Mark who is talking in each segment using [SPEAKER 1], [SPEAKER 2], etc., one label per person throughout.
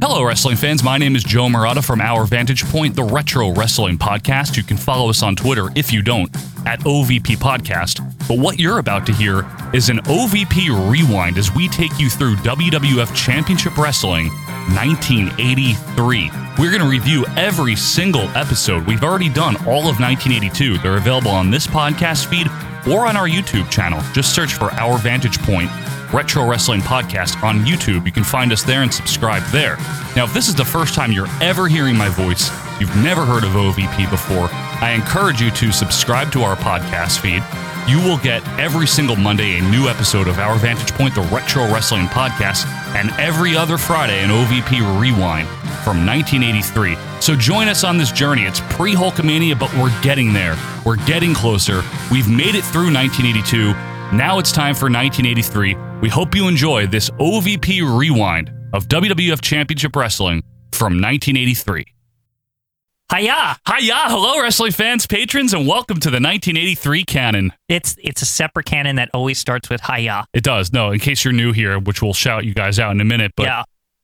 [SPEAKER 1] Hello, wrestling fans. My name is Joe Murata from Our Vantage Point, the Retro Wrestling Podcast. You can follow us on Twitter if you don't at OVP Podcast. But what you're about to hear is an OVP rewind as we take you through WWF Championship Wrestling 1983. We're going to review every single episode. We've already done all of 1982. They're available on this podcast feed or on our YouTube channel. Just search for Our Vantage Point. Retro Wrestling Podcast on YouTube. You can find us there and subscribe there. Now, if this is the first time you're ever hearing my voice, you've never heard of OVP before, I encourage you to subscribe to our podcast feed. You will get every single Monday a new episode of Our Vantage Point, the Retro Wrestling Podcast, and every other Friday an OVP Rewind from 1983. So join us on this journey. It's pre Hulkamania, but we're getting there. We're getting closer. We've made it through 1982. Now it's time for 1983. We hope you enjoy this OVP rewind of WWF Championship Wrestling from 1983. Hiya! Hiya! Hello, wrestling fans, patrons, and welcome to the 1983 canon.
[SPEAKER 2] It's it's a separate canon that always starts with hiya.
[SPEAKER 1] It does. No, in case you're new here, which we'll shout you guys out in a minute, but
[SPEAKER 2] yeah.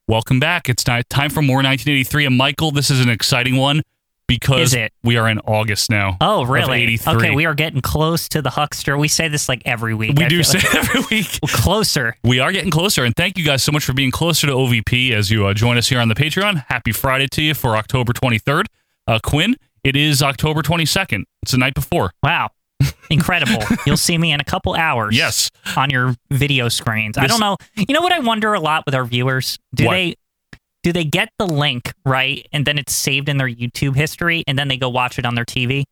[SPEAKER 1] welcome back. It's ni- time for more 1983. And Michael, this is an exciting one because
[SPEAKER 2] Is it?
[SPEAKER 1] we are in August now.
[SPEAKER 2] Oh, really?
[SPEAKER 1] 83.
[SPEAKER 2] Okay, we are getting close to the huckster. We say this like every week.
[SPEAKER 1] we
[SPEAKER 2] I
[SPEAKER 1] do say
[SPEAKER 2] feel
[SPEAKER 1] it
[SPEAKER 2] like.
[SPEAKER 1] every week.
[SPEAKER 2] Well, closer.
[SPEAKER 1] We are getting closer, and thank you guys so much for being closer to OVP as you uh, join us here on the Patreon. Happy Friday to you for October 23rd. Uh, Quinn, it is October 22nd. It's the night before.
[SPEAKER 2] Wow. Incredible. You'll see me in a couple hours.
[SPEAKER 1] Yes.
[SPEAKER 2] On your video screens. I
[SPEAKER 1] This-
[SPEAKER 2] don't know. You know what I wonder a lot with our viewers? Do
[SPEAKER 1] What?
[SPEAKER 2] they do they get the link, right? And then it's saved in their YouTube history and then they go watch it on their TV?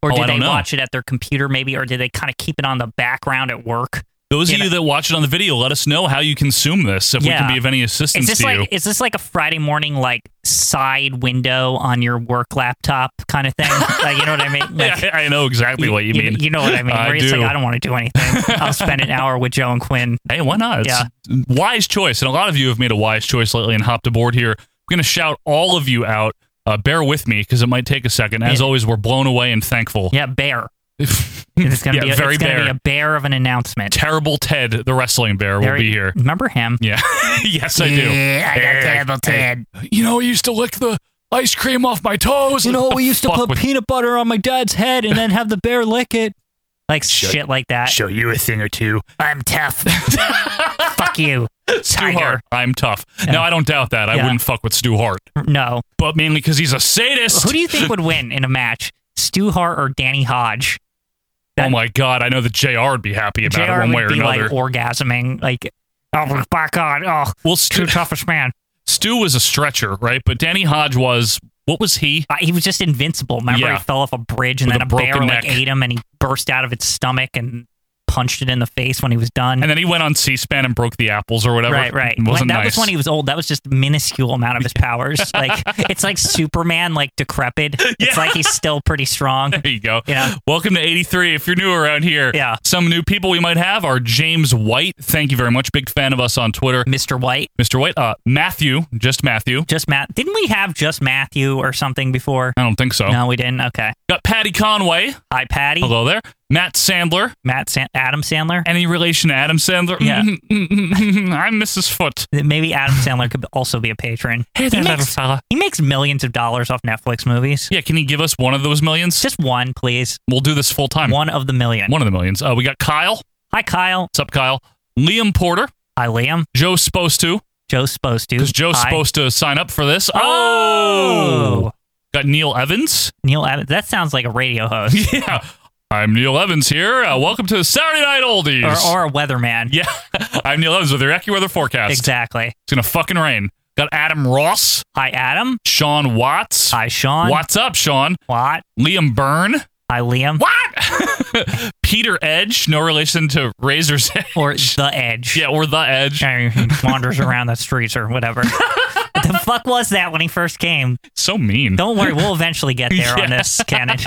[SPEAKER 2] Or
[SPEAKER 1] Oh,
[SPEAKER 2] do
[SPEAKER 1] I
[SPEAKER 2] they
[SPEAKER 1] don't know.
[SPEAKER 2] watch it at their computer maybe or do they kind of keep it on the background at work?
[SPEAKER 1] Those of
[SPEAKER 2] Yeah.
[SPEAKER 1] you that watch it on the video, let us know how you consume this, if we
[SPEAKER 2] Yeah.
[SPEAKER 1] can be of any assistance
[SPEAKER 2] Is this
[SPEAKER 1] to
[SPEAKER 2] like
[SPEAKER 1] you.
[SPEAKER 2] is this like a Friday morning like side window on your work laptop kind of thing? like, you know what I mean? Like,
[SPEAKER 1] yeah, I I know exactly what you mean.
[SPEAKER 2] You, know what I mean?
[SPEAKER 1] I
[SPEAKER 2] Where it's
[SPEAKER 1] do.
[SPEAKER 2] like I don't want to do anything. I'll spend an hour with Joe and Quinn.
[SPEAKER 1] hey, why not? It's a wise choice. And a lot of you have made a wise choice lately and hopped aboard here. I'm going to shout all of you out. Uh, bear with me because it might take a second. As
[SPEAKER 2] Yeah.
[SPEAKER 1] always, we're blown away and thankful.
[SPEAKER 2] Yeah, bear. It's gonna
[SPEAKER 1] Yeah,
[SPEAKER 2] be a,
[SPEAKER 1] very
[SPEAKER 2] it's gonna
[SPEAKER 1] bear.
[SPEAKER 2] be a bear of an announcement.
[SPEAKER 1] Terrible Ted, the wrestling bear, will
[SPEAKER 2] There-
[SPEAKER 1] be here.
[SPEAKER 2] Remember him?
[SPEAKER 1] Yeah. yes, I do.
[SPEAKER 2] Yeah, I
[SPEAKER 1] Hey,
[SPEAKER 2] got terrible
[SPEAKER 1] hey.
[SPEAKER 2] Ted.
[SPEAKER 1] You know, I used to lick the ice cream off my toes.
[SPEAKER 2] You know, we used to
[SPEAKER 1] Fuck
[SPEAKER 2] put
[SPEAKER 1] with-
[SPEAKER 2] peanut butter on my dad's head and then have the bear lick it. Like shit like that.
[SPEAKER 1] show you a thing or two.
[SPEAKER 2] I'm tough. Fuck you.
[SPEAKER 1] Stu Hart.
[SPEAKER 2] Tiger.
[SPEAKER 1] I'm tough. No, I don't doubt that. I
[SPEAKER 2] Yeah.
[SPEAKER 1] wouldn't fuck with Stu Hart,
[SPEAKER 2] No.
[SPEAKER 1] but mainly because he's a sadist.
[SPEAKER 2] Who do you think would win in a match, Stu Hart or Danny Hodge?
[SPEAKER 1] oh my God! I know that Jr. would be happy about it
[SPEAKER 2] JR
[SPEAKER 1] one way
[SPEAKER 2] would
[SPEAKER 1] or
[SPEAKER 2] be
[SPEAKER 1] another.
[SPEAKER 2] like orgasming, like, oh my back on, oh,
[SPEAKER 1] well,
[SPEAKER 2] true
[SPEAKER 1] Stu,
[SPEAKER 2] toughest man.
[SPEAKER 1] Stu was a stretcher, right? But Danny Hodge was. What was he?
[SPEAKER 2] Uh, he was just invincible. Remember,
[SPEAKER 1] Yeah.
[SPEAKER 2] he fell off a bridge and
[SPEAKER 1] With
[SPEAKER 2] then
[SPEAKER 1] a
[SPEAKER 2] a, bear
[SPEAKER 1] broken
[SPEAKER 2] like
[SPEAKER 1] neck.
[SPEAKER 2] ate him, and he burst out of its stomach and punched it in the face when he was done.
[SPEAKER 1] And then he went on C-SPAN and broke the apples or whatever.
[SPEAKER 2] Right,
[SPEAKER 1] It
[SPEAKER 2] right.
[SPEAKER 1] wasn't
[SPEAKER 2] Like,
[SPEAKER 1] nice.
[SPEAKER 2] that was when he was old. That was just minuscule amount of his powers. like it's like Superman, like decrepit.
[SPEAKER 1] Yeah.
[SPEAKER 2] It's like he's still pretty strong.
[SPEAKER 1] There you go.
[SPEAKER 2] You know?
[SPEAKER 1] Welcome to 83. If you're new around here,
[SPEAKER 2] Yeah.
[SPEAKER 1] some new people we might have are James White. Thank you very much. Big fan of us on Twitter.
[SPEAKER 2] Mr. White.
[SPEAKER 1] Mr. White, uh, Matthew, just Matthew.
[SPEAKER 2] Just Matt didn't we have just Matthew or something before?
[SPEAKER 1] I don't think so.
[SPEAKER 2] No, we didn't. Okay.
[SPEAKER 1] Got Patty Conway.
[SPEAKER 2] Hi Patty.
[SPEAKER 1] Hello there. Matt Sandler.
[SPEAKER 2] Matt San- Adam Sandler.
[SPEAKER 1] Any relation to Adam Sandler? Mm-hmm.
[SPEAKER 2] Yeah.
[SPEAKER 1] I'm Mrs. Foot.
[SPEAKER 2] That Maybe Adam Sandler could also be a patron.
[SPEAKER 1] Hey
[SPEAKER 2] he,
[SPEAKER 1] there, little
[SPEAKER 2] makes,
[SPEAKER 1] fella.
[SPEAKER 2] he makes millions of dollars off Netflix movies.
[SPEAKER 1] Yeah, can you give us one of those millions?
[SPEAKER 2] Just one, please.
[SPEAKER 1] We'll do this full time.
[SPEAKER 2] One of the million.
[SPEAKER 1] One of the millions. Uh, we got Kyle.
[SPEAKER 2] Hi, Kyle.
[SPEAKER 1] What's up, Kyle? Liam Porter.
[SPEAKER 2] Hi, Liam.
[SPEAKER 1] Joe supposed to.
[SPEAKER 2] Joe's supposed to.
[SPEAKER 1] Because Joe's
[SPEAKER 2] Hi.
[SPEAKER 1] supposed to sign up for this.
[SPEAKER 2] Oh!
[SPEAKER 1] Got Neil Evans.
[SPEAKER 2] Neil Adams. That sounds like a radio host
[SPEAKER 1] Yeah. I'm Neil Evans here. Uh, welcome to Saturday Night Oldies.
[SPEAKER 2] or, or a weatherman.
[SPEAKER 1] yeah. I'm Neil Evans with your AccuWeather forecast.
[SPEAKER 2] Exactly.
[SPEAKER 1] It's going to fucking rain. Got Adam Ross,
[SPEAKER 2] Hi, Adam.
[SPEAKER 1] Sean Watts.
[SPEAKER 2] Hi, Sean.
[SPEAKER 1] What's up, Sean?
[SPEAKER 2] Watt.
[SPEAKER 1] Liam Byrne.
[SPEAKER 2] Hi, Liam.
[SPEAKER 1] What? Peter Edge, no relation to Razor's Edge.
[SPEAKER 2] Or the Edge.
[SPEAKER 1] Yeah, or The Edge.
[SPEAKER 2] Yeah, He wanders around the streets or whatever. What the fuck was that when he first came?
[SPEAKER 1] So mean.
[SPEAKER 2] Don't worry, we'll eventually get there on
[SPEAKER 1] Yeah.
[SPEAKER 2] this canon.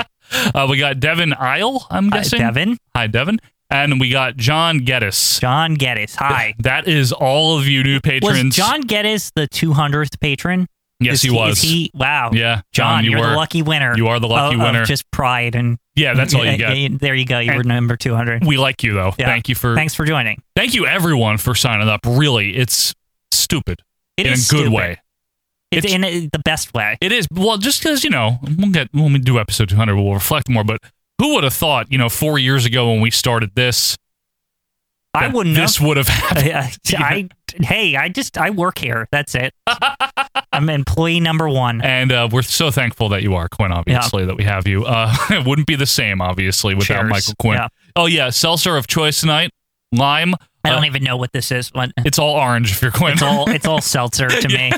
[SPEAKER 1] Uh, we got Devin Isle, I'm
[SPEAKER 2] Hi,
[SPEAKER 1] guessing.
[SPEAKER 2] Devin.
[SPEAKER 1] Hi, Devin. And we got John Geddes.
[SPEAKER 2] John Geddes. Hi.
[SPEAKER 1] That is all of you new patrons.
[SPEAKER 2] Was John Geddes the 200th patron?
[SPEAKER 1] Yes,
[SPEAKER 2] Is
[SPEAKER 1] he was.
[SPEAKER 2] Is he? Wow.
[SPEAKER 1] yeah,
[SPEAKER 2] John,
[SPEAKER 1] you
[SPEAKER 2] are
[SPEAKER 1] were
[SPEAKER 2] the lucky winner. Oh,
[SPEAKER 1] you are the lucky
[SPEAKER 2] of- of
[SPEAKER 1] winner.
[SPEAKER 2] just pride and
[SPEAKER 1] yeah, that's all you get.
[SPEAKER 2] There you go. You were
[SPEAKER 1] And-
[SPEAKER 2] number 200.
[SPEAKER 1] We like you though.
[SPEAKER 2] Yeah.
[SPEAKER 1] Thank you for
[SPEAKER 2] Thanks for joining.
[SPEAKER 1] thank you everyone for signing up. Really, it's stupid
[SPEAKER 2] It
[SPEAKER 1] in a
[SPEAKER 2] is
[SPEAKER 1] good
[SPEAKER 2] stupid.
[SPEAKER 1] way.
[SPEAKER 2] It's,
[SPEAKER 1] It's-
[SPEAKER 2] in it, the best way.
[SPEAKER 1] It is well, just because you know we'll get when we do episode 200, we'll reflect more. But who would have thought? You know, four years ago when we started this,
[SPEAKER 2] I
[SPEAKER 1] that
[SPEAKER 2] wouldn't
[SPEAKER 1] This would have happened.
[SPEAKER 2] have. I, I, hey, I just I work here. That's it. I'm employee number one.
[SPEAKER 1] And uh, we're so thankful that you are Quinn. Obviously, that we have you. Uh, it wouldn't be the same, obviously, without
[SPEAKER 2] Cheers.
[SPEAKER 1] Michael Quinn.
[SPEAKER 2] Yeah.
[SPEAKER 1] Oh yeah, seltzer of choice tonight, lime.
[SPEAKER 2] I
[SPEAKER 1] Uh,
[SPEAKER 2] don't even know what this is. What,
[SPEAKER 1] It's all orange if you're Quinn.
[SPEAKER 2] it's all it's all seltzer to me.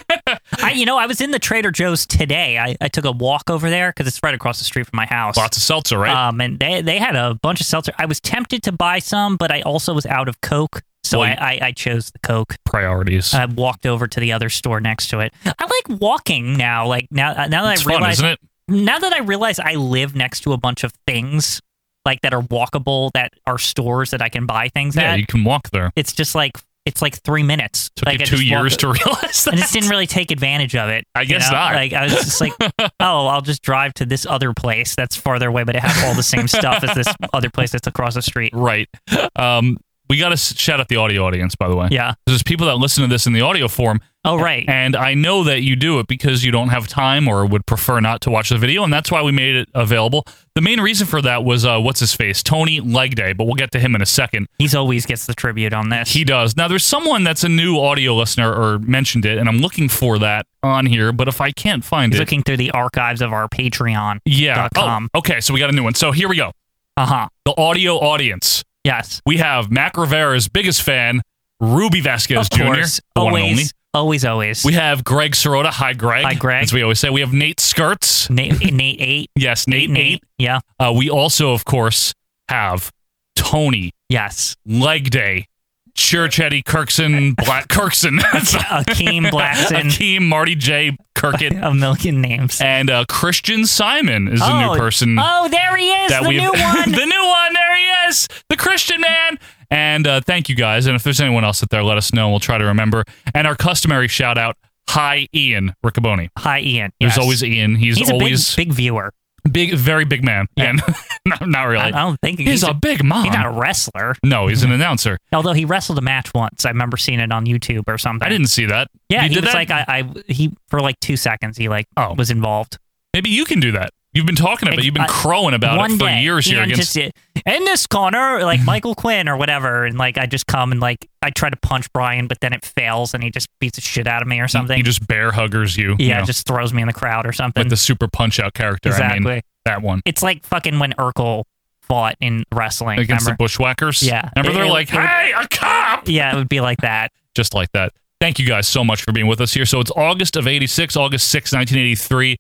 [SPEAKER 2] I you know I was in the Trader Joe's today. I, I took a walk over there because it's right across the street from my house.
[SPEAKER 1] Lots of seltzer, right?
[SPEAKER 2] Um, and they they had a bunch of seltzer. I was tempted to buy some, but I also was out of Coke, so
[SPEAKER 1] Well,
[SPEAKER 2] I, I I chose the Coke.
[SPEAKER 1] Priorities.
[SPEAKER 2] I walked over to the other store next to it. I like walking now. Like now uh, now that
[SPEAKER 1] it's
[SPEAKER 2] I
[SPEAKER 1] fun,
[SPEAKER 2] realize
[SPEAKER 1] isn't it?
[SPEAKER 2] now that I realize I live next to a bunch of things like that are walkable that are stores that I can buy things
[SPEAKER 1] Yeah,
[SPEAKER 2] at.
[SPEAKER 1] you can walk there.
[SPEAKER 2] it's just like it's like three minutes.
[SPEAKER 1] Took
[SPEAKER 2] like
[SPEAKER 1] you
[SPEAKER 2] I
[SPEAKER 1] two
[SPEAKER 2] just walk-
[SPEAKER 1] years to realize that.
[SPEAKER 2] I just didn't really take advantage of it.
[SPEAKER 1] I
[SPEAKER 2] you
[SPEAKER 1] guess
[SPEAKER 2] know?
[SPEAKER 1] not.
[SPEAKER 2] Like I was just like, oh, I'll just drive to this other place that's farther away, but it has all the same stuff as this other place that's across the street.
[SPEAKER 1] right. Um, we got to shout out the audio audience, by the way.
[SPEAKER 2] Yeah.
[SPEAKER 1] There's people that listen to this in the audio form,
[SPEAKER 2] Oh, right.
[SPEAKER 1] and I know that you do it because you don't have time or would prefer not to watch the video, and that's why we made it available. The main reason for that was uh, what's his face, Tony Leg Day, but we'll get to him in a second.
[SPEAKER 2] He's always gets the tribute on this.
[SPEAKER 1] He does. Now, there's someone that's a new audio listener or mentioned it, and I'm looking for that on here, but if I can't find
[SPEAKER 2] He's
[SPEAKER 1] it,
[SPEAKER 2] looking through the archives of our Patreon.
[SPEAKER 1] yeah.
[SPEAKER 2] dot com.
[SPEAKER 1] Oh, okay, so we got a new one. So here we go.
[SPEAKER 2] Uh huh.
[SPEAKER 1] The audio audience.
[SPEAKER 2] Yes.
[SPEAKER 1] We have Mac Rivera's biggest fan, Ruby Vasquez
[SPEAKER 2] Of
[SPEAKER 1] Jr.
[SPEAKER 2] course.
[SPEAKER 1] the one and only.
[SPEAKER 2] Always. Always. Always.
[SPEAKER 1] We have Greg Sirota. Hi, Greg.
[SPEAKER 2] Hi, Greg.
[SPEAKER 1] As we always say, we have Nate Skirts.
[SPEAKER 2] Nate, Nate eight.
[SPEAKER 1] Yes, Nate.
[SPEAKER 2] Nate.
[SPEAKER 1] Nate.
[SPEAKER 2] eight. Yeah.
[SPEAKER 1] Uh, we also, of course, have Tony
[SPEAKER 2] Yes.
[SPEAKER 1] Leg Day, Church Eddie Kirkson, Black Kirkson,
[SPEAKER 2] Akeem Blackson.
[SPEAKER 1] Akeem Marty J. Kirkett,
[SPEAKER 2] A million names.
[SPEAKER 1] and uh, Christian Simon is a
[SPEAKER 2] Oh.
[SPEAKER 1] new person
[SPEAKER 2] Oh, there he is.
[SPEAKER 1] that
[SPEAKER 2] The
[SPEAKER 1] we
[SPEAKER 2] new one.
[SPEAKER 1] the new one. There he is, the Christian man. And uh, thank you guys. And if there's anyone else out there, let us know. We'll try to remember. And our customary shout out. Hi, Ian Riccoboni.
[SPEAKER 2] Hi, Ian.
[SPEAKER 1] There's
[SPEAKER 2] Yes.
[SPEAKER 1] always Ian. He's,
[SPEAKER 2] He's
[SPEAKER 1] always
[SPEAKER 2] a big, big viewer.
[SPEAKER 1] big, very big man,
[SPEAKER 2] Yeah.
[SPEAKER 1] and not, not really.
[SPEAKER 2] I, I don't think
[SPEAKER 1] he's, a, big
[SPEAKER 2] Oh, he's not
[SPEAKER 1] mom.
[SPEAKER 2] a Mm-hmm. wrestler.
[SPEAKER 1] No, he's an announcer.
[SPEAKER 2] Although he wrestled a match once, I remember seeing it on YouTube or something.
[SPEAKER 1] I didn't see that.
[SPEAKER 2] Yeah,
[SPEAKER 1] you
[SPEAKER 2] he
[SPEAKER 1] did
[SPEAKER 2] was
[SPEAKER 1] that.
[SPEAKER 2] like I, I he for like two seconds he like
[SPEAKER 1] Oh.
[SPEAKER 2] was involved.
[SPEAKER 1] Maybe you can do that. You've been talking about. it. You've been
[SPEAKER 2] I-
[SPEAKER 1] crowing about
[SPEAKER 2] uh, One
[SPEAKER 1] it for
[SPEAKER 2] day,
[SPEAKER 1] years here
[SPEAKER 2] Ian
[SPEAKER 1] against.
[SPEAKER 2] just, in this corner, like Michael Quinn or whatever, and like I just come and like I try to punch Brian, but then it fails and he just beats the shit out of me or something.
[SPEAKER 1] He just bear huggers you. you
[SPEAKER 2] yeah,
[SPEAKER 1] know,
[SPEAKER 2] just throws me in the crowd or something.
[SPEAKER 1] with the super punch out character.
[SPEAKER 2] exactly.
[SPEAKER 1] I mean, that one
[SPEAKER 2] it's like fucking when Urkel fought in wrestling.
[SPEAKER 1] against
[SPEAKER 2] remember?
[SPEAKER 1] the bushwhackers.
[SPEAKER 2] Yeah.
[SPEAKER 1] remember they're
[SPEAKER 2] It- it-
[SPEAKER 1] like,
[SPEAKER 2] it would-
[SPEAKER 1] "Hey, a cop!"
[SPEAKER 2] yeah, it would be like that.
[SPEAKER 1] Just like that. Thank you guys so much for being with us here. So it's August of '86, August 6, 1983.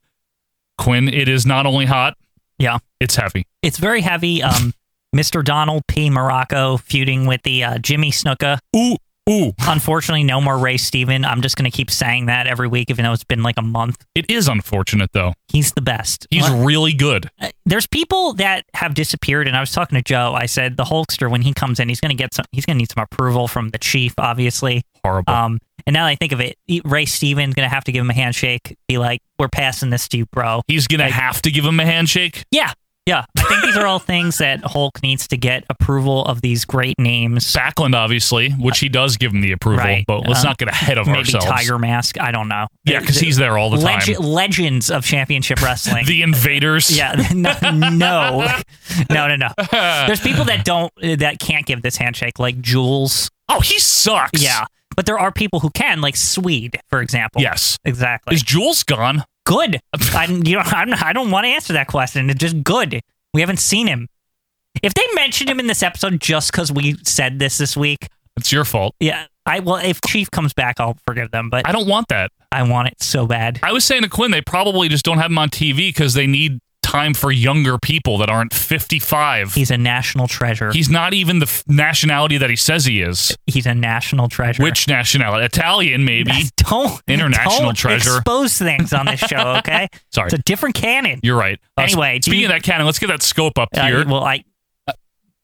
[SPEAKER 1] Quinn, it is not only hot.
[SPEAKER 2] Yeah.
[SPEAKER 1] it's heavy.
[SPEAKER 2] It's very heavy. Um, Mr. Donald P. Morocco feuding with the uh, Jimmy Snuka.
[SPEAKER 1] Ooh, ooh.
[SPEAKER 2] Unfortunately, no more Ray Steven. I'm just going to keep saying that every week, even though it's been like a month.
[SPEAKER 1] It is unfortunate though.
[SPEAKER 2] He's the best.
[SPEAKER 1] He's
[SPEAKER 2] What-
[SPEAKER 1] really good.
[SPEAKER 2] uh, There's people that have disappeared, and I was talking to Joe. I said the Hulkster when he comes in, he's going to get some. He's going to need some approval from the chief, obviously.
[SPEAKER 1] Horrible.
[SPEAKER 2] Um, and now that I think of it, he- Ray Steven's going to have to give him a handshake. Be like, "We're passing this to you, bro."
[SPEAKER 1] He's gonna
[SPEAKER 2] like-
[SPEAKER 1] have to give him a handshake.
[SPEAKER 2] Yeah, yeah. I think these are all things that Hulk needs to get approval of these great names.
[SPEAKER 1] Backlund, obviously, which he does give him the approval,
[SPEAKER 2] Right.
[SPEAKER 1] but let's
[SPEAKER 2] Um,
[SPEAKER 1] not get ahead of
[SPEAKER 2] maybe
[SPEAKER 1] ourselves.
[SPEAKER 2] Tiger Mask. I don't know.
[SPEAKER 1] Yeah, because he's there all the time.
[SPEAKER 2] Leg- legends of championship wrestling.
[SPEAKER 1] The invaders.
[SPEAKER 2] yeah, no, no, no, no, no. There's people that don't that can't give this handshake, like Jules.
[SPEAKER 1] oh, he sucks.
[SPEAKER 2] Yeah, but there are people who can, like Swede, for example.
[SPEAKER 1] Yes.
[SPEAKER 2] exactly.
[SPEAKER 1] Is Jules gone?
[SPEAKER 2] good. I, you know, I'm, I don't want to answer that question. It's just good. We haven't seen him. If they mentioned him in this episode just because we said this this week,
[SPEAKER 1] It's your fault.
[SPEAKER 2] yeah, I well, if Chief comes back, I'll forgive them. But
[SPEAKER 1] I don't want that.
[SPEAKER 2] I want it so bad.
[SPEAKER 1] I was saying to Quinn, they probably just don't have him on TV because they need time for younger people that aren't 55.
[SPEAKER 2] He's a national treasure.
[SPEAKER 1] He's not even the f- nationality that he says he is.
[SPEAKER 2] He's a national treasure.
[SPEAKER 1] Which nationality? Italian, maybe.
[SPEAKER 2] don't
[SPEAKER 1] International
[SPEAKER 2] don't
[SPEAKER 1] treasure.
[SPEAKER 2] Expose things on this show, okay?
[SPEAKER 1] Sorry.
[SPEAKER 2] It's a different canon.
[SPEAKER 1] You're right. Uh, sp-
[SPEAKER 2] Anyway, do
[SPEAKER 1] speaking
[SPEAKER 2] you-
[SPEAKER 1] of that cannon, let's get that scope up
[SPEAKER 2] Uh,
[SPEAKER 1] here.
[SPEAKER 2] well, I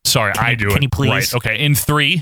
[SPEAKER 1] Sorry, I
[SPEAKER 2] you-
[SPEAKER 1] do
[SPEAKER 2] can
[SPEAKER 1] it.
[SPEAKER 2] you please?
[SPEAKER 1] Right. Okay. In three,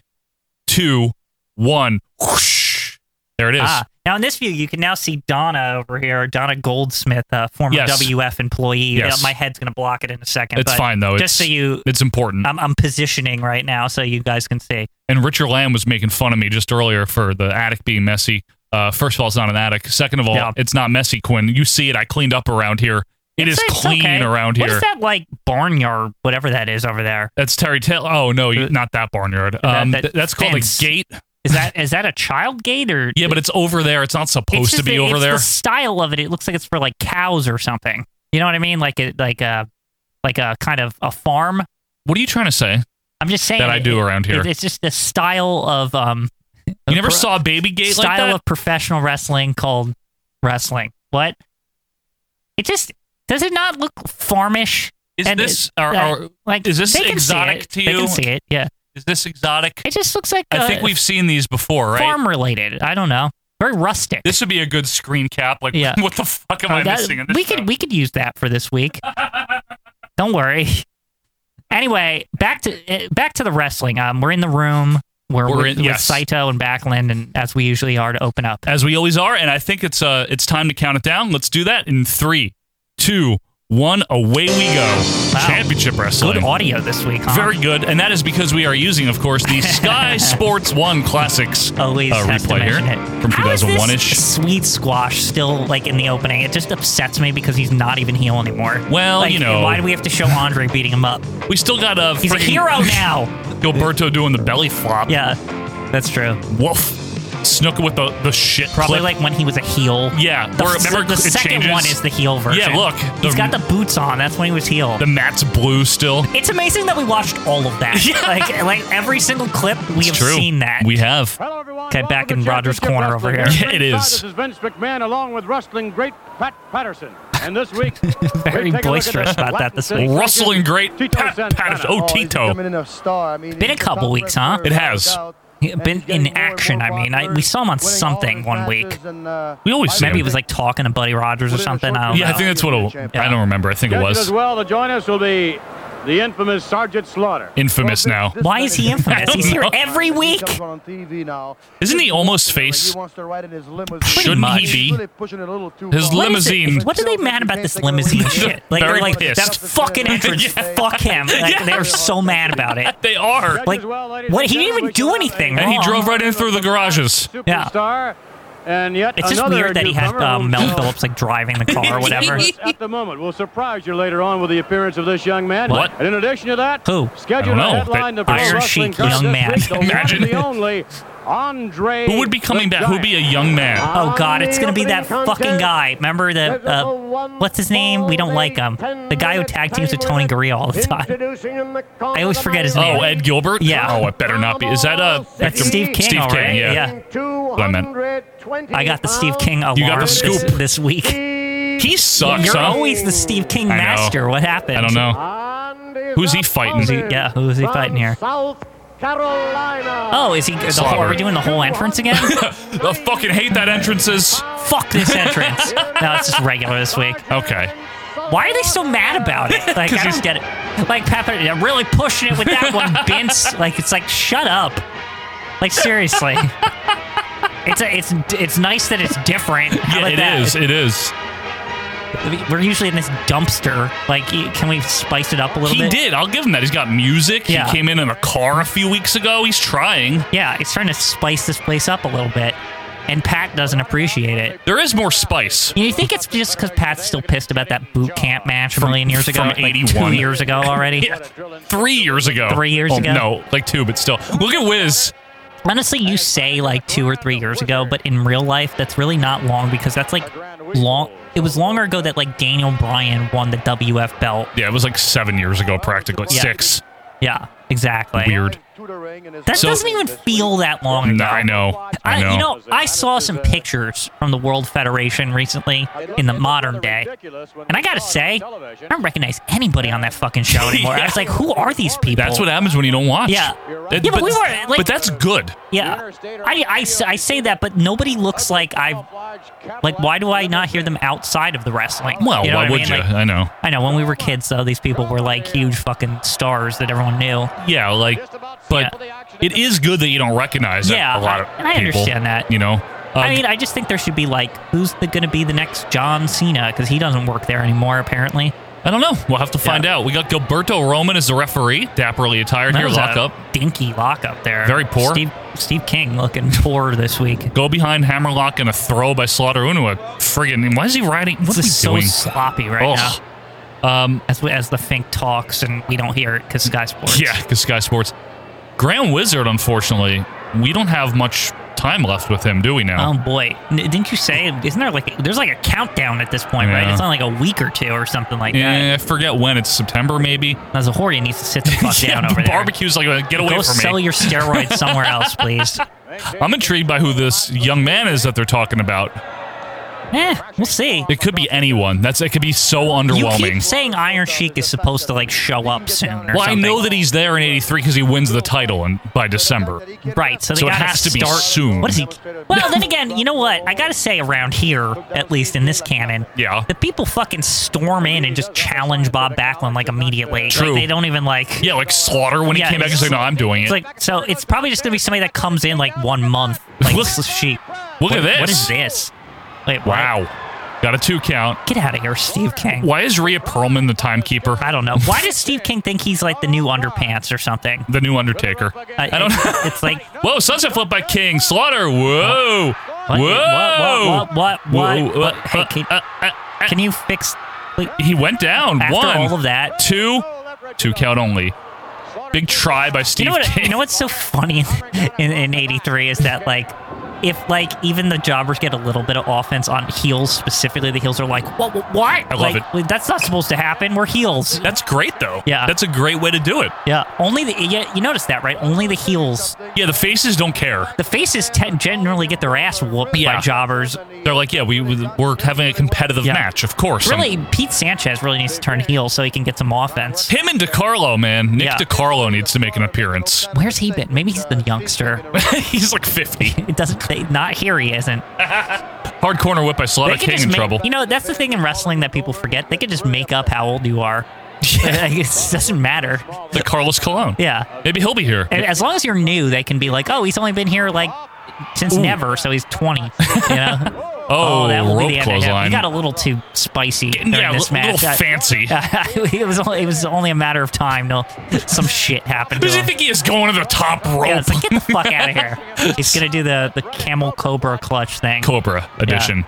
[SPEAKER 1] two, one. Whoosh. There it is.
[SPEAKER 2] ah now in this view you can now see Donna over here, Donna Goldsmith, a former
[SPEAKER 1] Yes.
[SPEAKER 2] WF employee.
[SPEAKER 1] Yes.
[SPEAKER 2] Uh, my head's gonna block it in a second.
[SPEAKER 1] it's
[SPEAKER 2] but
[SPEAKER 1] fine though.
[SPEAKER 2] Just
[SPEAKER 1] It's
[SPEAKER 2] so you,
[SPEAKER 1] it's important.
[SPEAKER 2] I'm, I'm positioning right now so you guys can see.
[SPEAKER 1] and Richard Lamb was making fun of me just earlier for the attic being messy. Uh, first of all, it's not an attic. Second of all,
[SPEAKER 2] Yeah.
[SPEAKER 1] it's not messy, Quinn. You see it. I cleaned up around here. it's
[SPEAKER 2] It's- it's
[SPEAKER 1] clean
[SPEAKER 2] okay.
[SPEAKER 1] around here.
[SPEAKER 2] What is that like barnyard, whatever that is over there?
[SPEAKER 1] That's Terry Taylor. Oh no, you, not that barnyard. Um,
[SPEAKER 2] Uh, that
[SPEAKER 1] th- that's called
[SPEAKER 2] fence.
[SPEAKER 1] a gate.
[SPEAKER 2] Is that is that a child gate or?
[SPEAKER 1] Yeah, but it's over there. It's not
[SPEAKER 2] It's
[SPEAKER 1] supposed
[SPEAKER 2] just
[SPEAKER 1] to be
[SPEAKER 2] the-
[SPEAKER 1] over
[SPEAKER 2] it's
[SPEAKER 1] there.
[SPEAKER 2] The style of it, it looks like it's for like cows or something. You know what I mean? Like it, like a, like a kind of a farm.
[SPEAKER 1] What are you trying to say
[SPEAKER 2] I'm just saying
[SPEAKER 1] that I
[SPEAKER 2] it-
[SPEAKER 1] do around here?
[SPEAKER 2] it- it's just the style of um.
[SPEAKER 1] you never
[SPEAKER 2] pro-
[SPEAKER 1] saw a baby gate
[SPEAKER 2] style
[SPEAKER 1] like that?
[SPEAKER 2] of professional wrestling called wrestling. What? It just does it not look farmish?
[SPEAKER 1] is
[SPEAKER 2] and
[SPEAKER 1] this our,
[SPEAKER 2] uh,
[SPEAKER 1] our-
[SPEAKER 2] Like
[SPEAKER 1] Is this
[SPEAKER 2] they can see
[SPEAKER 1] exotic
[SPEAKER 2] it.
[SPEAKER 1] to
[SPEAKER 2] They
[SPEAKER 1] you?
[SPEAKER 2] can see it. Yeah,
[SPEAKER 1] is this exotic?
[SPEAKER 2] it just looks like
[SPEAKER 1] I think
[SPEAKER 2] uh,
[SPEAKER 1] we've seen these before, right?
[SPEAKER 2] farm related. I don't know. Very rustic.
[SPEAKER 1] This would be a good screen cap. Like,
[SPEAKER 2] Yeah.
[SPEAKER 1] what the fuck am
[SPEAKER 2] Uh,
[SPEAKER 1] I
[SPEAKER 2] that-
[SPEAKER 1] missing? In this
[SPEAKER 2] we
[SPEAKER 1] show?
[SPEAKER 2] could we could use that for this week. Don't worry. Anyway, back to uh, back to the wrestling. Um, we're in the room. We're,
[SPEAKER 1] We're
[SPEAKER 2] with,
[SPEAKER 1] in-
[SPEAKER 2] with
[SPEAKER 1] yes.
[SPEAKER 2] Saito and Backlund, and as we usually are to open up. Uh,
[SPEAKER 1] as we always are, and I think it's uh, it's time to count it down. Let's do that in three, two, one. Away we go!
[SPEAKER 2] Wow.
[SPEAKER 1] Championship wrestling.
[SPEAKER 2] Good audio this week. Huh?
[SPEAKER 1] Very good, and that is because we are using, of course, the Sky Sports One Classics
[SPEAKER 2] Elise
[SPEAKER 1] uh,
[SPEAKER 2] has to
[SPEAKER 1] replay here
[SPEAKER 2] mention it.
[SPEAKER 1] from
[SPEAKER 2] How is this
[SPEAKER 1] 2001 ish.
[SPEAKER 2] Sweet squash still like in the opening. It just upsets me because he's not even heel anymore.
[SPEAKER 1] Well,
[SPEAKER 2] Like,
[SPEAKER 1] you know.
[SPEAKER 2] why do we have to show Andre beating him up?
[SPEAKER 1] We still got uh,
[SPEAKER 2] He's a
[SPEAKER 1] freaking
[SPEAKER 2] hero now.
[SPEAKER 1] Gilberto doing the belly flop.
[SPEAKER 2] yeah, that's true.
[SPEAKER 1] Woof. Snooker with the the shit.
[SPEAKER 2] Probably
[SPEAKER 1] clip.
[SPEAKER 2] like when he was a heel.
[SPEAKER 1] yeah.
[SPEAKER 2] Uh, The,
[SPEAKER 1] where
[SPEAKER 2] s-
[SPEAKER 1] remember
[SPEAKER 2] the
[SPEAKER 1] it
[SPEAKER 2] second
[SPEAKER 1] changes.
[SPEAKER 2] one is the heel version.
[SPEAKER 1] Yeah, look,
[SPEAKER 2] he's
[SPEAKER 1] the-
[SPEAKER 2] got the boots on. That's when he was heel.
[SPEAKER 1] the mat's blue still.
[SPEAKER 2] it's amazing that we watched all of that. Like, like every single clip, we have
[SPEAKER 1] It's true.
[SPEAKER 2] seen that.
[SPEAKER 1] We have.
[SPEAKER 3] Hello, everyone.
[SPEAKER 2] Okay,
[SPEAKER 3] Welcome
[SPEAKER 2] back
[SPEAKER 3] to
[SPEAKER 2] in Rogers'
[SPEAKER 3] Championship
[SPEAKER 2] corner over
[SPEAKER 3] Wrestling.
[SPEAKER 1] here.
[SPEAKER 3] On
[SPEAKER 1] It
[SPEAKER 3] the
[SPEAKER 1] is.
[SPEAKER 3] side, This is Vince McMahon along with wrestling great Pat Patterson. And this week,
[SPEAKER 2] Very
[SPEAKER 3] we take a look at
[SPEAKER 2] boisterous
[SPEAKER 3] the
[SPEAKER 2] about that this
[SPEAKER 3] Latin
[SPEAKER 2] week.
[SPEAKER 3] City
[SPEAKER 1] Wrestling great
[SPEAKER 3] Tito
[SPEAKER 1] Pat
[SPEAKER 3] Santana.
[SPEAKER 1] Patterson. Oh,
[SPEAKER 4] he's
[SPEAKER 1] Tito.
[SPEAKER 4] becoming a star. I mean,
[SPEAKER 2] Been a
[SPEAKER 4] he's
[SPEAKER 2] couple
[SPEAKER 4] top
[SPEAKER 2] weeks, huh?
[SPEAKER 4] wrestler,
[SPEAKER 1] It has.
[SPEAKER 4] no doubt.
[SPEAKER 2] Yeah, been
[SPEAKER 4] And he's getting
[SPEAKER 2] in
[SPEAKER 4] more and
[SPEAKER 2] action,
[SPEAKER 4] more
[SPEAKER 2] I mean. I- we saw him on
[SPEAKER 4] popular, winning
[SPEAKER 2] something
[SPEAKER 4] all his
[SPEAKER 2] one week.
[SPEAKER 4] matches and, uh,
[SPEAKER 1] We always see
[SPEAKER 2] Maybe
[SPEAKER 1] him.
[SPEAKER 2] he was like talking to Buddy Rogers or something. I don't
[SPEAKER 1] Yeah, I
[SPEAKER 2] know.
[SPEAKER 1] think that's what it, I don't remember. I think it
[SPEAKER 3] Judges
[SPEAKER 1] was
[SPEAKER 3] As well to join us will be the infamous Sergeant Slaughter.
[SPEAKER 1] infamous now.
[SPEAKER 2] Why is he infamous?
[SPEAKER 1] don't
[SPEAKER 2] He's here
[SPEAKER 1] know.
[SPEAKER 2] every week.
[SPEAKER 4] Comes on TV now.
[SPEAKER 1] Isn't he almost face?
[SPEAKER 4] He wants to ride in his limousine.
[SPEAKER 1] Shouldn't
[SPEAKER 2] much.
[SPEAKER 1] he
[SPEAKER 4] He's
[SPEAKER 1] be?
[SPEAKER 4] really pushing it a little too
[SPEAKER 1] His
[SPEAKER 4] far.
[SPEAKER 2] What is it-
[SPEAKER 1] Limousine.
[SPEAKER 2] What are they mad about this limousine shit? Like
[SPEAKER 1] Very
[SPEAKER 2] they're like
[SPEAKER 1] pissed.
[SPEAKER 2] that's fucking entrance. Fuck him. Like,
[SPEAKER 1] Yeah.
[SPEAKER 2] They're so mad about it.
[SPEAKER 1] They are.
[SPEAKER 2] Like, what- he didn't even do anything
[SPEAKER 1] And he
[SPEAKER 2] wrong.
[SPEAKER 1] drove right in through the garages.
[SPEAKER 2] Yeah.
[SPEAKER 3] Superstar. And yet
[SPEAKER 2] It's just
[SPEAKER 3] another
[SPEAKER 2] weird that he has
[SPEAKER 3] newcomer
[SPEAKER 2] um,
[SPEAKER 3] who-
[SPEAKER 2] Mel Phillips like driving the car or whatever.
[SPEAKER 3] At the moment, we'll surprise you later on with the appearance of this young man.
[SPEAKER 1] What?
[SPEAKER 3] And in addition to that,
[SPEAKER 2] Who?
[SPEAKER 3] Scheduled
[SPEAKER 1] I don't know,
[SPEAKER 3] a headline
[SPEAKER 1] but
[SPEAKER 3] to Pro
[SPEAKER 2] Iron
[SPEAKER 3] Wrestling
[SPEAKER 2] Sheik,
[SPEAKER 3] Guard
[SPEAKER 2] young
[SPEAKER 3] this
[SPEAKER 2] man.
[SPEAKER 3] week, the one and
[SPEAKER 1] Imagine.
[SPEAKER 3] the only Andre.
[SPEAKER 1] Who would be coming
[SPEAKER 3] the
[SPEAKER 1] back? Who'd
[SPEAKER 3] Giant.
[SPEAKER 1] be a young man?
[SPEAKER 2] Oh god, it's gonna be that fucking guy. Remember the uh, what's his name? We don't like him. The guy who tag teams with Tony Gurria all the time.
[SPEAKER 4] I
[SPEAKER 2] I always forget his name.
[SPEAKER 1] Oh, Ed Gilbert.
[SPEAKER 2] Yeah.
[SPEAKER 1] Oh, it better not be. Is that uh?
[SPEAKER 2] That's
[SPEAKER 1] Victor-
[SPEAKER 2] Steve King
[SPEAKER 1] Steve
[SPEAKER 2] already,
[SPEAKER 1] King. Yeah.
[SPEAKER 2] yeah.
[SPEAKER 1] I meant.
[SPEAKER 2] I got the Steve King alarm
[SPEAKER 1] You got the
[SPEAKER 2] this,
[SPEAKER 1] scoop.
[SPEAKER 2] this week.
[SPEAKER 1] He sucks.
[SPEAKER 2] You're
[SPEAKER 1] huh?
[SPEAKER 2] always the Steve King
[SPEAKER 1] I know.
[SPEAKER 2] master. What happened?
[SPEAKER 1] I don't know. Who's he fighting? Is he-
[SPEAKER 2] yeah, who's he fighting here?
[SPEAKER 4] South Carolina.
[SPEAKER 2] Oh, is he? The whole,
[SPEAKER 1] Slobber.
[SPEAKER 2] are we doing the whole entrance again?
[SPEAKER 1] I fucking hate that entrances.
[SPEAKER 2] Fuck this entrance. No, it's just regular this week.
[SPEAKER 1] Okay.
[SPEAKER 2] Why are they so mad about it? Like, I don't get it. Like, Pepper, I'm really pushing it with that one, Vince. Like, it's like, shut up. Like, seriously. It's a, it's it's nice that it's different. How
[SPEAKER 1] Yeah,
[SPEAKER 2] about
[SPEAKER 1] it
[SPEAKER 2] that?
[SPEAKER 1] is. It is.
[SPEAKER 2] We're usually in this dumpster. Like, y- can we spice it up a little
[SPEAKER 1] He
[SPEAKER 2] bit?
[SPEAKER 1] did. I'll give him that. He's got music.
[SPEAKER 2] Yeah.
[SPEAKER 1] He came in in a car a few weeks ago. He's trying.
[SPEAKER 2] Yeah, it's trying to spice this place up a little bit, and Pat doesn't appreciate it.
[SPEAKER 1] There is more spice.
[SPEAKER 2] You, know, you think it's just because Pat's still pissed about that boot camp match a million years ago,
[SPEAKER 1] from
[SPEAKER 2] like two
[SPEAKER 1] 81.
[SPEAKER 2] years ago already?
[SPEAKER 1] Yeah. Three years ago.
[SPEAKER 2] Three years
[SPEAKER 1] Oh,
[SPEAKER 2] ago?
[SPEAKER 1] No, like two, but still. Look at Wiz.
[SPEAKER 2] Honestly, you say like two or three years ago, but in real life, that's really not long because that's like long. It was longer ago that like Daniel Bryan won the WF belt.
[SPEAKER 1] Yeah, it was like seven years ago, practically
[SPEAKER 2] Yeah.
[SPEAKER 1] six.
[SPEAKER 2] Yeah, exactly.
[SPEAKER 1] Weird.
[SPEAKER 2] That doesn't even feel that long ago.
[SPEAKER 1] Nah, I know. I know.
[SPEAKER 2] you know, I saw some pictures from the World Federation recently in the modern day, and I gotta say, I don't recognize anybody on that fucking show anymore. I was like, who are these people?
[SPEAKER 1] That's what happens when you don't watch.
[SPEAKER 2] Yeah.
[SPEAKER 1] That-
[SPEAKER 2] Yeah, but we were, like-
[SPEAKER 1] but that's good.
[SPEAKER 2] Yeah, I, I, s- I say that, but nobody looks like I. Like, why do I not hear them outside of the wrestling?
[SPEAKER 1] Well,
[SPEAKER 2] You know
[SPEAKER 1] why
[SPEAKER 2] what I
[SPEAKER 1] would
[SPEAKER 2] mean?
[SPEAKER 1] you?
[SPEAKER 2] Like,
[SPEAKER 1] I know.
[SPEAKER 2] I know when we were kids, though, these people were like huge fucking stars that everyone knew.
[SPEAKER 1] Yeah, like, but it is good that you don't recognize
[SPEAKER 2] Yeah,
[SPEAKER 1] a lot of
[SPEAKER 2] and I
[SPEAKER 1] people,
[SPEAKER 2] understand that.
[SPEAKER 1] You know, Uh,
[SPEAKER 2] I mean, I just think there should be like, who's the, gonna be the next John Cena? Because he doesn't work there anymore, apparently.
[SPEAKER 1] I don't know. We'll have to find out. We got Gilberto Roman as the referee, dapperly attired
[SPEAKER 2] That
[SPEAKER 1] here.
[SPEAKER 2] was
[SPEAKER 1] Lock
[SPEAKER 2] a
[SPEAKER 1] up.
[SPEAKER 2] Dinky lockup there.
[SPEAKER 1] Very poor.
[SPEAKER 2] Steve, Steve King looking poor this week.
[SPEAKER 1] Go behind Hammerlock and a throw by Slaughter Unu. A friggin' why is he riding? What
[SPEAKER 2] This
[SPEAKER 1] is
[SPEAKER 2] is
[SPEAKER 1] he
[SPEAKER 2] so
[SPEAKER 1] doing?
[SPEAKER 2] sloppy right now.
[SPEAKER 1] Ugh. Um,
[SPEAKER 2] as we, as the Fink talks and we don't hear it because Sky Sports.
[SPEAKER 1] Yeah, because Sky Sports. Grand Wizard, unfortunately, we don't have much time left with him, do we now?
[SPEAKER 2] Oh boy! N- Didn't you say? Isn't there like there's like a countdown at this point, right?
[SPEAKER 1] Yeah.
[SPEAKER 2] It's on like a week or two or something like
[SPEAKER 1] yeah, Eh, I forget when. It's September, maybe.
[SPEAKER 2] that. As a whore, you need to sit the fuck
[SPEAKER 1] Yeah,
[SPEAKER 2] down over there.
[SPEAKER 1] Barbecue's like, a- get away
[SPEAKER 2] Go
[SPEAKER 1] from
[SPEAKER 2] sell
[SPEAKER 1] me.
[SPEAKER 2] your steroids somewhere else, please.
[SPEAKER 1] I'm intrigued by who this young man is that they're talking about.
[SPEAKER 2] Eh, we'll see.
[SPEAKER 1] It could be anyone. That's it. Could be so
[SPEAKER 2] You
[SPEAKER 1] underwhelming.
[SPEAKER 2] keep saying Iron Sheik is supposed to like show up soon. Or
[SPEAKER 1] well, I know
[SPEAKER 2] something.
[SPEAKER 1] that he's there in '83 because he wins the title in, by December.
[SPEAKER 2] Right, so they
[SPEAKER 1] So it
[SPEAKER 2] gotta
[SPEAKER 1] has to be
[SPEAKER 2] start
[SPEAKER 1] soon.
[SPEAKER 2] What is he? Well, then again, you know what? I gotta say, around here, at least in this canon,
[SPEAKER 1] Yeah.
[SPEAKER 2] the people fucking storm in and just challenge Bob Backlund like immediately.
[SPEAKER 1] True.
[SPEAKER 2] Like, they don't even like.
[SPEAKER 1] Yeah, like Slaughter when he
[SPEAKER 2] Yeah,
[SPEAKER 1] came back,
[SPEAKER 2] it's-
[SPEAKER 1] he's like, "No, I'm doing it."
[SPEAKER 2] It's like so. It's probably just gonna be somebody that comes in like one month. Like
[SPEAKER 1] Look-
[SPEAKER 2] this is sheep.
[SPEAKER 1] Look at this.
[SPEAKER 2] What is this? Wait, what?
[SPEAKER 1] Wow, got a two count.
[SPEAKER 2] Get out of here, Steve King.
[SPEAKER 1] Why is Rhea Perlman the timekeeper?
[SPEAKER 2] I don't know. Why does Steve King think he's like the new Underpants or something?
[SPEAKER 1] The new Undertaker.
[SPEAKER 2] I,
[SPEAKER 1] don't
[SPEAKER 2] it's,
[SPEAKER 1] know.
[SPEAKER 2] It's like
[SPEAKER 1] Whoa, sunset flip by King Slaughter. Whoa, whoa,
[SPEAKER 2] What? What? What? What? What?
[SPEAKER 1] Whoa, uh,
[SPEAKER 2] what, what? hey,
[SPEAKER 1] uh,
[SPEAKER 2] can,
[SPEAKER 1] uh, uh, uh,
[SPEAKER 2] can you fix? Like,
[SPEAKER 1] he went down.
[SPEAKER 2] after
[SPEAKER 1] One,
[SPEAKER 2] all of that,
[SPEAKER 1] two, two count only. Big try by
[SPEAKER 2] you
[SPEAKER 1] Steve
[SPEAKER 2] know what?
[SPEAKER 1] King.
[SPEAKER 2] You know what's so funny in in '83 is that like. If like even the jobbers get a little bit of offense on heels specifically, the heels are like, "What? What? what? I
[SPEAKER 1] love
[SPEAKER 2] like, it. That's not supposed to happen. We're heels."
[SPEAKER 1] That's great though.
[SPEAKER 2] Yeah.
[SPEAKER 1] that's a great way to do it.
[SPEAKER 2] Yeah. Only the yeah. You notice that, right? Only the heels.
[SPEAKER 1] Yeah, the faces don't care.
[SPEAKER 2] The faces te- generally get their ass whooped
[SPEAKER 1] Yeah.
[SPEAKER 2] by jobbers.
[SPEAKER 1] They're like, yeah, we we're having a competitive
[SPEAKER 2] Yeah.
[SPEAKER 1] match, of course. I'm-
[SPEAKER 2] Really, Pete Sanchez really needs to turn heel so he can get some offense.
[SPEAKER 1] him and DiCarlo, man. Nick
[SPEAKER 2] Yeah.
[SPEAKER 1] DiCarlo needs to make an appearance.
[SPEAKER 2] Where's he been? Maybe he's the youngster.
[SPEAKER 1] He's like 50.
[SPEAKER 2] It doesn't. They, not here. He isn't.
[SPEAKER 1] Hard corner whip by Slaughter
[SPEAKER 2] can
[SPEAKER 1] King
[SPEAKER 2] just
[SPEAKER 1] in
[SPEAKER 2] make,
[SPEAKER 1] trouble.
[SPEAKER 2] You know, that's the thing in wrestling that people forget. They can just make up how old you are. Like, it doesn't matter.
[SPEAKER 1] the Carlos Colon.
[SPEAKER 2] Yeah.
[SPEAKER 1] Maybe he'll be here.
[SPEAKER 2] And as long as you're new, they can be like, "Oh, he's only been here like since
[SPEAKER 1] Ooh.
[SPEAKER 2] never, so he's 20." You know.
[SPEAKER 1] oh,
[SPEAKER 2] that will
[SPEAKER 1] rope
[SPEAKER 2] be the end of him.
[SPEAKER 1] clothesline.
[SPEAKER 2] You got a little too spicy during
[SPEAKER 1] yeah, a
[SPEAKER 2] this
[SPEAKER 1] li- little
[SPEAKER 2] match. I-
[SPEAKER 1] fancy.
[SPEAKER 2] it was only, it was only a matter of time till some shit happened.
[SPEAKER 1] Who
[SPEAKER 2] To
[SPEAKER 1] does he
[SPEAKER 2] him.
[SPEAKER 1] think he is going to the top rope?
[SPEAKER 2] Yeah, it's like get the fuck out of here. He's gonna do the the camel cobra clutch thing.
[SPEAKER 1] Cobra edition.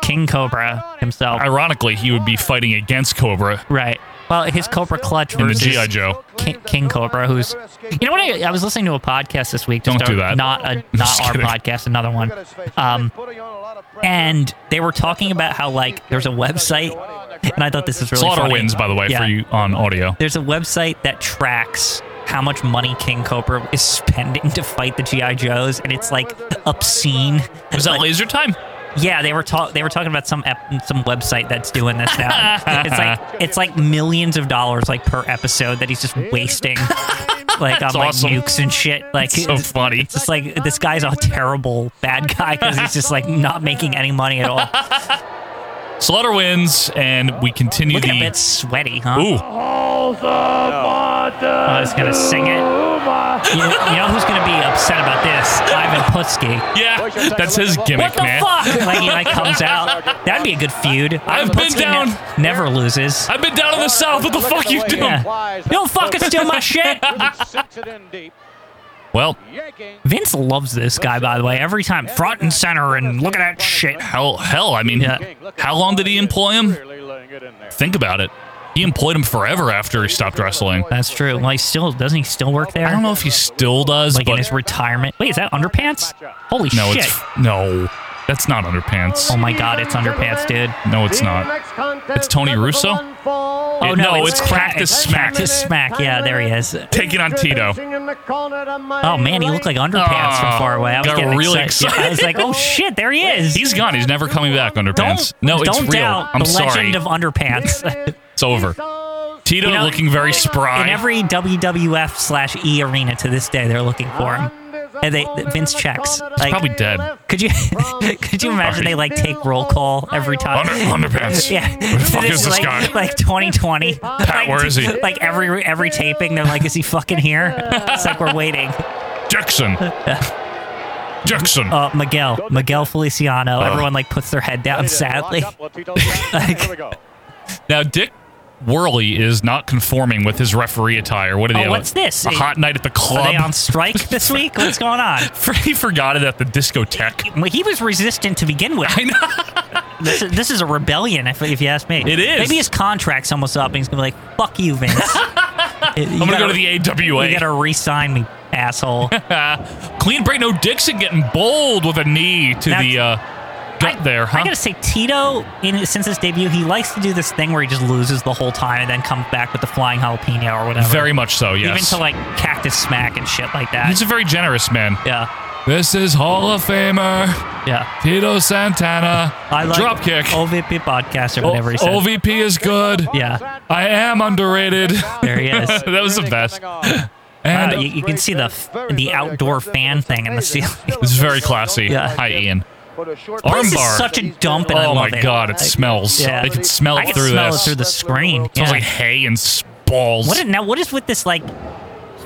[SPEAKER 2] King Cobra himself.
[SPEAKER 1] Ironically, he would be fighting against Cobra
[SPEAKER 2] Right. Well, his Cobra Clutch
[SPEAKER 1] in the
[SPEAKER 2] versus
[SPEAKER 1] G.I. Joe.
[SPEAKER 2] King, King Cobra, who's you know what? I, I was listening to a podcast this week. just
[SPEAKER 1] Don't do
[SPEAKER 2] our-
[SPEAKER 1] that.
[SPEAKER 2] Not a not
[SPEAKER 1] Just
[SPEAKER 2] our
[SPEAKER 1] kidding.
[SPEAKER 2] podcast, another one. Um, and they were talking about how like there's a website, and I thought this is really
[SPEAKER 1] Slaughter
[SPEAKER 2] funny.
[SPEAKER 1] wins, by the way,
[SPEAKER 2] Yeah.
[SPEAKER 1] for you on audio.
[SPEAKER 2] There's a website that tracks how much money King Cobra is spending to fight the GI Joes, and it's like obscene.
[SPEAKER 1] Was that
[SPEAKER 2] Like,
[SPEAKER 1] laser time?
[SPEAKER 2] yeah, they were talk they were talking about some ep- some website that's doing this now. it's like it's like millions of dollars like per episode that he's just wasting like on
[SPEAKER 1] That's
[SPEAKER 2] like
[SPEAKER 1] awesome.
[SPEAKER 2] nukes and shit. Like
[SPEAKER 1] It's so funny.
[SPEAKER 2] It's just like this guy's a terrible bad guy cuz he's just like not making any money at all.
[SPEAKER 1] Slaughter wins, and we continue
[SPEAKER 2] Looking a
[SPEAKER 1] the.
[SPEAKER 2] bit sweaty, huh?
[SPEAKER 1] Ooh,
[SPEAKER 2] I was going to sing it. You, you know who's going to be upset about this? Ivan Putski.
[SPEAKER 1] yeah, that's his
[SPEAKER 2] What
[SPEAKER 1] gimmick,
[SPEAKER 2] the
[SPEAKER 1] man.
[SPEAKER 2] fuck? Like he like comes out. That'd be a good feud. Ivan
[SPEAKER 1] been
[SPEAKER 2] Putski ne-
[SPEAKER 1] down.
[SPEAKER 2] never loses.
[SPEAKER 1] I've been down in the
[SPEAKER 2] oh,
[SPEAKER 1] south. What the fuck you doing?
[SPEAKER 2] Yeah. Don't fucking steal my shit.
[SPEAKER 3] Six it in deep.
[SPEAKER 1] Well,
[SPEAKER 3] Yanking.
[SPEAKER 2] Vince loves this guy, by the way. Every time, front and center, and look at that shit.
[SPEAKER 1] hell, hell. I mean,
[SPEAKER 2] Yeah.
[SPEAKER 1] how long did he employ him?
[SPEAKER 3] Really laying it in there.
[SPEAKER 1] Think about it. He employed him forever after he stopped wrestling.
[SPEAKER 2] That's true. Well, he still doesn't he still work there?
[SPEAKER 1] I don't know if he still does,
[SPEAKER 2] like in
[SPEAKER 1] but
[SPEAKER 2] his retirement. Wait, is that underpants? Holy
[SPEAKER 1] no,
[SPEAKER 2] shit!
[SPEAKER 1] it's no. That's not underpants.
[SPEAKER 2] oh my god, it's underpants, dude.
[SPEAKER 1] No, it's not. It's Tony Russo?
[SPEAKER 2] Oh
[SPEAKER 1] It-
[SPEAKER 2] no,
[SPEAKER 1] no, it's Crack
[SPEAKER 2] Cra-
[SPEAKER 1] to
[SPEAKER 2] it's
[SPEAKER 1] Smack.
[SPEAKER 2] Crack to smack. Yeah, there he is.
[SPEAKER 1] Taking on Tito.
[SPEAKER 2] Oh man, he looked like underpants
[SPEAKER 1] Aw,
[SPEAKER 2] from far away. I was
[SPEAKER 1] got
[SPEAKER 2] getting
[SPEAKER 1] really
[SPEAKER 2] Oh, excited. Yeah, I was like, oh shit, there he is.
[SPEAKER 1] He's gone. He's never coming back.
[SPEAKER 2] don't
[SPEAKER 1] Underpants. no, it's
[SPEAKER 2] don't
[SPEAKER 1] real.
[SPEAKER 2] doubt
[SPEAKER 1] I'm
[SPEAKER 2] the
[SPEAKER 1] sorry.
[SPEAKER 2] legend of underpants.
[SPEAKER 1] it's over. Tito
[SPEAKER 2] You know,
[SPEAKER 1] looking very spry.
[SPEAKER 2] in every WWF slash E arena to this day, they're looking for him. And they Vince checks. Like,
[SPEAKER 1] probably dead.
[SPEAKER 2] Could you could you imagine they like take roll call every time?
[SPEAKER 1] Under, underpants.
[SPEAKER 2] yeah.
[SPEAKER 1] Where the fuck
[SPEAKER 2] This
[SPEAKER 1] is this
[SPEAKER 2] like,
[SPEAKER 1] guy?
[SPEAKER 2] Like 2020. Pat, like,
[SPEAKER 1] where is he?
[SPEAKER 2] Like every every taping, they're like, is he fucking here? It's like we're waiting.
[SPEAKER 1] Jackson. Jackson.
[SPEAKER 2] Uh, Miguel, Miguel
[SPEAKER 1] Oh.
[SPEAKER 2] Feliciano. Everyone like puts their head down
[SPEAKER 3] Locked
[SPEAKER 2] sadly.
[SPEAKER 3] up with Tito's back. Here we go.
[SPEAKER 1] now, Dick Worley is not conforming with his referee attire. What are
[SPEAKER 2] Oh,
[SPEAKER 1] they?
[SPEAKER 2] what's this?
[SPEAKER 1] A hot night at the
[SPEAKER 2] Are
[SPEAKER 1] club.
[SPEAKER 2] they on strike this week? What's going on?
[SPEAKER 1] he forgot it at the discotheque.
[SPEAKER 2] Well, He was resistant to begin with.
[SPEAKER 1] I know.
[SPEAKER 2] This is, this is a rebellion, if, if you ask me.
[SPEAKER 1] It is.
[SPEAKER 2] Maybe his contract's almost up, and he's gonna be like, "Fuck you, Vince.
[SPEAKER 1] I'm gonna go to the AWA.
[SPEAKER 2] You gotta re-sign me, asshole."
[SPEAKER 1] Clean break, no Dixon getting bowled with a knee to
[SPEAKER 2] Now-
[SPEAKER 1] the uh, gut
[SPEAKER 2] I,
[SPEAKER 1] there, huh?
[SPEAKER 2] I gotta say, Tito, in since his debut, he likes to do this thing where he just loses the whole time and then comes back with the flying jalapeno or whatever.
[SPEAKER 1] very much so,
[SPEAKER 2] Even
[SPEAKER 1] yes.
[SPEAKER 2] to like cactus smack and shit like that.
[SPEAKER 1] He's a very generous man.
[SPEAKER 2] yeah,
[SPEAKER 1] This is Hall of Famer
[SPEAKER 2] yeah.
[SPEAKER 1] Tito Santana.
[SPEAKER 2] I like
[SPEAKER 1] Dropkick.
[SPEAKER 2] OVP podcast or whatever he says.
[SPEAKER 1] OVP is good.
[SPEAKER 2] Yeah.
[SPEAKER 1] I am underrated. that
[SPEAKER 2] There he is. Uh,
[SPEAKER 1] was the best. And
[SPEAKER 2] you, you can see the f- the outdoor fan thing in the ceiling.
[SPEAKER 1] it's very classy.
[SPEAKER 2] Yeah.
[SPEAKER 1] Hi, Ian.
[SPEAKER 4] Armbar.
[SPEAKER 1] This
[SPEAKER 2] This
[SPEAKER 1] is
[SPEAKER 2] is
[SPEAKER 1] Armbar.
[SPEAKER 2] such a dump, and I
[SPEAKER 1] oh
[SPEAKER 2] love
[SPEAKER 1] my
[SPEAKER 2] it.
[SPEAKER 1] god, it smells.
[SPEAKER 2] Yeah.
[SPEAKER 1] I can smell
[SPEAKER 2] I
[SPEAKER 1] it
[SPEAKER 2] can
[SPEAKER 1] through
[SPEAKER 2] smell
[SPEAKER 1] this.
[SPEAKER 2] it through the screen.
[SPEAKER 1] Smells
[SPEAKER 2] Yeah.
[SPEAKER 1] like hay and s- balls.
[SPEAKER 2] What? Is, now, what is with this like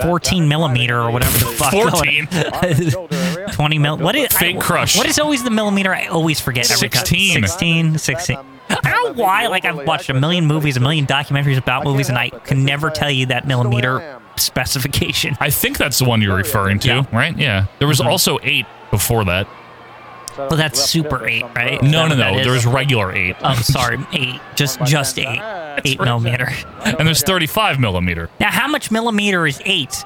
[SPEAKER 2] 14 millimeter or whatever the fuck? going-
[SPEAKER 1] 14?
[SPEAKER 2] 20 mil. What is
[SPEAKER 1] Fake crush.
[SPEAKER 2] What is always the millimeter? I always forget. Every time.
[SPEAKER 1] 16.
[SPEAKER 2] 16. 16. I don't know why. Like I've watched a million movies, a million documentaries about movies, and I can never tell you that millimeter specification.
[SPEAKER 1] I think that's the one you're referring to,
[SPEAKER 2] Yeah. Mm-hmm.
[SPEAKER 1] right? Yeah. There was also eight before that.
[SPEAKER 4] But
[SPEAKER 2] But that's Super 8, right?
[SPEAKER 1] No,
[SPEAKER 2] that
[SPEAKER 1] no,
[SPEAKER 2] what that
[SPEAKER 1] no.
[SPEAKER 2] is?
[SPEAKER 1] There was regular eight.
[SPEAKER 2] Oh, sorry, eight. Just just eight. Eight millimeter.
[SPEAKER 1] and there's 35 millimeter.
[SPEAKER 2] Now, how much millimeter is eight?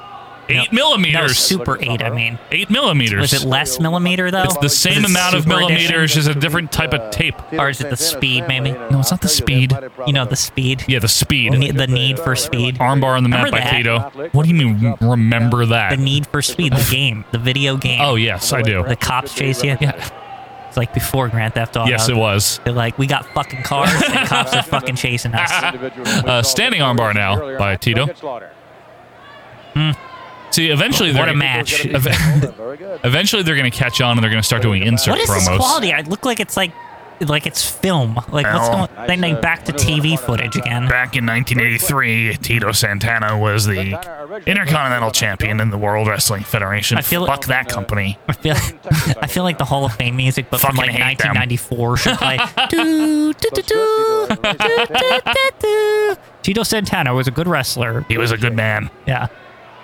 [SPEAKER 1] Eight
[SPEAKER 2] No,
[SPEAKER 1] millimeters.
[SPEAKER 2] super eight. I mean,
[SPEAKER 1] eight millimeters.
[SPEAKER 2] was it less millimeter though?
[SPEAKER 1] It's the same
[SPEAKER 2] Was it
[SPEAKER 1] amount of
[SPEAKER 2] super edition?
[SPEAKER 1] millimeters as a different type of tape.
[SPEAKER 2] Or is it the speed, maybe?
[SPEAKER 1] No, it's not the speed.
[SPEAKER 2] You know the speed.
[SPEAKER 1] Yeah, the speed.
[SPEAKER 2] Ne- the need for speed.
[SPEAKER 1] Armbar on the map
[SPEAKER 2] Remember
[SPEAKER 1] by
[SPEAKER 2] that?
[SPEAKER 1] Tito. What do you mean, remember that?
[SPEAKER 2] The need for speed. The game. The video game.
[SPEAKER 1] Oh, yes, I do.
[SPEAKER 2] The cops chase you.
[SPEAKER 1] Yeah.
[SPEAKER 2] It's like before Grand Theft Auto.
[SPEAKER 1] Yes, it was.
[SPEAKER 2] They're like, we got fucking cars. and cops are fucking chasing us.
[SPEAKER 1] Uh, standing armbar now by Tito. See, eventually they're
[SPEAKER 2] What a
[SPEAKER 1] gonna-
[SPEAKER 2] match.
[SPEAKER 1] ev- Eventually they're going to catch on and they're going to start doing insert
[SPEAKER 2] What is this
[SPEAKER 1] promos.
[SPEAKER 2] quality? I look like it's like, like it's film. Like what's
[SPEAKER 1] Ow.
[SPEAKER 2] going? Then they back to TV footage again.
[SPEAKER 1] Back in 1983, Tito Santana was the Intercontinental Champion in the World Wrestling Federation.
[SPEAKER 2] I feel-
[SPEAKER 1] Fuck that company.
[SPEAKER 2] I feel, I feel like the Hall of Fame music, but from
[SPEAKER 1] Fucking
[SPEAKER 2] like
[SPEAKER 1] hate them.
[SPEAKER 2] 1994 should play. Doo, doo, doo, doo, doo, doo, doo. Tito Santana was a good wrestler.
[SPEAKER 1] He was a good man.
[SPEAKER 2] Yeah.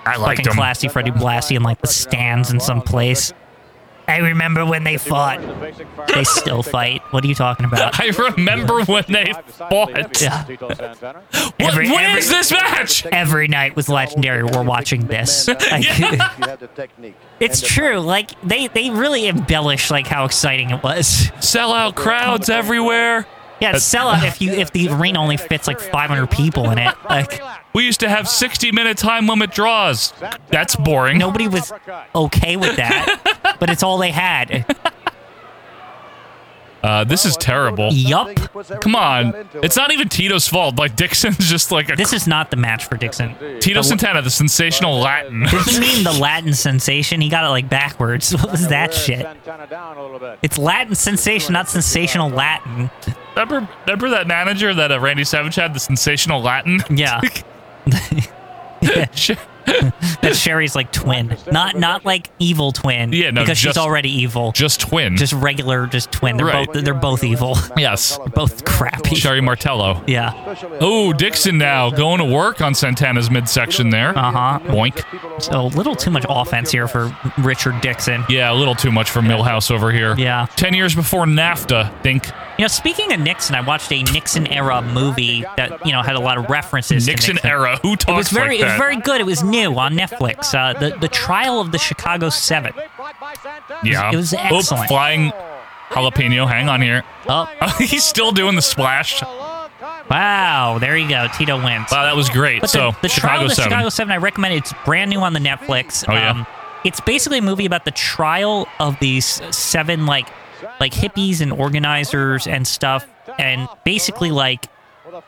[SPEAKER 1] I liked
[SPEAKER 2] Fucking
[SPEAKER 1] him.
[SPEAKER 2] classy Freddie Blassie and like the stands in some place. I remember when they fought. They still fight. What are you talking about?
[SPEAKER 1] I remember when they fought.
[SPEAKER 2] Yeah.
[SPEAKER 4] What
[SPEAKER 1] What,
[SPEAKER 2] Every-
[SPEAKER 1] where
[SPEAKER 2] every-
[SPEAKER 1] is this match?
[SPEAKER 2] Every night was legendary. We're watching this. Like, it's true. Like they they really embellish like how exciting it was.
[SPEAKER 1] Sellout crowds everywhere.
[SPEAKER 2] Yeah, sell out if you if the arena only fits like 500 people in it. Like
[SPEAKER 1] We used to have 60 minute time limit draws. That's boring. Oh,
[SPEAKER 2] nobody was okay with that, but it's all they had.
[SPEAKER 1] Uh, this is terrible.
[SPEAKER 2] Yup.
[SPEAKER 1] Come on. It's not even Tito's fault. Like, Dixon's just like a.
[SPEAKER 2] This is not the match for Dixon.
[SPEAKER 1] Tito Santana, the sensational Latin.
[SPEAKER 2] Did he mean the Latin sensation? He got it like backwards. What was that shit? It's Latin sensation, not sensational Latin.
[SPEAKER 1] Remember, remember that manager that uh, Randy Savage had, the sensational Latin?
[SPEAKER 2] Yeah.
[SPEAKER 1] Shit.
[SPEAKER 2] That's Sherry's like twin, not not like evil twin.
[SPEAKER 1] Yeah, no,
[SPEAKER 2] because
[SPEAKER 1] just-
[SPEAKER 2] she's already evil. Just,
[SPEAKER 1] Just twin.
[SPEAKER 2] regular, just twin. They're
[SPEAKER 1] Right.
[SPEAKER 2] both they're both evil.
[SPEAKER 1] Yes.
[SPEAKER 2] both crappy.
[SPEAKER 1] Sherry Martello.
[SPEAKER 2] yeah.
[SPEAKER 1] Oh, Dixon now going to work on Santana's midsection there.
[SPEAKER 2] Uh-huh.
[SPEAKER 1] Boink.
[SPEAKER 2] So a little too much offense here for Richard Dixon.
[SPEAKER 1] Yeah, a little too much for Millhouse over here.
[SPEAKER 2] Yeah.
[SPEAKER 1] Ten years before NAFTA, think
[SPEAKER 2] You know, speaking of Nixon, I watched a Nixon era movie that you know had a lot of references. to
[SPEAKER 1] Nixon era. Who talks
[SPEAKER 2] It was very,
[SPEAKER 1] like
[SPEAKER 2] it was
[SPEAKER 1] that?
[SPEAKER 2] very good. It was new on Netflix. Uh, the the trial of the Chicago Seven.
[SPEAKER 1] yeah.
[SPEAKER 2] it was
[SPEAKER 1] Oh,
[SPEAKER 2] excellent.
[SPEAKER 1] flying jalapeno. Hang on here.
[SPEAKER 2] Oh.
[SPEAKER 1] He's still doing the splash. Wow,
[SPEAKER 2] Wow, there you go. Tito wins.
[SPEAKER 1] that was great.
[SPEAKER 2] But the,
[SPEAKER 1] so
[SPEAKER 2] the trial
[SPEAKER 1] Chicago
[SPEAKER 2] of the
[SPEAKER 1] Seven.
[SPEAKER 2] Chicago Seven, I recommend it. It's brand new on the Netflix. Um,
[SPEAKER 1] Oh, yeah?
[SPEAKER 2] it's basically a movie about the trial of these seven like like hippies and organizers and stuff, and basically like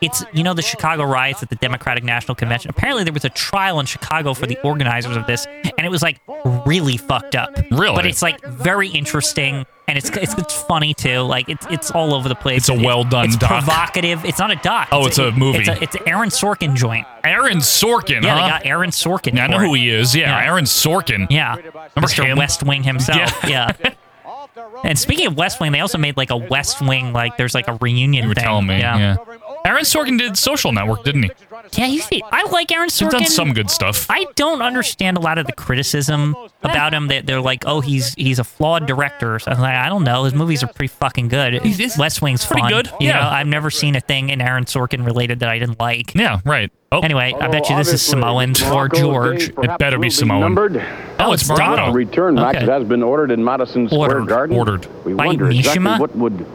[SPEAKER 2] it's you know the Chicago riots at the Democratic National Convention. Apparently there was a trial in Chicago for the organizers of this, and it was like really fucked up.
[SPEAKER 1] Really?
[SPEAKER 2] but it's like very interesting. And it's, it's it's funny too, like it's it's all over the
[SPEAKER 1] It's
[SPEAKER 2] place.
[SPEAKER 1] a well-done
[SPEAKER 2] It's
[SPEAKER 1] doc.
[SPEAKER 2] provocative. It's not a doc.
[SPEAKER 1] Oh, it's a movie.
[SPEAKER 2] It's, a, it's an Aaron Sorkin joint.
[SPEAKER 1] Aaron Sorkin,
[SPEAKER 2] Yeah,
[SPEAKER 1] huh?
[SPEAKER 2] they got Aaron Sorkin.
[SPEAKER 1] uh-huh. Yeah, I know
[SPEAKER 2] for
[SPEAKER 1] who
[SPEAKER 2] it.
[SPEAKER 1] he is. Yeah,
[SPEAKER 2] Yeah.
[SPEAKER 1] Aaron Sorkin.
[SPEAKER 2] Yeah, Mr.
[SPEAKER 1] him?
[SPEAKER 2] West Wing himself. Yeah.
[SPEAKER 4] not.
[SPEAKER 2] and speaking of West Wing, they also made like a West Wing. Like there's like a reunion.
[SPEAKER 1] You were
[SPEAKER 2] thing.
[SPEAKER 1] telling me. Yeah. Aaron Sorkin did Social Network, didn't he?
[SPEAKER 2] Yeah, he's the, I like Aaron
[SPEAKER 1] He's
[SPEAKER 2] Sorkin.
[SPEAKER 1] done some good stuff.
[SPEAKER 2] I don't understand a lot of the criticism about him. That they're like, oh, he's he's a flawed director. So I'm like, I don't know. His movies are pretty fucking good.
[SPEAKER 1] He's-
[SPEAKER 2] West Wing's
[SPEAKER 1] pretty
[SPEAKER 2] fun.
[SPEAKER 1] good,
[SPEAKER 2] You
[SPEAKER 1] yeah.
[SPEAKER 2] know, I've never seen a thing in Aaron Sorkin related that I didn't like.
[SPEAKER 1] Yeah, right. Oh,
[SPEAKER 2] Anyway, I bet you this is Samoan
[SPEAKER 5] Although,
[SPEAKER 2] or
[SPEAKER 5] obviously,
[SPEAKER 2] George.
[SPEAKER 5] Morocco's days
[SPEAKER 1] It better be
[SPEAKER 5] will
[SPEAKER 1] Samoan.
[SPEAKER 5] Numbered.
[SPEAKER 1] oh, it's
[SPEAKER 5] The
[SPEAKER 1] Morocco.
[SPEAKER 5] return match
[SPEAKER 2] Okay.
[SPEAKER 5] has been ordered in Madison Square
[SPEAKER 2] Ordered.
[SPEAKER 5] Garden.
[SPEAKER 1] Ordered.
[SPEAKER 5] We
[SPEAKER 2] By
[SPEAKER 5] wonder exactly
[SPEAKER 2] Mishima?
[SPEAKER 5] what would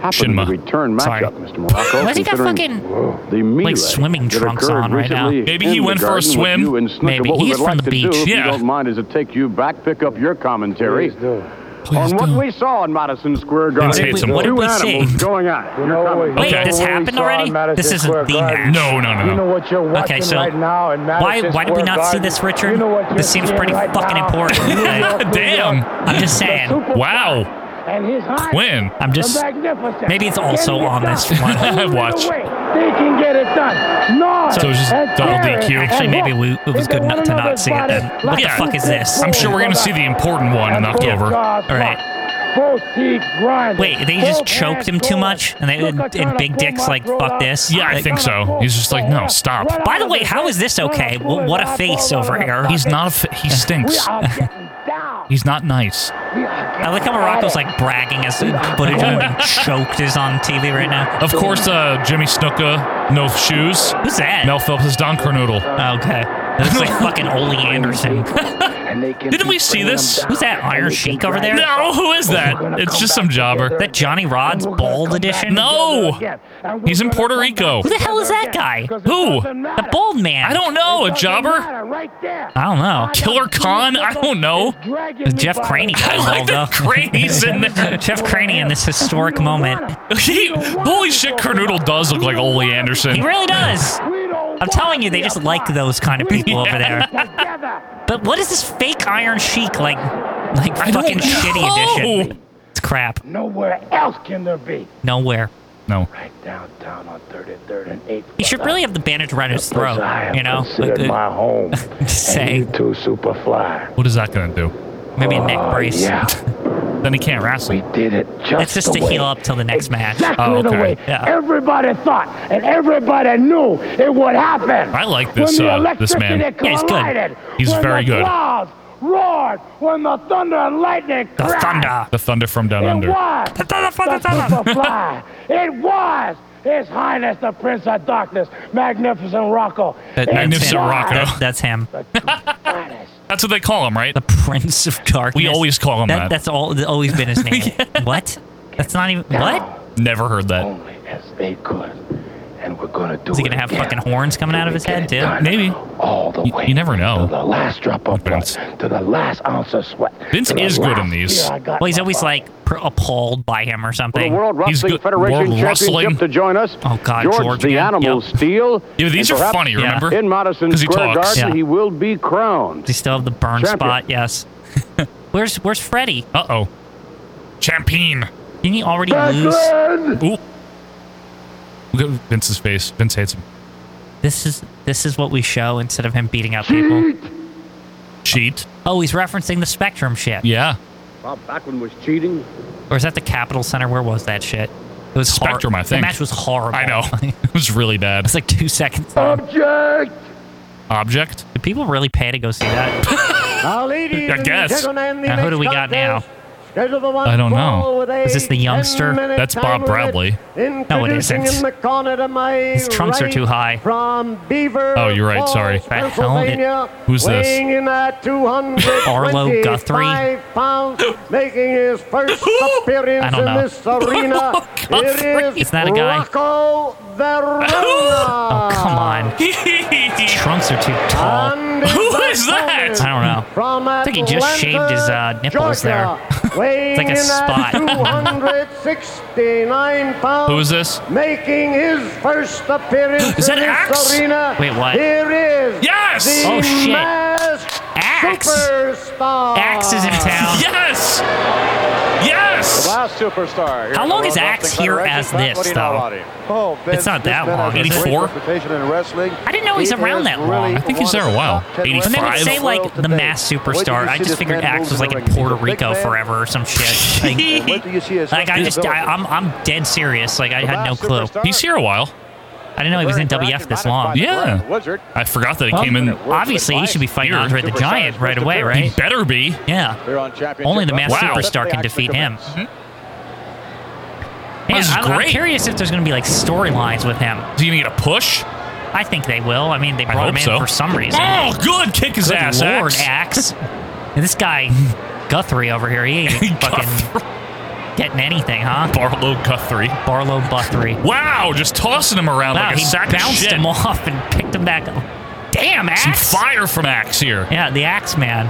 [SPEAKER 5] happen in
[SPEAKER 1] Shinma.
[SPEAKER 5] the return matchup,
[SPEAKER 2] Sorry.
[SPEAKER 5] Mr. Morocco.
[SPEAKER 2] Why's he got
[SPEAKER 5] considering
[SPEAKER 2] fucking,
[SPEAKER 5] the melee
[SPEAKER 2] swimming
[SPEAKER 5] that
[SPEAKER 2] trunks
[SPEAKER 5] occurred
[SPEAKER 2] on right now?
[SPEAKER 5] recently
[SPEAKER 1] Maybe he
[SPEAKER 5] in the
[SPEAKER 1] went for a
[SPEAKER 5] garden with
[SPEAKER 1] swim.
[SPEAKER 5] you and Snooker.
[SPEAKER 2] Maybe.
[SPEAKER 5] What we
[SPEAKER 2] He's
[SPEAKER 5] would
[SPEAKER 2] from
[SPEAKER 5] like
[SPEAKER 2] the
[SPEAKER 5] to do,
[SPEAKER 2] beach.
[SPEAKER 5] If
[SPEAKER 1] Yeah.
[SPEAKER 5] you don't mind, is to take you back, pick up your commentary on what we saw in Madison Square Garden.
[SPEAKER 1] Let's hate some-
[SPEAKER 2] what did
[SPEAKER 5] Two
[SPEAKER 2] we
[SPEAKER 5] animals
[SPEAKER 2] see?
[SPEAKER 5] going at it. Your
[SPEAKER 6] No,
[SPEAKER 5] commentary.
[SPEAKER 6] wait,
[SPEAKER 2] Wait,
[SPEAKER 1] Okay.
[SPEAKER 2] this
[SPEAKER 6] What we
[SPEAKER 2] happened
[SPEAKER 6] saw in
[SPEAKER 2] already?
[SPEAKER 6] Madison
[SPEAKER 2] This
[SPEAKER 6] Square
[SPEAKER 2] isn't the
[SPEAKER 6] Garden.
[SPEAKER 2] match.
[SPEAKER 1] No, no,
[SPEAKER 6] You know
[SPEAKER 1] no, no.
[SPEAKER 6] what you're watching
[SPEAKER 2] so
[SPEAKER 6] right now in
[SPEAKER 2] Why,
[SPEAKER 6] Madison
[SPEAKER 2] why did we
[SPEAKER 6] Square
[SPEAKER 2] not see
[SPEAKER 6] Garden.
[SPEAKER 2] this, Richard?
[SPEAKER 6] You know what you're
[SPEAKER 2] this seems
[SPEAKER 6] seeing
[SPEAKER 2] pretty
[SPEAKER 6] right
[SPEAKER 2] fucking
[SPEAKER 6] now
[SPEAKER 2] important.
[SPEAKER 6] in New York, New
[SPEAKER 1] Damn.
[SPEAKER 6] York,
[SPEAKER 2] I'm just saying.
[SPEAKER 6] Super-
[SPEAKER 1] Wow.
[SPEAKER 6] And his highness,
[SPEAKER 1] Quinn.
[SPEAKER 2] I'm just-
[SPEAKER 6] the magnificent.
[SPEAKER 2] Maybe it's also
[SPEAKER 6] Getting it
[SPEAKER 2] on
[SPEAKER 6] done.
[SPEAKER 2] this one.
[SPEAKER 6] Who in the
[SPEAKER 1] Watch.
[SPEAKER 6] way They can get it done. No.
[SPEAKER 1] So it's just double DQ.
[SPEAKER 2] Actually, maybe we, it was good not to not see it then. What
[SPEAKER 1] Yeah.
[SPEAKER 2] the fuck is this?
[SPEAKER 1] I'm sure we're going to see the important one in October.
[SPEAKER 6] All
[SPEAKER 2] right.
[SPEAKER 6] Both feet grinding.
[SPEAKER 2] Wait, they just choked him too much, and they and, and Big Dick's like, "Fuck this."
[SPEAKER 1] Yeah, I
[SPEAKER 2] Like-
[SPEAKER 1] think so. He's just like, no, stop.
[SPEAKER 2] By the way, how is this okay? Wh- What a face over here.
[SPEAKER 1] He's not. A fa- he
[SPEAKER 6] We
[SPEAKER 1] stinks.
[SPEAKER 6] are getting down.
[SPEAKER 1] He's not nice.
[SPEAKER 6] We are
[SPEAKER 2] I like how Morocco's like bragging as footage of him being choked is on TV right now.
[SPEAKER 1] Of course, uh, Jimmy Snuka, no shoes.
[SPEAKER 2] Who's that?
[SPEAKER 1] Mel Phelps is Don Carnoodle.
[SPEAKER 2] Okay. That's like fucking Ole Anderson.
[SPEAKER 1] Didn't we see this?
[SPEAKER 2] Who's that Iron Sheik over there?
[SPEAKER 1] No, who is that? It's just some jobber.
[SPEAKER 2] That Johnny Rod's bald edition?
[SPEAKER 1] No! He's in Puerto Rico.
[SPEAKER 2] Who the hell is that guy?
[SPEAKER 1] Who?
[SPEAKER 2] The bald man.
[SPEAKER 1] I don't know. A jobber?
[SPEAKER 2] I don't know.
[SPEAKER 1] Killer Khan? I don't know.
[SPEAKER 2] Is Jeff Craney
[SPEAKER 1] I like
[SPEAKER 2] involved
[SPEAKER 1] that
[SPEAKER 2] though?
[SPEAKER 1] Craney's in there.
[SPEAKER 2] Jeff Craney in this historic moment.
[SPEAKER 1] He, holy shit, Carnoodle does look like Ole Anderson.
[SPEAKER 2] He really does. I'm telling you, they just like those kind of people over there. But what is this fake Iron Sheik like? Like
[SPEAKER 1] I don't
[SPEAKER 2] fucking shitty
[SPEAKER 1] know.
[SPEAKER 2] edition. It's crap.
[SPEAKER 6] Nowhere else can there be.
[SPEAKER 2] Nowhere.
[SPEAKER 1] No.
[SPEAKER 6] Right downtown on 33rd and 8th.
[SPEAKER 2] He should really have the bandage around his throat. You know, uh,
[SPEAKER 6] Considered my home.
[SPEAKER 2] Just
[SPEAKER 6] and you
[SPEAKER 2] saying.
[SPEAKER 6] two super fly.
[SPEAKER 1] What is that gonna do?
[SPEAKER 2] maybe a neck brace.
[SPEAKER 6] Yeah,
[SPEAKER 1] Then he can't
[SPEAKER 6] we
[SPEAKER 1] wrestle.
[SPEAKER 6] did it just
[SPEAKER 2] That's just
[SPEAKER 6] the
[SPEAKER 2] to
[SPEAKER 6] way.
[SPEAKER 2] heal up till the next match.
[SPEAKER 6] Exactly
[SPEAKER 1] Oh,
[SPEAKER 6] the
[SPEAKER 1] okay.
[SPEAKER 6] way
[SPEAKER 2] Yeah.
[SPEAKER 6] everybody thought and everybody knew it would happen.
[SPEAKER 1] I like this,
[SPEAKER 6] When the
[SPEAKER 1] uh, this man.
[SPEAKER 6] electricity
[SPEAKER 2] Yeah, he's good.
[SPEAKER 6] collided,
[SPEAKER 1] He's
[SPEAKER 6] when
[SPEAKER 1] very
[SPEAKER 6] the
[SPEAKER 1] good.
[SPEAKER 6] clouds roared, when the thunder and lightning
[SPEAKER 2] The
[SPEAKER 6] crashed,
[SPEAKER 2] thunder.
[SPEAKER 1] The thunder from down
[SPEAKER 6] It
[SPEAKER 1] under.
[SPEAKER 6] was the
[SPEAKER 2] thunder, thunder, thunder.
[SPEAKER 6] superfly. it was His Highness the Prince of Darkness, Magnificent Rocco.
[SPEAKER 2] That-
[SPEAKER 6] It
[SPEAKER 1] Magnificent
[SPEAKER 6] was
[SPEAKER 1] Rocco.
[SPEAKER 2] That- that's him.
[SPEAKER 6] the finest.
[SPEAKER 1] That's what they call him, right?
[SPEAKER 2] The Prince of Darkness.
[SPEAKER 1] We always call him that.
[SPEAKER 2] That's all. That's always been his name. What? That's not even. What?
[SPEAKER 1] Never heard that.
[SPEAKER 6] Only as they could. And we're gonna do
[SPEAKER 2] Is he
[SPEAKER 6] it
[SPEAKER 2] gonna have
[SPEAKER 6] again.
[SPEAKER 2] fucking horns coming out of his
[SPEAKER 6] Get
[SPEAKER 2] head
[SPEAKER 6] it
[SPEAKER 2] too?
[SPEAKER 6] done
[SPEAKER 1] Maybe.
[SPEAKER 6] All the
[SPEAKER 1] You-
[SPEAKER 6] way.
[SPEAKER 1] you never know.
[SPEAKER 6] To the last drop of blood.
[SPEAKER 1] Vince.
[SPEAKER 6] To the last ounce of sweat.
[SPEAKER 1] Vince
[SPEAKER 6] to the
[SPEAKER 1] is good
[SPEAKER 6] last
[SPEAKER 1] in these.
[SPEAKER 6] tear I got
[SPEAKER 2] Well, he's
[SPEAKER 6] in my
[SPEAKER 2] always
[SPEAKER 6] body.
[SPEAKER 2] like pr- appalled by him or
[SPEAKER 3] For the
[SPEAKER 2] something.
[SPEAKER 3] World
[SPEAKER 1] He's
[SPEAKER 3] Wrestling
[SPEAKER 1] good-
[SPEAKER 3] Federation
[SPEAKER 1] World
[SPEAKER 3] Championship
[SPEAKER 1] Wrestling.
[SPEAKER 3] to join us.
[SPEAKER 2] Oh, God,
[SPEAKER 3] George,
[SPEAKER 2] George
[SPEAKER 3] the
[SPEAKER 2] again.
[SPEAKER 3] Animal
[SPEAKER 2] Yep.
[SPEAKER 3] Steel.
[SPEAKER 1] Yeah, these
[SPEAKER 3] And
[SPEAKER 1] are
[SPEAKER 3] perhaps
[SPEAKER 1] funny,
[SPEAKER 2] Yeah.
[SPEAKER 1] remember?
[SPEAKER 3] In Madison
[SPEAKER 1] 'Cause he
[SPEAKER 3] Square
[SPEAKER 1] talks.
[SPEAKER 3] Garden,
[SPEAKER 2] Yeah.
[SPEAKER 3] he will be crowned.
[SPEAKER 2] Does he still have the burn
[SPEAKER 3] Champion.
[SPEAKER 2] spot? Yes. where's Where's Freddy?
[SPEAKER 1] Uh oh. Champagne.
[SPEAKER 2] Didn't he already lose?
[SPEAKER 6] Backlund!
[SPEAKER 1] Ooh. Look at Vince's face. Vince hates him.
[SPEAKER 2] This is This is what we show instead of him beating up people.
[SPEAKER 1] Cheat.
[SPEAKER 2] Oh, he's referencing the Spectrum shit.
[SPEAKER 1] Yeah.
[SPEAKER 3] Bob Backlund was cheating.
[SPEAKER 2] Or is that the Capitol Center? Where was that shit? It was hor-
[SPEAKER 1] Spectrum, I think.
[SPEAKER 2] The match was horrible.
[SPEAKER 1] I know. it was really bad.
[SPEAKER 2] It's like two seconds. long.
[SPEAKER 6] Object!
[SPEAKER 1] Object.
[SPEAKER 2] Do people really pay to go see that?
[SPEAKER 3] Now, ladies
[SPEAKER 1] I guess.
[SPEAKER 2] Now, who do we got now?
[SPEAKER 1] I
[SPEAKER 3] I
[SPEAKER 1] don't know.
[SPEAKER 2] Is this the youngster?
[SPEAKER 1] That's Bob Bradley.
[SPEAKER 2] No, it isn't. His trunks are too high.
[SPEAKER 3] From Beaver
[SPEAKER 1] Oh, you're right, sorry.
[SPEAKER 3] Falls,
[SPEAKER 2] The hell did-
[SPEAKER 3] Pennsylvania,
[SPEAKER 1] Who's this?
[SPEAKER 3] weighing in at 225
[SPEAKER 2] Arlo Guthrie?
[SPEAKER 3] Pounds, making his first appearance
[SPEAKER 2] I don't know.
[SPEAKER 3] in this arena.
[SPEAKER 1] Arlo Guthrie.
[SPEAKER 3] It is
[SPEAKER 2] It's not a guy.
[SPEAKER 3] Rocco Verona.
[SPEAKER 2] Oh, come on. His trunks are too tall.
[SPEAKER 3] And his
[SPEAKER 1] Who is that?
[SPEAKER 3] opponent
[SPEAKER 2] I don't know.
[SPEAKER 3] From I
[SPEAKER 2] think he just shaved his, uh, nipples there.
[SPEAKER 3] it's
[SPEAKER 2] like a spot.
[SPEAKER 3] 269 pounds.
[SPEAKER 1] Who is this?
[SPEAKER 3] Making his first appearance
[SPEAKER 1] Is that
[SPEAKER 3] in this
[SPEAKER 1] Axe?
[SPEAKER 3] arena.
[SPEAKER 2] Wait, what?
[SPEAKER 3] Here is
[SPEAKER 1] Yes!
[SPEAKER 3] the
[SPEAKER 2] Oh, shit.
[SPEAKER 3] masked
[SPEAKER 2] Axe.
[SPEAKER 3] superstar.
[SPEAKER 2] Axe is in town.
[SPEAKER 1] Yes! Yes!
[SPEAKER 4] Last superstar.
[SPEAKER 2] How long is Axe here as this, though?
[SPEAKER 7] Oh, Ben,
[SPEAKER 2] It's not that
[SPEAKER 7] this man
[SPEAKER 2] long.
[SPEAKER 7] has a great
[SPEAKER 1] 84?
[SPEAKER 7] reputation in wrestling.
[SPEAKER 2] I didn't know he's
[SPEAKER 7] He
[SPEAKER 2] around
[SPEAKER 7] is
[SPEAKER 2] that long.
[SPEAKER 7] really
[SPEAKER 1] I think he's there a while.
[SPEAKER 7] one of the top 10
[SPEAKER 2] And they would
[SPEAKER 1] Five.
[SPEAKER 2] say like the mass superstar. I just figured Axe was like in Puerto Rico forever or some shit. Like,
[SPEAKER 7] Like
[SPEAKER 2] like I just, I, I'm, I'm dead serious. Like I had no clue.
[SPEAKER 1] He's here a while.
[SPEAKER 2] I didn't know he was in WF this long.
[SPEAKER 1] Yeah.
[SPEAKER 4] Wizard.
[SPEAKER 1] I forgot that it came in.
[SPEAKER 2] Obviously, he should be fighting Andre the Giant right away,
[SPEAKER 1] He
[SPEAKER 2] right?
[SPEAKER 1] better be.
[SPEAKER 2] Yeah.
[SPEAKER 4] Here on championship
[SPEAKER 2] Only the mass
[SPEAKER 4] level.
[SPEAKER 2] superstar can
[SPEAKER 4] Wow.
[SPEAKER 2] defeat him.
[SPEAKER 4] Commence.
[SPEAKER 2] Man,
[SPEAKER 1] This is
[SPEAKER 2] Mm-hmm. I'm, I'm
[SPEAKER 1] great.
[SPEAKER 2] curious if there's going to be like storylines with him.
[SPEAKER 1] Is he gonna get a push?
[SPEAKER 2] I think they will. I mean, they brought
[SPEAKER 1] hope
[SPEAKER 2] him in
[SPEAKER 1] so.
[SPEAKER 2] for some reason.
[SPEAKER 1] Oh, good kick his
[SPEAKER 2] Good
[SPEAKER 1] ass.
[SPEAKER 2] Lord,
[SPEAKER 1] Axe.
[SPEAKER 2] Axe. And this guy Guthrie over here, he ain't fucking
[SPEAKER 1] Guthrie.
[SPEAKER 2] getting anything, huh?
[SPEAKER 1] Barlow Guthrie.
[SPEAKER 2] Barlow Guthrie.
[SPEAKER 1] Wow, just tossing him around
[SPEAKER 2] Wow,
[SPEAKER 1] like a
[SPEAKER 2] he
[SPEAKER 1] sack of
[SPEAKER 2] bounced
[SPEAKER 1] shit.
[SPEAKER 2] him off and picked him back up. Damn,
[SPEAKER 1] Some
[SPEAKER 2] Axe!
[SPEAKER 1] fire from Axe here.
[SPEAKER 2] Yeah, the Axe Man.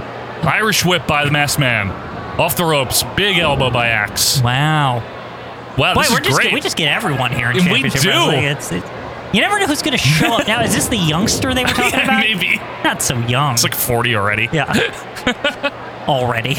[SPEAKER 1] Irish whip by the masked man. Off the ropes. Big elbow by Axe.
[SPEAKER 2] Wow.
[SPEAKER 1] Wow,
[SPEAKER 2] Boy,
[SPEAKER 1] Oh, this
[SPEAKER 2] we're
[SPEAKER 1] is
[SPEAKER 2] just
[SPEAKER 1] great.
[SPEAKER 2] we just get everyone here in
[SPEAKER 1] And we
[SPEAKER 2] championship
[SPEAKER 1] do.
[SPEAKER 2] wrestling. It's, it's, you never know who's going to show up. Now, is this the youngster they were talking
[SPEAKER 1] Yeah,
[SPEAKER 2] about?
[SPEAKER 1] maybe.
[SPEAKER 2] Not so young.
[SPEAKER 1] It's like 40 already.
[SPEAKER 2] yeah. Already.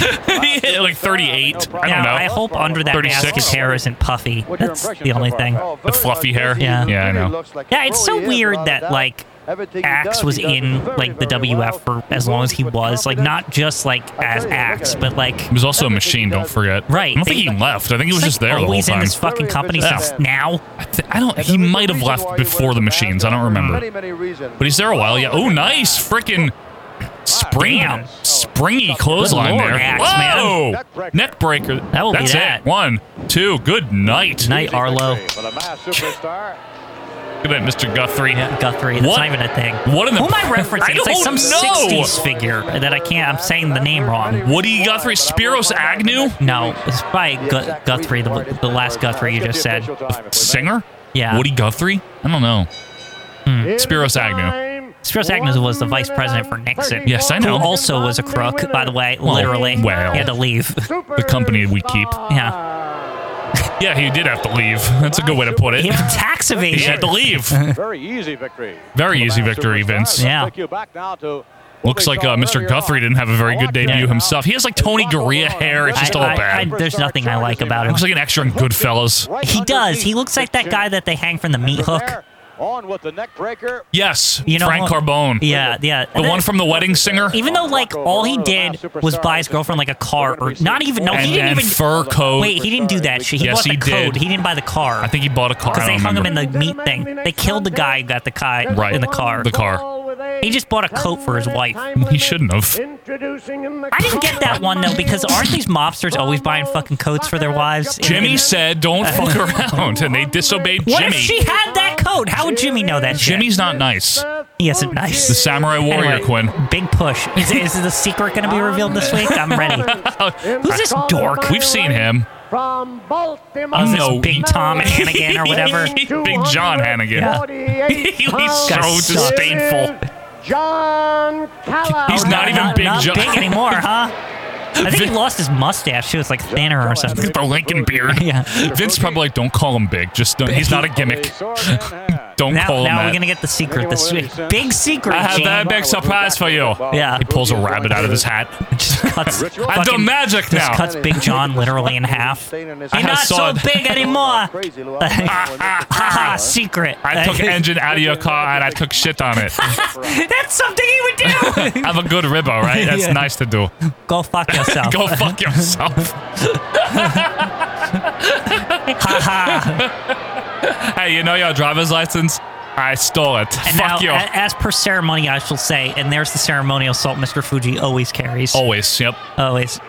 [SPEAKER 1] Yeah, like 38. I don't
[SPEAKER 2] now,
[SPEAKER 1] know.
[SPEAKER 2] I hope under that
[SPEAKER 1] 36.
[SPEAKER 2] mask his hair isn't puffy.
[SPEAKER 4] What's your
[SPEAKER 2] That's
[SPEAKER 4] impression
[SPEAKER 2] the
[SPEAKER 4] so
[SPEAKER 2] only
[SPEAKER 4] far?
[SPEAKER 2] thing.
[SPEAKER 4] Oh,
[SPEAKER 1] The
[SPEAKER 4] very
[SPEAKER 1] fluffy
[SPEAKER 4] much.
[SPEAKER 1] hair?
[SPEAKER 2] Yeah.
[SPEAKER 1] Yeah, I know.
[SPEAKER 4] He looks like a
[SPEAKER 2] Yeah, it's
[SPEAKER 4] pro.
[SPEAKER 2] so
[SPEAKER 4] He is
[SPEAKER 2] weird
[SPEAKER 4] without
[SPEAKER 2] that,
[SPEAKER 4] a doubt.
[SPEAKER 2] like,
[SPEAKER 4] Everything he does,
[SPEAKER 2] Axe
[SPEAKER 4] he
[SPEAKER 2] was
[SPEAKER 4] does
[SPEAKER 2] in
[SPEAKER 4] very,
[SPEAKER 2] like the
[SPEAKER 4] very well.
[SPEAKER 2] WF for as long as he
[SPEAKER 4] With
[SPEAKER 2] was, like
[SPEAKER 4] confidence.
[SPEAKER 2] not just like as
[SPEAKER 4] tell you, look at
[SPEAKER 2] Axe,
[SPEAKER 4] it.
[SPEAKER 2] but like
[SPEAKER 1] He was also a machine, don't forget.
[SPEAKER 2] Right,
[SPEAKER 1] I don't think
[SPEAKER 2] they-
[SPEAKER 1] he left. I think he was
[SPEAKER 2] he's,
[SPEAKER 1] just
[SPEAKER 2] like,
[SPEAKER 1] there the whole
[SPEAKER 2] always
[SPEAKER 1] time.
[SPEAKER 2] in this fucking
[SPEAKER 4] Very
[SPEAKER 2] company
[SPEAKER 4] efficient
[SPEAKER 2] since
[SPEAKER 4] man.
[SPEAKER 2] now.
[SPEAKER 1] I, th- I don't.
[SPEAKER 4] And
[SPEAKER 1] He
[SPEAKER 4] there's a
[SPEAKER 1] might have
[SPEAKER 4] reason
[SPEAKER 1] left
[SPEAKER 4] why he
[SPEAKER 1] before
[SPEAKER 4] wears
[SPEAKER 1] the
[SPEAKER 4] mask.
[SPEAKER 1] machines. I don't
[SPEAKER 4] There are
[SPEAKER 1] remember.
[SPEAKER 4] Many, many reasons.
[SPEAKER 1] But he's there a while. Yeah. Oh, nice. Freaking springy,
[SPEAKER 2] Damn.
[SPEAKER 1] springy clothesline
[SPEAKER 2] Lord,
[SPEAKER 1] there.
[SPEAKER 2] Axe, man.
[SPEAKER 1] Whoa!
[SPEAKER 4] Neck breaker.
[SPEAKER 1] Neck breaker.
[SPEAKER 2] That will be
[SPEAKER 1] That's
[SPEAKER 2] that.
[SPEAKER 1] it. One, two. Good night.
[SPEAKER 2] Night, Arlo.
[SPEAKER 4] Well, a mass superstar.
[SPEAKER 1] Good night, Mr. Guthrie.
[SPEAKER 2] Yeah, Guthrie. That's
[SPEAKER 1] What?
[SPEAKER 2] not even a thing.
[SPEAKER 1] What in the?
[SPEAKER 2] Who am I referencing?
[SPEAKER 1] I
[SPEAKER 2] It's like some
[SPEAKER 1] don't know.
[SPEAKER 2] 60s figure that I can't. I'm saying the name wrong.
[SPEAKER 1] Woody Guthrie, Spiros Agnew,
[SPEAKER 2] No, it's by
[SPEAKER 4] The
[SPEAKER 2] Gu-
[SPEAKER 4] exact
[SPEAKER 2] Guthrie,
[SPEAKER 4] reason why
[SPEAKER 2] the,
[SPEAKER 4] it
[SPEAKER 2] the
[SPEAKER 4] is
[SPEAKER 2] last
[SPEAKER 4] Guthrie.
[SPEAKER 2] Guthrie you
[SPEAKER 4] Let's
[SPEAKER 2] just
[SPEAKER 4] get the
[SPEAKER 2] said.
[SPEAKER 4] official time, if we may.
[SPEAKER 1] singer.
[SPEAKER 2] Yeah.
[SPEAKER 1] Woody Guthrie. I don't know. Spiros Agnew.
[SPEAKER 2] Hmm. Spiros Agnew was the vice president for Nixon.
[SPEAKER 1] Yes, I
[SPEAKER 2] Who
[SPEAKER 1] know.
[SPEAKER 2] also was a crook, by the way,
[SPEAKER 1] Well,
[SPEAKER 2] literally.
[SPEAKER 1] well.
[SPEAKER 2] He had to leave.
[SPEAKER 1] The company we keep.
[SPEAKER 2] yeah.
[SPEAKER 1] Yeah, he did have to leave. That's a good way to put it.
[SPEAKER 2] He had tax
[SPEAKER 1] He had
[SPEAKER 2] evasion.
[SPEAKER 1] to leave.
[SPEAKER 4] Very easy victory.
[SPEAKER 1] Very
[SPEAKER 4] for the
[SPEAKER 1] easy
[SPEAKER 4] mass
[SPEAKER 1] victory,
[SPEAKER 4] superstar.
[SPEAKER 1] Vince.
[SPEAKER 4] Let's
[SPEAKER 2] Yeah.
[SPEAKER 4] take you back now to what
[SPEAKER 1] Looks
[SPEAKER 4] we
[SPEAKER 1] like
[SPEAKER 4] saw
[SPEAKER 1] uh, Mr.
[SPEAKER 4] earlier
[SPEAKER 1] Guthrie
[SPEAKER 4] on.
[SPEAKER 1] didn't have a very
[SPEAKER 4] A
[SPEAKER 1] good
[SPEAKER 4] lot
[SPEAKER 1] debut
[SPEAKER 4] going on.
[SPEAKER 1] himself. He has like
[SPEAKER 4] It's
[SPEAKER 1] Tony
[SPEAKER 4] not going
[SPEAKER 1] Garea
[SPEAKER 4] on.
[SPEAKER 1] hair. It's
[SPEAKER 4] I-
[SPEAKER 1] just all
[SPEAKER 4] I-
[SPEAKER 1] bad.
[SPEAKER 2] I- there's nothing I like about him.
[SPEAKER 1] Looks like an extra in Goodfellas.
[SPEAKER 4] Right
[SPEAKER 2] He
[SPEAKER 4] under
[SPEAKER 2] does.
[SPEAKER 4] the
[SPEAKER 2] He looks like that
[SPEAKER 4] chin.
[SPEAKER 2] guy that they hang from the meat
[SPEAKER 4] From
[SPEAKER 2] hook.
[SPEAKER 4] there, On with the neck breaker.
[SPEAKER 1] Yes,
[SPEAKER 2] You know
[SPEAKER 1] Frank
[SPEAKER 2] who-
[SPEAKER 1] Carbone.
[SPEAKER 2] Yeah, yeah.
[SPEAKER 1] The one from The Wedding Singer.
[SPEAKER 2] Even though, like, all he did was buy his girlfriend, like, a car, or not even, no,
[SPEAKER 1] and
[SPEAKER 2] he didn't
[SPEAKER 1] and
[SPEAKER 2] even.
[SPEAKER 1] fur coat.
[SPEAKER 2] Wait, he didn't do that shit. He
[SPEAKER 1] Yes,
[SPEAKER 2] bought the
[SPEAKER 1] he did.
[SPEAKER 2] code. He didn't buy the car.
[SPEAKER 1] I think he bought a car. I
[SPEAKER 2] Because they
[SPEAKER 1] don't
[SPEAKER 2] hung him in
[SPEAKER 1] remember.
[SPEAKER 2] the meat thing. They killed the guy who got the car
[SPEAKER 1] Right.
[SPEAKER 2] in the car.
[SPEAKER 1] The car.
[SPEAKER 2] He just bought a coat for his wife.
[SPEAKER 1] He shouldn't have.
[SPEAKER 2] I didn't get that one though because aren't these mobsters always buying fucking coats for their wives?
[SPEAKER 1] Jimmy said, "Don't fuck around," and they disobeyed
[SPEAKER 2] What
[SPEAKER 1] Jimmy.
[SPEAKER 2] if she had that coat? How would Jimmy know that? shit?
[SPEAKER 1] Jimmy's not nice.
[SPEAKER 2] He isn't nice.
[SPEAKER 1] The Samurai Warrior
[SPEAKER 2] Anyway,
[SPEAKER 1] Quinn.
[SPEAKER 2] Big push. Is, is the secret going to be revealed this week? I'm ready. Who's this dork?
[SPEAKER 1] We've seen him.
[SPEAKER 6] From Baltimore.
[SPEAKER 2] Oh, is this
[SPEAKER 1] No.
[SPEAKER 2] Big Tom Hannigan or whatever?
[SPEAKER 1] Big John Hannigan. He's so
[SPEAKER 2] Guy sucks.
[SPEAKER 1] disdainful.
[SPEAKER 6] John Callow.
[SPEAKER 1] He's not even
[SPEAKER 2] not,
[SPEAKER 1] Big
[SPEAKER 2] not
[SPEAKER 1] John.
[SPEAKER 2] big anymore, huh? I think he lost his mustache. It was like thinner or something.
[SPEAKER 1] The Lincoln beard.
[SPEAKER 2] Yeah.
[SPEAKER 1] Vince probably like, don't call him big. Just don't, he's not a gimmick. Don't
[SPEAKER 2] Now,
[SPEAKER 1] call him
[SPEAKER 2] now we're
[SPEAKER 1] that.
[SPEAKER 2] gonna get the secret this week. Big secret.
[SPEAKER 1] I have
[SPEAKER 2] Gene.
[SPEAKER 1] that big surprise for you.
[SPEAKER 2] Yeah.
[SPEAKER 1] He pulls a rabbit out of his hat.
[SPEAKER 2] Just cuts.
[SPEAKER 1] I've
[SPEAKER 2] fucking-
[SPEAKER 1] done magic
[SPEAKER 2] Just
[SPEAKER 1] now.
[SPEAKER 2] cuts Big John literally in half.
[SPEAKER 4] I
[SPEAKER 2] You're
[SPEAKER 4] have
[SPEAKER 2] not so
[SPEAKER 1] saw it.
[SPEAKER 2] big anymore. Haha, secret.
[SPEAKER 1] I took engine out of your car and I took shit on it.
[SPEAKER 2] That's something he would do.
[SPEAKER 1] Have a good ribbo, right? That's
[SPEAKER 2] Yeah.
[SPEAKER 1] nice to do.
[SPEAKER 2] Go fuck yourself.
[SPEAKER 1] Go fuck yourself.
[SPEAKER 2] Haha.
[SPEAKER 1] hey, you know your driver's license? I stole it.
[SPEAKER 2] And now,
[SPEAKER 1] fuck you.
[SPEAKER 2] a- as per ceremony, I shall say, and there's the ceremonial salt Mr. Fuji always carries.
[SPEAKER 1] Always. Yep.
[SPEAKER 2] Always.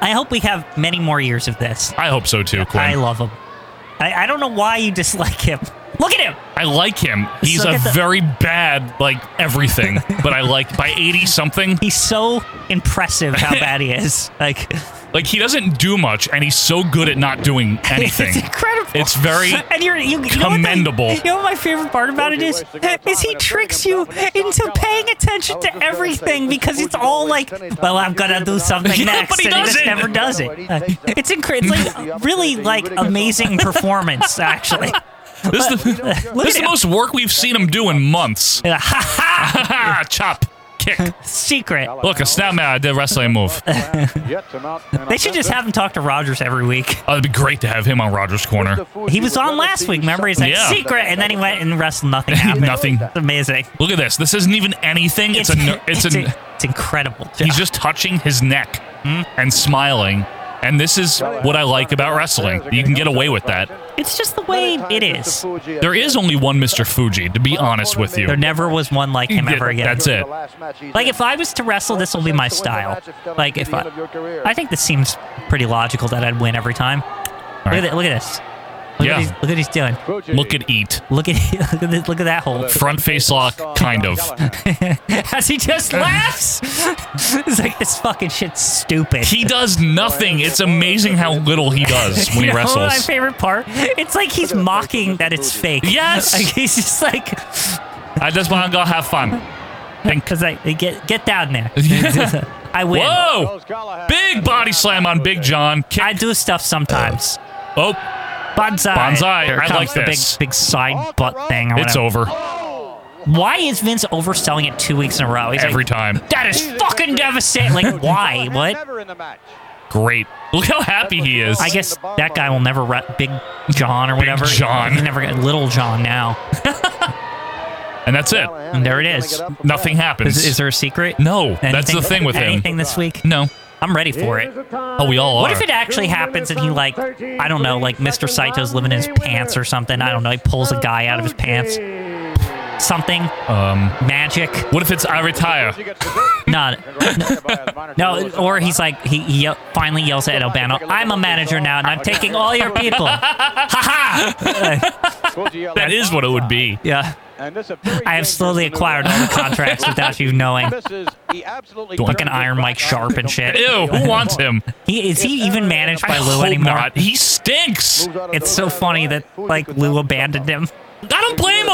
[SPEAKER 2] I hope we have many more years of this.
[SPEAKER 1] I hope so too, Quinn.
[SPEAKER 2] I love him. I, I don't know why you dislike him. Look at him.
[SPEAKER 1] I like him. He's
[SPEAKER 2] So
[SPEAKER 1] a
[SPEAKER 2] get the-
[SPEAKER 1] very bad, like everything, but I like by 80 something.
[SPEAKER 2] He's so impressive how bad he is. Like
[SPEAKER 1] Like he doesn't do much and he's so good at not doing
[SPEAKER 2] it's
[SPEAKER 1] anything.
[SPEAKER 2] incredible.
[SPEAKER 1] It's very
[SPEAKER 2] and you're, you, you Know
[SPEAKER 1] commendable.
[SPEAKER 2] what the- you know what my favorite part about it is? Is he tricks you into paying attention to everything because it's all like, well, I'm gonna do something
[SPEAKER 1] Yeah,
[SPEAKER 2] next,
[SPEAKER 1] but he
[SPEAKER 2] and he just
[SPEAKER 1] doesn't.
[SPEAKER 2] never does it. Uh, It's incredible. It's like really like amazing performance, actually.
[SPEAKER 1] This is the,
[SPEAKER 2] Look
[SPEAKER 1] this is the
[SPEAKER 2] at him.
[SPEAKER 1] most work we've seen him do in months.
[SPEAKER 2] Ha ha!
[SPEAKER 1] Chop, kick.
[SPEAKER 2] Secret.
[SPEAKER 1] Look, a snap man. I did a wrestling move. Uh,
[SPEAKER 2] They should just have him talk to Rogers every week.
[SPEAKER 1] it'd be great to have him on Rogers Corner.
[SPEAKER 2] He was on last week, remember? He's like,
[SPEAKER 1] Yeah.
[SPEAKER 2] secret, and then he went and wrestled nothing happened.
[SPEAKER 1] Nothing.
[SPEAKER 2] It's amazing.
[SPEAKER 1] Look at this. This isn't even anything. It's a. ner- It's a.
[SPEAKER 2] it's incredible.
[SPEAKER 1] He's just touching his neck and hmm, smiling, And this is what I like about wrestling. You can get away with that.
[SPEAKER 2] It's just the way it is.
[SPEAKER 1] There is only one Mr. Fuji, to be honest with you.
[SPEAKER 2] There never was one like him
[SPEAKER 1] Yeah,
[SPEAKER 2] ever again.
[SPEAKER 1] that's it.
[SPEAKER 2] Like if I was to wrestle, this will be my style. Like if I, I think this seems pretty logical that I'd win every time. Look
[SPEAKER 1] right.
[SPEAKER 2] at that, look at this. Look
[SPEAKER 1] Yeah.
[SPEAKER 2] at these- look at he's doing.
[SPEAKER 1] Look at Eat.
[SPEAKER 2] Look at look at this, look at that hole.
[SPEAKER 1] Front face lock, kind of.
[SPEAKER 2] As he just laughs. it's like this fucking shit's stupid.
[SPEAKER 1] He does nothing. It's amazing how little he does when
[SPEAKER 2] You
[SPEAKER 1] he
[SPEAKER 2] know what my
[SPEAKER 1] wrestles.
[SPEAKER 2] favorite part? It's like he's mocking that it's fake.
[SPEAKER 1] Yes!
[SPEAKER 2] Like he's just like,
[SPEAKER 1] I just want to go have fun. Think.
[SPEAKER 2] because I get get down there. I win.
[SPEAKER 1] Whoa! Big body slam on Big John. Kick.
[SPEAKER 2] I do stuff sometimes.
[SPEAKER 1] Oh,
[SPEAKER 2] Bonsai.
[SPEAKER 1] Banzai.
[SPEAKER 2] Here
[SPEAKER 1] I
[SPEAKER 2] comes
[SPEAKER 1] like
[SPEAKER 2] the
[SPEAKER 1] this.
[SPEAKER 2] Big, big side butt thing. Or
[SPEAKER 1] it's
[SPEAKER 2] whatever.
[SPEAKER 1] over
[SPEAKER 2] Why is Vince overselling it two weeks in a row? He's
[SPEAKER 1] every
[SPEAKER 2] like,
[SPEAKER 1] time.
[SPEAKER 2] That is fucking devastating. Like, why? What?
[SPEAKER 1] Great. Look how happy he is.
[SPEAKER 2] I guess that guy will never rep Big John or whatever.
[SPEAKER 1] John.
[SPEAKER 2] He's never got Little John now.
[SPEAKER 1] And that's it.
[SPEAKER 2] And there it is.
[SPEAKER 1] Nothing happens.
[SPEAKER 2] Is, is there a secret?
[SPEAKER 1] No, that's the
[SPEAKER 2] Anything-
[SPEAKER 1] thing with him.
[SPEAKER 2] Anything this week?
[SPEAKER 1] no.
[SPEAKER 2] I'm ready for it.
[SPEAKER 1] Oh, we all are.
[SPEAKER 2] What if it actually happens and he like, I don't know, like Mr. Saito's living in his pants or something. I don't know. He pulls a guy out of his pants. Something. Um. Magic.
[SPEAKER 1] What if it's I retire?
[SPEAKER 2] Not. No, or he's like he, he ye- finally yells at Albano. I'm a manager now, and I'm taking all your people.
[SPEAKER 1] That is what it would be.
[SPEAKER 2] Yeah, I have slowly acquired all the contracts without you knowing.
[SPEAKER 4] Fucking
[SPEAKER 2] Fucking Iron Mike Sharp and shit.
[SPEAKER 1] Ew, who wants him?
[SPEAKER 2] He is he even managed by
[SPEAKER 1] I
[SPEAKER 2] Lou
[SPEAKER 1] hope
[SPEAKER 2] anymore?
[SPEAKER 1] not. He stinks.
[SPEAKER 2] It's so funny that like Lou abandoned him.
[SPEAKER 1] I don't blame him.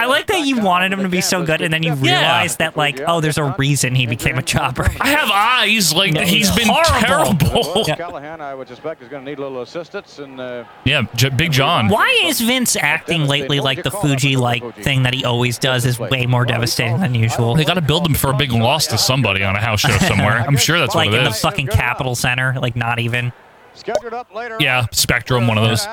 [SPEAKER 2] I like that you wanted him to be so good, and then you
[SPEAKER 1] Yeah.
[SPEAKER 2] realize that like, oh, there's a reason he became a chopper.
[SPEAKER 1] I have eyes. Like,
[SPEAKER 2] No,
[SPEAKER 1] he's
[SPEAKER 2] he's
[SPEAKER 1] been
[SPEAKER 2] horrible.
[SPEAKER 1] terrible.
[SPEAKER 4] Yeah. Callahan, I would suspect, is going to need a little assistance. And uh,
[SPEAKER 1] Yeah, J- Big John.
[SPEAKER 2] Why is Vince acting lately like the Fuji like thing that he always does is way more devastating than usual?
[SPEAKER 1] They got to build him for a big loss to somebody on a house show somewhere. I'm sure that's
[SPEAKER 2] like
[SPEAKER 1] what
[SPEAKER 2] in
[SPEAKER 1] it
[SPEAKER 2] the
[SPEAKER 1] is.
[SPEAKER 2] fucking Capitol Center, like not even.
[SPEAKER 4] scheduled up later.
[SPEAKER 1] Yeah, Spectrum, one of those.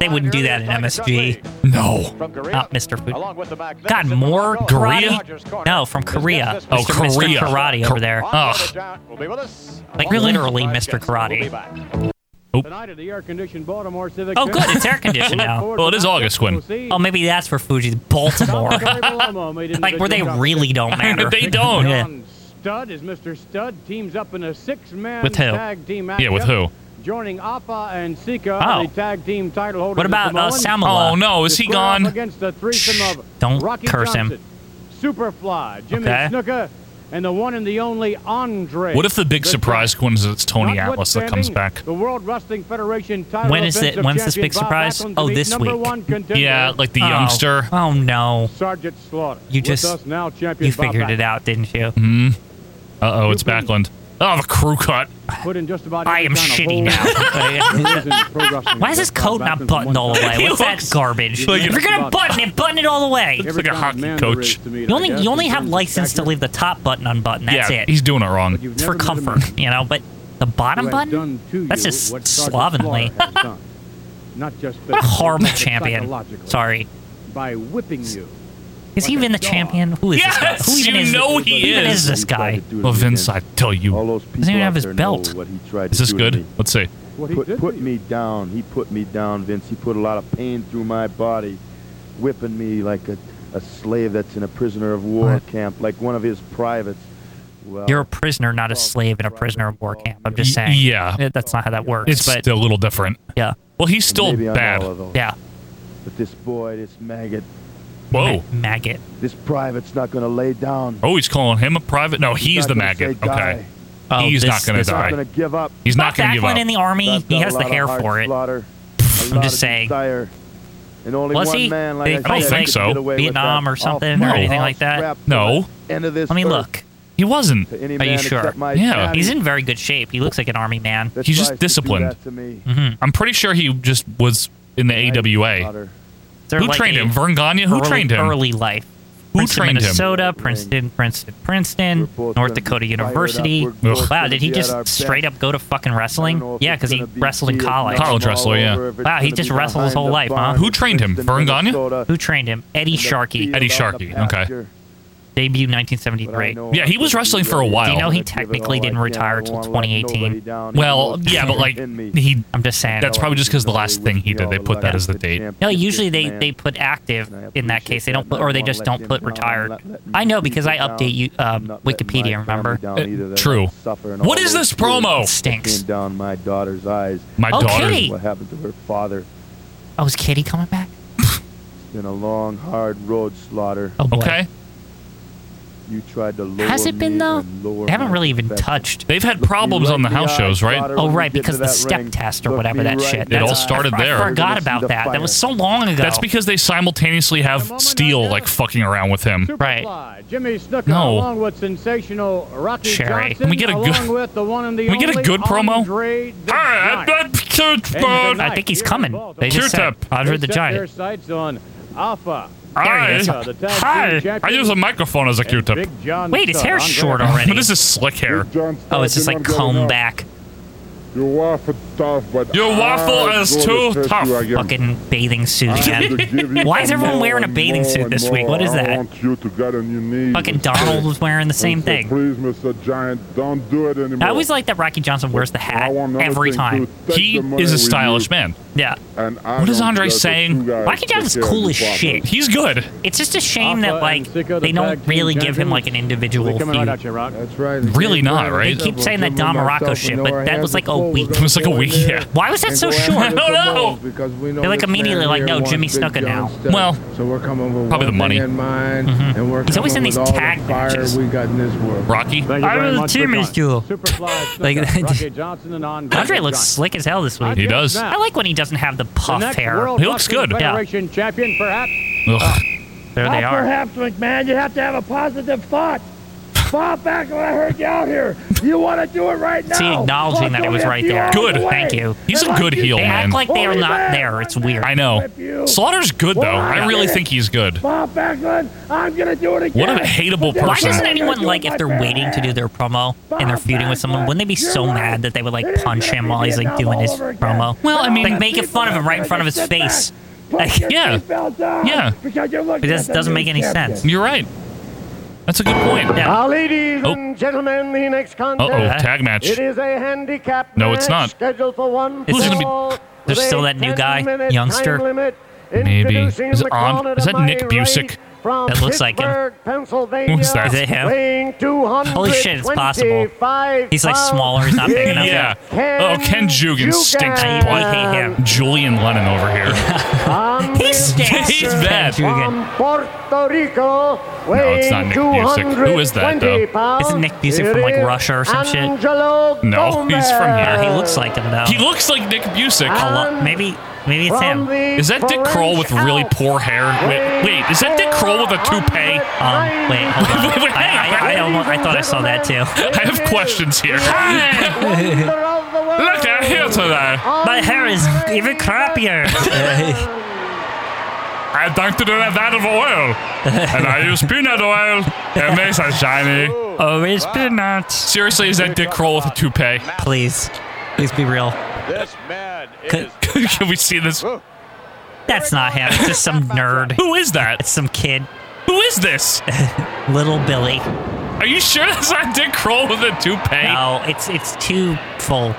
[SPEAKER 2] They wouldn't do that in MSG.
[SPEAKER 1] No.
[SPEAKER 2] Not Mr. Fuji.
[SPEAKER 4] Along with the magnificent
[SPEAKER 2] God, more
[SPEAKER 4] Monroe.
[SPEAKER 1] Korea?
[SPEAKER 2] karate? No, from Korea.
[SPEAKER 1] Oh,
[SPEAKER 2] Mr. Mr.
[SPEAKER 1] Korea.
[SPEAKER 2] Karate over there.
[SPEAKER 1] Ugh.
[SPEAKER 4] We'll be with us.
[SPEAKER 2] Like,
[SPEAKER 4] Along with
[SPEAKER 2] literally
[SPEAKER 4] the
[SPEAKER 2] Mr.
[SPEAKER 4] broadcast.
[SPEAKER 2] Karate.
[SPEAKER 4] We'll be back.
[SPEAKER 3] Tonight at the air-conditioned Baltimore Civic
[SPEAKER 2] Oh, good, it's air conditioned now.
[SPEAKER 1] Well, it is August, Quinn.
[SPEAKER 2] Oh, maybe that's for Fuji, Baltimore. like where they really don't matter.
[SPEAKER 1] They don't.
[SPEAKER 2] Yeah.
[SPEAKER 3] Stud is Mr. Stud teams up in a six-man
[SPEAKER 2] With who?
[SPEAKER 3] tag team matchup.
[SPEAKER 1] Yeah, with who?
[SPEAKER 3] Joining Appa and Sika,
[SPEAKER 2] Oh.
[SPEAKER 3] the tag team title holders.
[SPEAKER 2] What about
[SPEAKER 3] the
[SPEAKER 2] uh,
[SPEAKER 3] Samoans.
[SPEAKER 2] Samoa?
[SPEAKER 1] Oh, no. Is
[SPEAKER 3] to
[SPEAKER 1] he
[SPEAKER 3] square off
[SPEAKER 1] gone?
[SPEAKER 3] Against the threesome
[SPEAKER 2] Shh,
[SPEAKER 3] of
[SPEAKER 2] don't
[SPEAKER 3] Rocky
[SPEAKER 2] curse him.
[SPEAKER 3] Johnson, Superfly, Jimmy
[SPEAKER 2] Okay.
[SPEAKER 3] Snuka, and the one and the only Andre.
[SPEAKER 1] What if the big surprise, Quinn, is it's Tony Atlas that comes
[SPEAKER 3] Notwithstanding
[SPEAKER 1] back?
[SPEAKER 3] The World Wrestling Federation title
[SPEAKER 2] When is
[SPEAKER 3] event
[SPEAKER 2] it-
[SPEAKER 3] of
[SPEAKER 2] when's this
[SPEAKER 3] champion
[SPEAKER 2] big
[SPEAKER 3] Bob
[SPEAKER 2] surprise?
[SPEAKER 3] Backlund
[SPEAKER 2] Oh,
[SPEAKER 3] to meet
[SPEAKER 2] this
[SPEAKER 3] number
[SPEAKER 2] week.
[SPEAKER 3] One contender,
[SPEAKER 1] Yeah, like the
[SPEAKER 2] Oh.
[SPEAKER 1] youngster.
[SPEAKER 2] Oh no,
[SPEAKER 3] Sergeant Slaughter.
[SPEAKER 2] You
[SPEAKER 3] With
[SPEAKER 2] just-
[SPEAKER 3] us now, champion
[SPEAKER 2] you
[SPEAKER 3] Bob
[SPEAKER 2] figured it
[SPEAKER 3] Backlund.
[SPEAKER 2] out, didn't you?
[SPEAKER 1] Mm. Uh oh, it's Backlund. Oh, the crew cut.
[SPEAKER 3] Put in just about
[SPEAKER 2] I am shitty now.
[SPEAKER 3] now.
[SPEAKER 2] Why is this coat not buttoned all the way? What's that garbage?
[SPEAKER 1] like
[SPEAKER 2] if you're gonna button it, button it all the way.
[SPEAKER 1] It's like a hockey coach.
[SPEAKER 2] You only you only have license to leave the top button unbuttoned. That's
[SPEAKER 1] yeah,
[SPEAKER 2] it.
[SPEAKER 1] he's doing it wrong.
[SPEAKER 2] it's for comfort, you know. But the bottom button. That's
[SPEAKER 3] That's
[SPEAKER 2] just slovenly.
[SPEAKER 3] Not just
[SPEAKER 2] What a horrible champion.
[SPEAKER 3] psychologically,
[SPEAKER 2] Sorry.
[SPEAKER 3] By whipping you.
[SPEAKER 2] Is he
[SPEAKER 3] Like a
[SPEAKER 2] even the
[SPEAKER 3] dog.
[SPEAKER 2] champion? Who is
[SPEAKER 1] Yes,
[SPEAKER 2] this guy? Who even
[SPEAKER 1] you
[SPEAKER 2] is
[SPEAKER 1] know
[SPEAKER 2] who
[SPEAKER 1] he
[SPEAKER 2] even
[SPEAKER 1] is.
[SPEAKER 2] is this guy?
[SPEAKER 1] Well, Vince, I tell you.
[SPEAKER 7] those people
[SPEAKER 2] Doesn't even
[SPEAKER 7] out
[SPEAKER 2] have his
[SPEAKER 7] there know
[SPEAKER 2] belt.
[SPEAKER 7] What he tried to
[SPEAKER 1] Is this
[SPEAKER 7] do to
[SPEAKER 1] good?
[SPEAKER 7] me.
[SPEAKER 1] Let's see.
[SPEAKER 3] What he
[SPEAKER 7] Put,
[SPEAKER 3] did
[SPEAKER 7] put
[SPEAKER 3] to you.
[SPEAKER 7] me down. He put me down, Vince. He put a lot of pain through my body, whipping me like a, a slave that's in a prisoner of war
[SPEAKER 2] Right.
[SPEAKER 7] camp, like one of his privates. Well,
[SPEAKER 2] You're a prisoner, not a slave in a prisoner of war camp. I'm just
[SPEAKER 1] Y-
[SPEAKER 2] saying.
[SPEAKER 1] yeah.
[SPEAKER 2] Yeah, That's not how that works.
[SPEAKER 1] It's
[SPEAKER 2] but
[SPEAKER 1] still a little different.
[SPEAKER 2] yeah,
[SPEAKER 1] Well, he's still
[SPEAKER 7] maybe I'm
[SPEAKER 1] bad.
[SPEAKER 7] all of them.
[SPEAKER 2] yeah.
[SPEAKER 7] But this boy, this maggot,
[SPEAKER 1] Whoa.
[SPEAKER 2] Ma- maggot.
[SPEAKER 7] this private's not going to lay down.
[SPEAKER 1] Oh, he's calling him a private? No, he's
[SPEAKER 7] not
[SPEAKER 1] the
[SPEAKER 7] gonna
[SPEAKER 1] maggot.
[SPEAKER 7] say die.
[SPEAKER 1] Okay.
[SPEAKER 2] Oh,
[SPEAKER 1] He's
[SPEAKER 2] this-
[SPEAKER 1] not going to
[SPEAKER 2] this-
[SPEAKER 7] He's not
[SPEAKER 1] die.
[SPEAKER 7] going to give up.
[SPEAKER 1] He's not going to
[SPEAKER 2] Bob
[SPEAKER 1] give
[SPEAKER 2] Backlund
[SPEAKER 1] up.
[SPEAKER 2] in the army.
[SPEAKER 7] I've
[SPEAKER 2] He
[SPEAKER 7] got
[SPEAKER 2] has
[SPEAKER 7] a
[SPEAKER 2] the
[SPEAKER 7] lot of
[SPEAKER 2] hair
[SPEAKER 7] hard
[SPEAKER 2] for it.
[SPEAKER 7] Slaughter,
[SPEAKER 2] I'm just saying.
[SPEAKER 7] Desire, and only
[SPEAKER 2] Was
[SPEAKER 7] one
[SPEAKER 2] he?
[SPEAKER 7] Man,
[SPEAKER 2] They-
[SPEAKER 7] like
[SPEAKER 2] I don't
[SPEAKER 7] said,
[SPEAKER 1] think
[SPEAKER 7] could
[SPEAKER 1] so.
[SPEAKER 7] get away with
[SPEAKER 2] Vietnam
[SPEAKER 7] that.
[SPEAKER 2] or something
[SPEAKER 7] I'll
[SPEAKER 1] or
[SPEAKER 7] fight,
[SPEAKER 2] anything
[SPEAKER 7] I'll
[SPEAKER 2] like that?
[SPEAKER 7] strap to
[SPEAKER 1] No.
[SPEAKER 7] the End of this
[SPEAKER 2] Let me
[SPEAKER 7] earth.
[SPEAKER 2] look.
[SPEAKER 1] He wasn't.
[SPEAKER 7] to any
[SPEAKER 2] Are you
[SPEAKER 7] man
[SPEAKER 2] sure?
[SPEAKER 7] except my
[SPEAKER 1] Yeah.
[SPEAKER 7] daddy
[SPEAKER 2] He's in very good shape. He looks like an army man.
[SPEAKER 7] that
[SPEAKER 1] He's just
[SPEAKER 7] tries to do
[SPEAKER 1] disciplined.
[SPEAKER 7] that to me.
[SPEAKER 1] I'm pretty sure he just was in the AWA.
[SPEAKER 7] Daughter.
[SPEAKER 2] They're
[SPEAKER 1] Who
[SPEAKER 2] like
[SPEAKER 1] trained
[SPEAKER 2] a
[SPEAKER 1] him? Vern Gagne? Who
[SPEAKER 2] early-
[SPEAKER 1] trained him?
[SPEAKER 2] Early life.
[SPEAKER 1] Who
[SPEAKER 2] Princeton,
[SPEAKER 1] trained him?
[SPEAKER 2] Minnesota, Princeton, Princeton, Princeton,
[SPEAKER 7] We're both
[SPEAKER 2] North
[SPEAKER 7] gonna be
[SPEAKER 2] Dakota
[SPEAKER 7] fired up.
[SPEAKER 2] University.
[SPEAKER 7] We're both
[SPEAKER 1] Ugh.
[SPEAKER 2] Wow,
[SPEAKER 7] gonna
[SPEAKER 2] did he
[SPEAKER 7] be at
[SPEAKER 2] just
[SPEAKER 7] our best.
[SPEAKER 2] straight up go to fucking
[SPEAKER 7] I don't
[SPEAKER 2] wrestling?
[SPEAKER 7] know if
[SPEAKER 2] Yeah,
[SPEAKER 7] it's
[SPEAKER 2] because he
[SPEAKER 7] gonna be
[SPEAKER 2] wrestled in
[SPEAKER 7] G.S.
[SPEAKER 2] college.
[SPEAKER 1] College wrestler, yeah.
[SPEAKER 7] or if it's
[SPEAKER 2] Wow, he
[SPEAKER 7] gonna
[SPEAKER 2] just
[SPEAKER 7] be
[SPEAKER 2] wrestled his
[SPEAKER 7] behind
[SPEAKER 2] whole
[SPEAKER 7] the
[SPEAKER 2] life, huh?
[SPEAKER 7] barn
[SPEAKER 1] Who
[SPEAKER 7] in
[SPEAKER 1] trained him?
[SPEAKER 7] Princeton,
[SPEAKER 1] Vern Gagne?
[SPEAKER 7] Minnesota,
[SPEAKER 2] Who trained him? Eddie
[SPEAKER 7] in the
[SPEAKER 2] Sharkey.
[SPEAKER 7] field
[SPEAKER 1] Eddie
[SPEAKER 7] on the
[SPEAKER 1] Sharkey, okay.
[SPEAKER 7] pasture.
[SPEAKER 2] debut
[SPEAKER 7] But I
[SPEAKER 2] 1973.
[SPEAKER 7] know
[SPEAKER 1] Yeah,
[SPEAKER 7] I
[SPEAKER 1] he was
[SPEAKER 7] couldn't
[SPEAKER 1] wrestling
[SPEAKER 7] be
[SPEAKER 1] for a
[SPEAKER 7] ready.
[SPEAKER 1] while. Do you know
[SPEAKER 2] he
[SPEAKER 7] I'd give it all
[SPEAKER 2] technically
[SPEAKER 7] I
[SPEAKER 2] didn't
[SPEAKER 7] can. I
[SPEAKER 2] retire
[SPEAKER 7] don't
[SPEAKER 2] till
[SPEAKER 7] wanna let
[SPEAKER 2] 2018?
[SPEAKER 7] nobody down, even
[SPEAKER 1] Well,
[SPEAKER 7] though it's
[SPEAKER 1] yeah, but
[SPEAKER 7] gonna
[SPEAKER 1] like
[SPEAKER 7] pin me.
[SPEAKER 1] he
[SPEAKER 2] I'm just saying.
[SPEAKER 1] That's probably just 'cause the last thing he did, they put that as the date.
[SPEAKER 2] No, usually they, they put active in that case. They don't put, or they just don't put retired. I know because I update you uh, Wikipedia. Remember?
[SPEAKER 1] Uh, true. What is this promo?
[SPEAKER 2] It stinks.
[SPEAKER 7] Came down my daughter's eyes.
[SPEAKER 1] My
[SPEAKER 2] Oh,
[SPEAKER 1] daughter.
[SPEAKER 2] Kitty!
[SPEAKER 7] What happened to her father?
[SPEAKER 2] Oh, is Kitty coming back?
[SPEAKER 7] It's been a long, hard road slaughter.
[SPEAKER 2] Oh boy.
[SPEAKER 1] Okay.
[SPEAKER 7] You tried to lower
[SPEAKER 2] Has it been
[SPEAKER 7] me
[SPEAKER 2] though?
[SPEAKER 7] and lower
[SPEAKER 2] They haven't
[SPEAKER 7] my
[SPEAKER 2] really even
[SPEAKER 7] profession.
[SPEAKER 2] touched.
[SPEAKER 1] They've had problems
[SPEAKER 7] Look me
[SPEAKER 1] on the
[SPEAKER 7] right in
[SPEAKER 1] house shows,
[SPEAKER 7] eye,
[SPEAKER 1] right?
[SPEAKER 7] daughter,
[SPEAKER 2] Oh
[SPEAKER 7] when we
[SPEAKER 2] right,
[SPEAKER 7] get to
[SPEAKER 2] because the
[SPEAKER 7] that
[SPEAKER 2] step
[SPEAKER 7] ring.
[SPEAKER 2] test or
[SPEAKER 7] Look
[SPEAKER 2] whatever
[SPEAKER 7] me
[SPEAKER 2] that
[SPEAKER 7] right
[SPEAKER 2] shit.
[SPEAKER 7] in
[SPEAKER 1] It all
[SPEAKER 7] the eye.
[SPEAKER 1] started
[SPEAKER 2] I,
[SPEAKER 1] there.
[SPEAKER 2] I forgot about that. That was so long ago.
[SPEAKER 1] That's because they simultaneously have
[SPEAKER 3] moment
[SPEAKER 1] Steel
[SPEAKER 3] now.
[SPEAKER 1] like fucking around with him.
[SPEAKER 2] Right.
[SPEAKER 3] Superfly, Jimmy Snooker,
[SPEAKER 1] No.
[SPEAKER 3] along with sensational Rocky
[SPEAKER 2] Sherry.
[SPEAKER 3] Johnson,
[SPEAKER 1] Can we get a good-
[SPEAKER 3] along with the one and the
[SPEAKER 1] Can we get a
[SPEAKER 3] only
[SPEAKER 1] good promo?
[SPEAKER 3] Andre the
[SPEAKER 1] Ah,
[SPEAKER 3] Giant.
[SPEAKER 1] that- that-
[SPEAKER 3] And
[SPEAKER 1] uh,
[SPEAKER 2] I think he's coming. They
[SPEAKER 1] Sure
[SPEAKER 2] just said
[SPEAKER 1] tip.
[SPEAKER 2] Andre the
[SPEAKER 3] They set Their
[SPEAKER 2] Giant.
[SPEAKER 3] sights on Alpha.
[SPEAKER 2] There he is.
[SPEAKER 1] Hi.
[SPEAKER 3] Uh, the tag team
[SPEAKER 1] Hi. I
[SPEAKER 3] champion
[SPEAKER 1] use a microphone as a
[SPEAKER 3] and
[SPEAKER 1] Q-tip.
[SPEAKER 3] Big John
[SPEAKER 2] Wait, his
[SPEAKER 3] Studd.
[SPEAKER 2] hair's
[SPEAKER 3] Andre
[SPEAKER 2] short
[SPEAKER 3] the
[SPEAKER 2] already.
[SPEAKER 1] What is this slick hair?
[SPEAKER 2] Oh, it's just like comb back.
[SPEAKER 8] Your waffle tough, but
[SPEAKER 1] Your
[SPEAKER 8] I'm
[SPEAKER 1] waffle is
[SPEAKER 8] gonna
[SPEAKER 1] too
[SPEAKER 8] hurt you
[SPEAKER 1] tough.
[SPEAKER 8] again.
[SPEAKER 2] Fucking bathing suit.
[SPEAKER 8] I'm
[SPEAKER 2] again.
[SPEAKER 8] gonna give you
[SPEAKER 2] Why is
[SPEAKER 8] some
[SPEAKER 2] everyone
[SPEAKER 8] more
[SPEAKER 2] wearing a
[SPEAKER 8] and
[SPEAKER 2] bathing
[SPEAKER 8] more
[SPEAKER 2] suit
[SPEAKER 8] and
[SPEAKER 2] this week? What is
[SPEAKER 8] more.
[SPEAKER 2] that?
[SPEAKER 8] I want you to get on your knees.
[SPEAKER 2] Fucking Donald was wearing the same
[SPEAKER 8] And so
[SPEAKER 2] thing.
[SPEAKER 8] Please, Mr. Giant, don't do it anymore.
[SPEAKER 2] I always like that Rocky Johnson wears the
[SPEAKER 8] I
[SPEAKER 2] hat
[SPEAKER 8] want another
[SPEAKER 2] every
[SPEAKER 8] thing
[SPEAKER 2] time.
[SPEAKER 8] to take
[SPEAKER 1] He
[SPEAKER 8] the money
[SPEAKER 1] is a
[SPEAKER 8] with you,
[SPEAKER 1] stylist man.
[SPEAKER 2] Yeah.
[SPEAKER 8] and I
[SPEAKER 1] What is
[SPEAKER 8] don't
[SPEAKER 1] Andre
[SPEAKER 8] care that
[SPEAKER 1] saying?
[SPEAKER 8] you guys
[SPEAKER 2] Rocky
[SPEAKER 8] take
[SPEAKER 2] Johnson's
[SPEAKER 8] care of
[SPEAKER 2] cool
[SPEAKER 8] the
[SPEAKER 2] as
[SPEAKER 8] waffle.
[SPEAKER 2] shit.
[SPEAKER 1] He's good.
[SPEAKER 2] It's just a shame
[SPEAKER 3] Alpha
[SPEAKER 2] that like
[SPEAKER 3] and Sicko, the
[SPEAKER 2] they don't
[SPEAKER 3] tag team
[SPEAKER 2] really give him
[SPEAKER 3] champions.
[SPEAKER 2] like an individual
[SPEAKER 3] They're coming right
[SPEAKER 2] feud.
[SPEAKER 3] at you, Rock.
[SPEAKER 7] That's right.
[SPEAKER 1] Really not, right?
[SPEAKER 2] They keep saying that Don Morocco shit, but that was like a week.
[SPEAKER 1] It was like a week, yeah.
[SPEAKER 2] Why was that so short? Oh,
[SPEAKER 1] No, no.
[SPEAKER 7] They're
[SPEAKER 2] They're like immediately like, no, Jimmy Snuka now.
[SPEAKER 1] Well,
[SPEAKER 7] so we're coming with
[SPEAKER 1] probably the
[SPEAKER 7] one
[SPEAKER 1] money.
[SPEAKER 7] thing in mind, and we're
[SPEAKER 2] Mm-hmm. He's always
[SPEAKER 7] coming
[SPEAKER 2] in these
[SPEAKER 7] with all the
[SPEAKER 2] tag
[SPEAKER 7] fire
[SPEAKER 2] matches.
[SPEAKER 7] We got in this world.
[SPEAKER 1] Rocky.
[SPEAKER 3] Thank you
[SPEAKER 2] I
[SPEAKER 3] very
[SPEAKER 2] will
[SPEAKER 3] much for
[SPEAKER 2] team
[SPEAKER 3] coming.
[SPEAKER 2] is you.
[SPEAKER 3] Superfly,
[SPEAKER 2] Like,
[SPEAKER 3] Snooker,
[SPEAKER 2] that-
[SPEAKER 3] Rocky Johnson, and Andre.
[SPEAKER 2] Andre
[SPEAKER 3] the
[SPEAKER 2] looks
[SPEAKER 3] Giant.
[SPEAKER 2] slick as hell this week.
[SPEAKER 1] He does.
[SPEAKER 2] I like when he doesn't have the
[SPEAKER 3] The
[SPEAKER 2] puff
[SPEAKER 3] next
[SPEAKER 2] hair.
[SPEAKER 3] World
[SPEAKER 1] He looks
[SPEAKER 3] Boxing
[SPEAKER 1] good. Yeah.
[SPEAKER 3] Federation champion, perhaps.
[SPEAKER 1] Ugh.
[SPEAKER 2] There they are.
[SPEAKER 6] Perhaps, McMahon, you have to have a positive thought. Bob, back when I heard you out here, you want to do it right now.
[SPEAKER 2] See, acknowledging that it was right there.
[SPEAKER 1] Good.
[SPEAKER 2] Thank you.
[SPEAKER 1] He's a good heel,
[SPEAKER 2] They act
[SPEAKER 1] man.
[SPEAKER 2] like they are not there. It's weird.
[SPEAKER 1] I know. Slaughter's good though. I really think he's good.
[SPEAKER 6] Bob Backlund, I'm gonna do it again.
[SPEAKER 1] What a hateable
[SPEAKER 2] Why doesn't
[SPEAKER 1] person.
[SPEAKER 2] anyone like if they're waiting to do their promo and they're feuding with someone? Wouldn't they be so mad that they would like punch him while he's like doing his promo?
[SPEAKER 1] Well, I mean-
[SPEAKER 2] like making fun of him right in front of his face. Like,
[SPEAKER 1] Yeah. Yeah.
[SPEAKER 6] Because you're
[SPEAKER 2] it
[SPEAKER 6] looking
[SPEAKER 2] just
[SPEAKER 6] at the
[SPEAKER 2] doesn't
[SPEAKER 6] new
[SPEAKER 2] make any
[SPEAKER 6] champion.
[SPEAKER 2] sense.
[SPEAKER 1] You're right. That's a good point.
[SPEAKER 2] Yeah.
[SPEAKER 3] Now, ladies
[SPEAKER 1] Oh.
[SPEAKER 3] and gentlemen, the next
[SPEAKER 1] Uh
[SPEAKER 3] contest.
[SPEAKER 1] oh, tag match.
[SPEAKER 3] It is a handicap.
[SPEAKER 1] No, it's not.
[SPEAKER 3] match Scheduled for one.
[SPEAKER 2] Who's
[SPEAKER 1] gonna be-
[SPEAKER 3] fall
[SPEAKER 2] There's
[SPEAKER 3] with
[SPEAKER 2] still
[SPEAKER 3] a
[SPEAKER 2] that new guy,
[SPEAKER 3] 10-minute
[SPEAKER 2] youngster?
[SPEAKER 3] time limit.
[SPEAKER 1] Maybe.
[SPEAKER 3] Introducing
[SPEAKER 1] Is it
[SPEAKER 3] the
[SPEAKER 1] on?
[SPEAKER 3] corner
[SPEAKER 1] Is
[SPEAKER 3] to
[SPEAKER 1] that Nick
[SPEAKER 3] my right
[SPEAKER 1] Busick?
[SPEAKER 3] from
[SPEAKER 2] That looks like him.
[SPEAKER 3] Pittsburgh, Pennsylvania.
[SPEAKER 1] Who's that? Is
[SPEAKER 2] it him?
[SPEAKER 3] Weighing 225
[SPEAKER 2] He's, like,
[SPEAKER 3] pounds.
[SPEAKER 2] smaller. He's not big enough.
[SPEAKER 1] Yeah.
[SPEAKER 3] Ken
[SPEAKER 1] Oh, Ken Jugan stinks.
[SPEAKER 3] Jugan.
[SPEAKER 2] I hate him.
[SPEAKER 1] Julian Lennon over here.
[SPEAKER 2] He stinks.
[SPEAKER 1] He's bad.
[SPEAKER 2] Jugan.
[SPEAKER 3] From Puerto Rico, weighing
[SPEAKER 1] not Nick Busick. Who is that, though?
[SPEAKER 3] 220 pounds.
[SPEAKER 2] Isn't Nick Busick from, like,
[SPEAKER 3] It is
[SPEAKER 2] Russia or some shit?
[SPEAKER 3] Angelo
[SPEAKER 1] No, he's from
[SPEAKER 3] Gomez.
[SPEAKER 1] here.
[SPEAKER 2] Yeah, Uh, he looks like him though.
[SPEAKER 1] He looks like Nick Busick.
[SPEAKER 2] Hello- Maybe, maybe it's
[SPEAKER 3] From
[SPEAKER 2] him. Um,
[SPEAKER 3] the
[SPEAKER 1] Is that Dick
[SPEAKER 3] French
[SPEAKER 1] Kroll with really
[SPEAKER 3] Alps.
[SPEAKER 1] poor hair? Wait, wait, is that Dick Kroll with a toupee?
[SPEAKER 2] Um, wait, hold on.
[SPEAKER 1] Wait, wait,
[SPEAKER 2] I, I, I, almost, I thought I saw that too.
[SPEAKER 1] I have questions here. Look
[SPEAKER 3] Look
[SPEAKER 1] at here today.
[SPEAKER 2] My hair is even crappier.
[SPEAKER 1] I dunked it in a vat of oil, and I use peanut oil. It makes it shiny.
[SPEAKER 2] oh, it's peanuts.
[SPEAKER 1] Seriously, is that Dick Kroll with a toupee?
[SPEAKER 2] Please, please be real.
[SPEAKER 4] This man
[SPEAKER 2] Could-
[SPEAKER 4] is
[SPEAKER 1] Can we see this?
[SPEAKER 2] That's not him. It's just some nerd.
[SPEAKER 1] Who is that?
[SPEAKER 2] It's some kid.
[SPEAKER 1] Who is this?
[SPEAKER 2] Little Billy.
[SPEAKER 1] Are you sure that's not Dick Kroll with a toupee?
[SPEAKER 2] No, it's it's too full.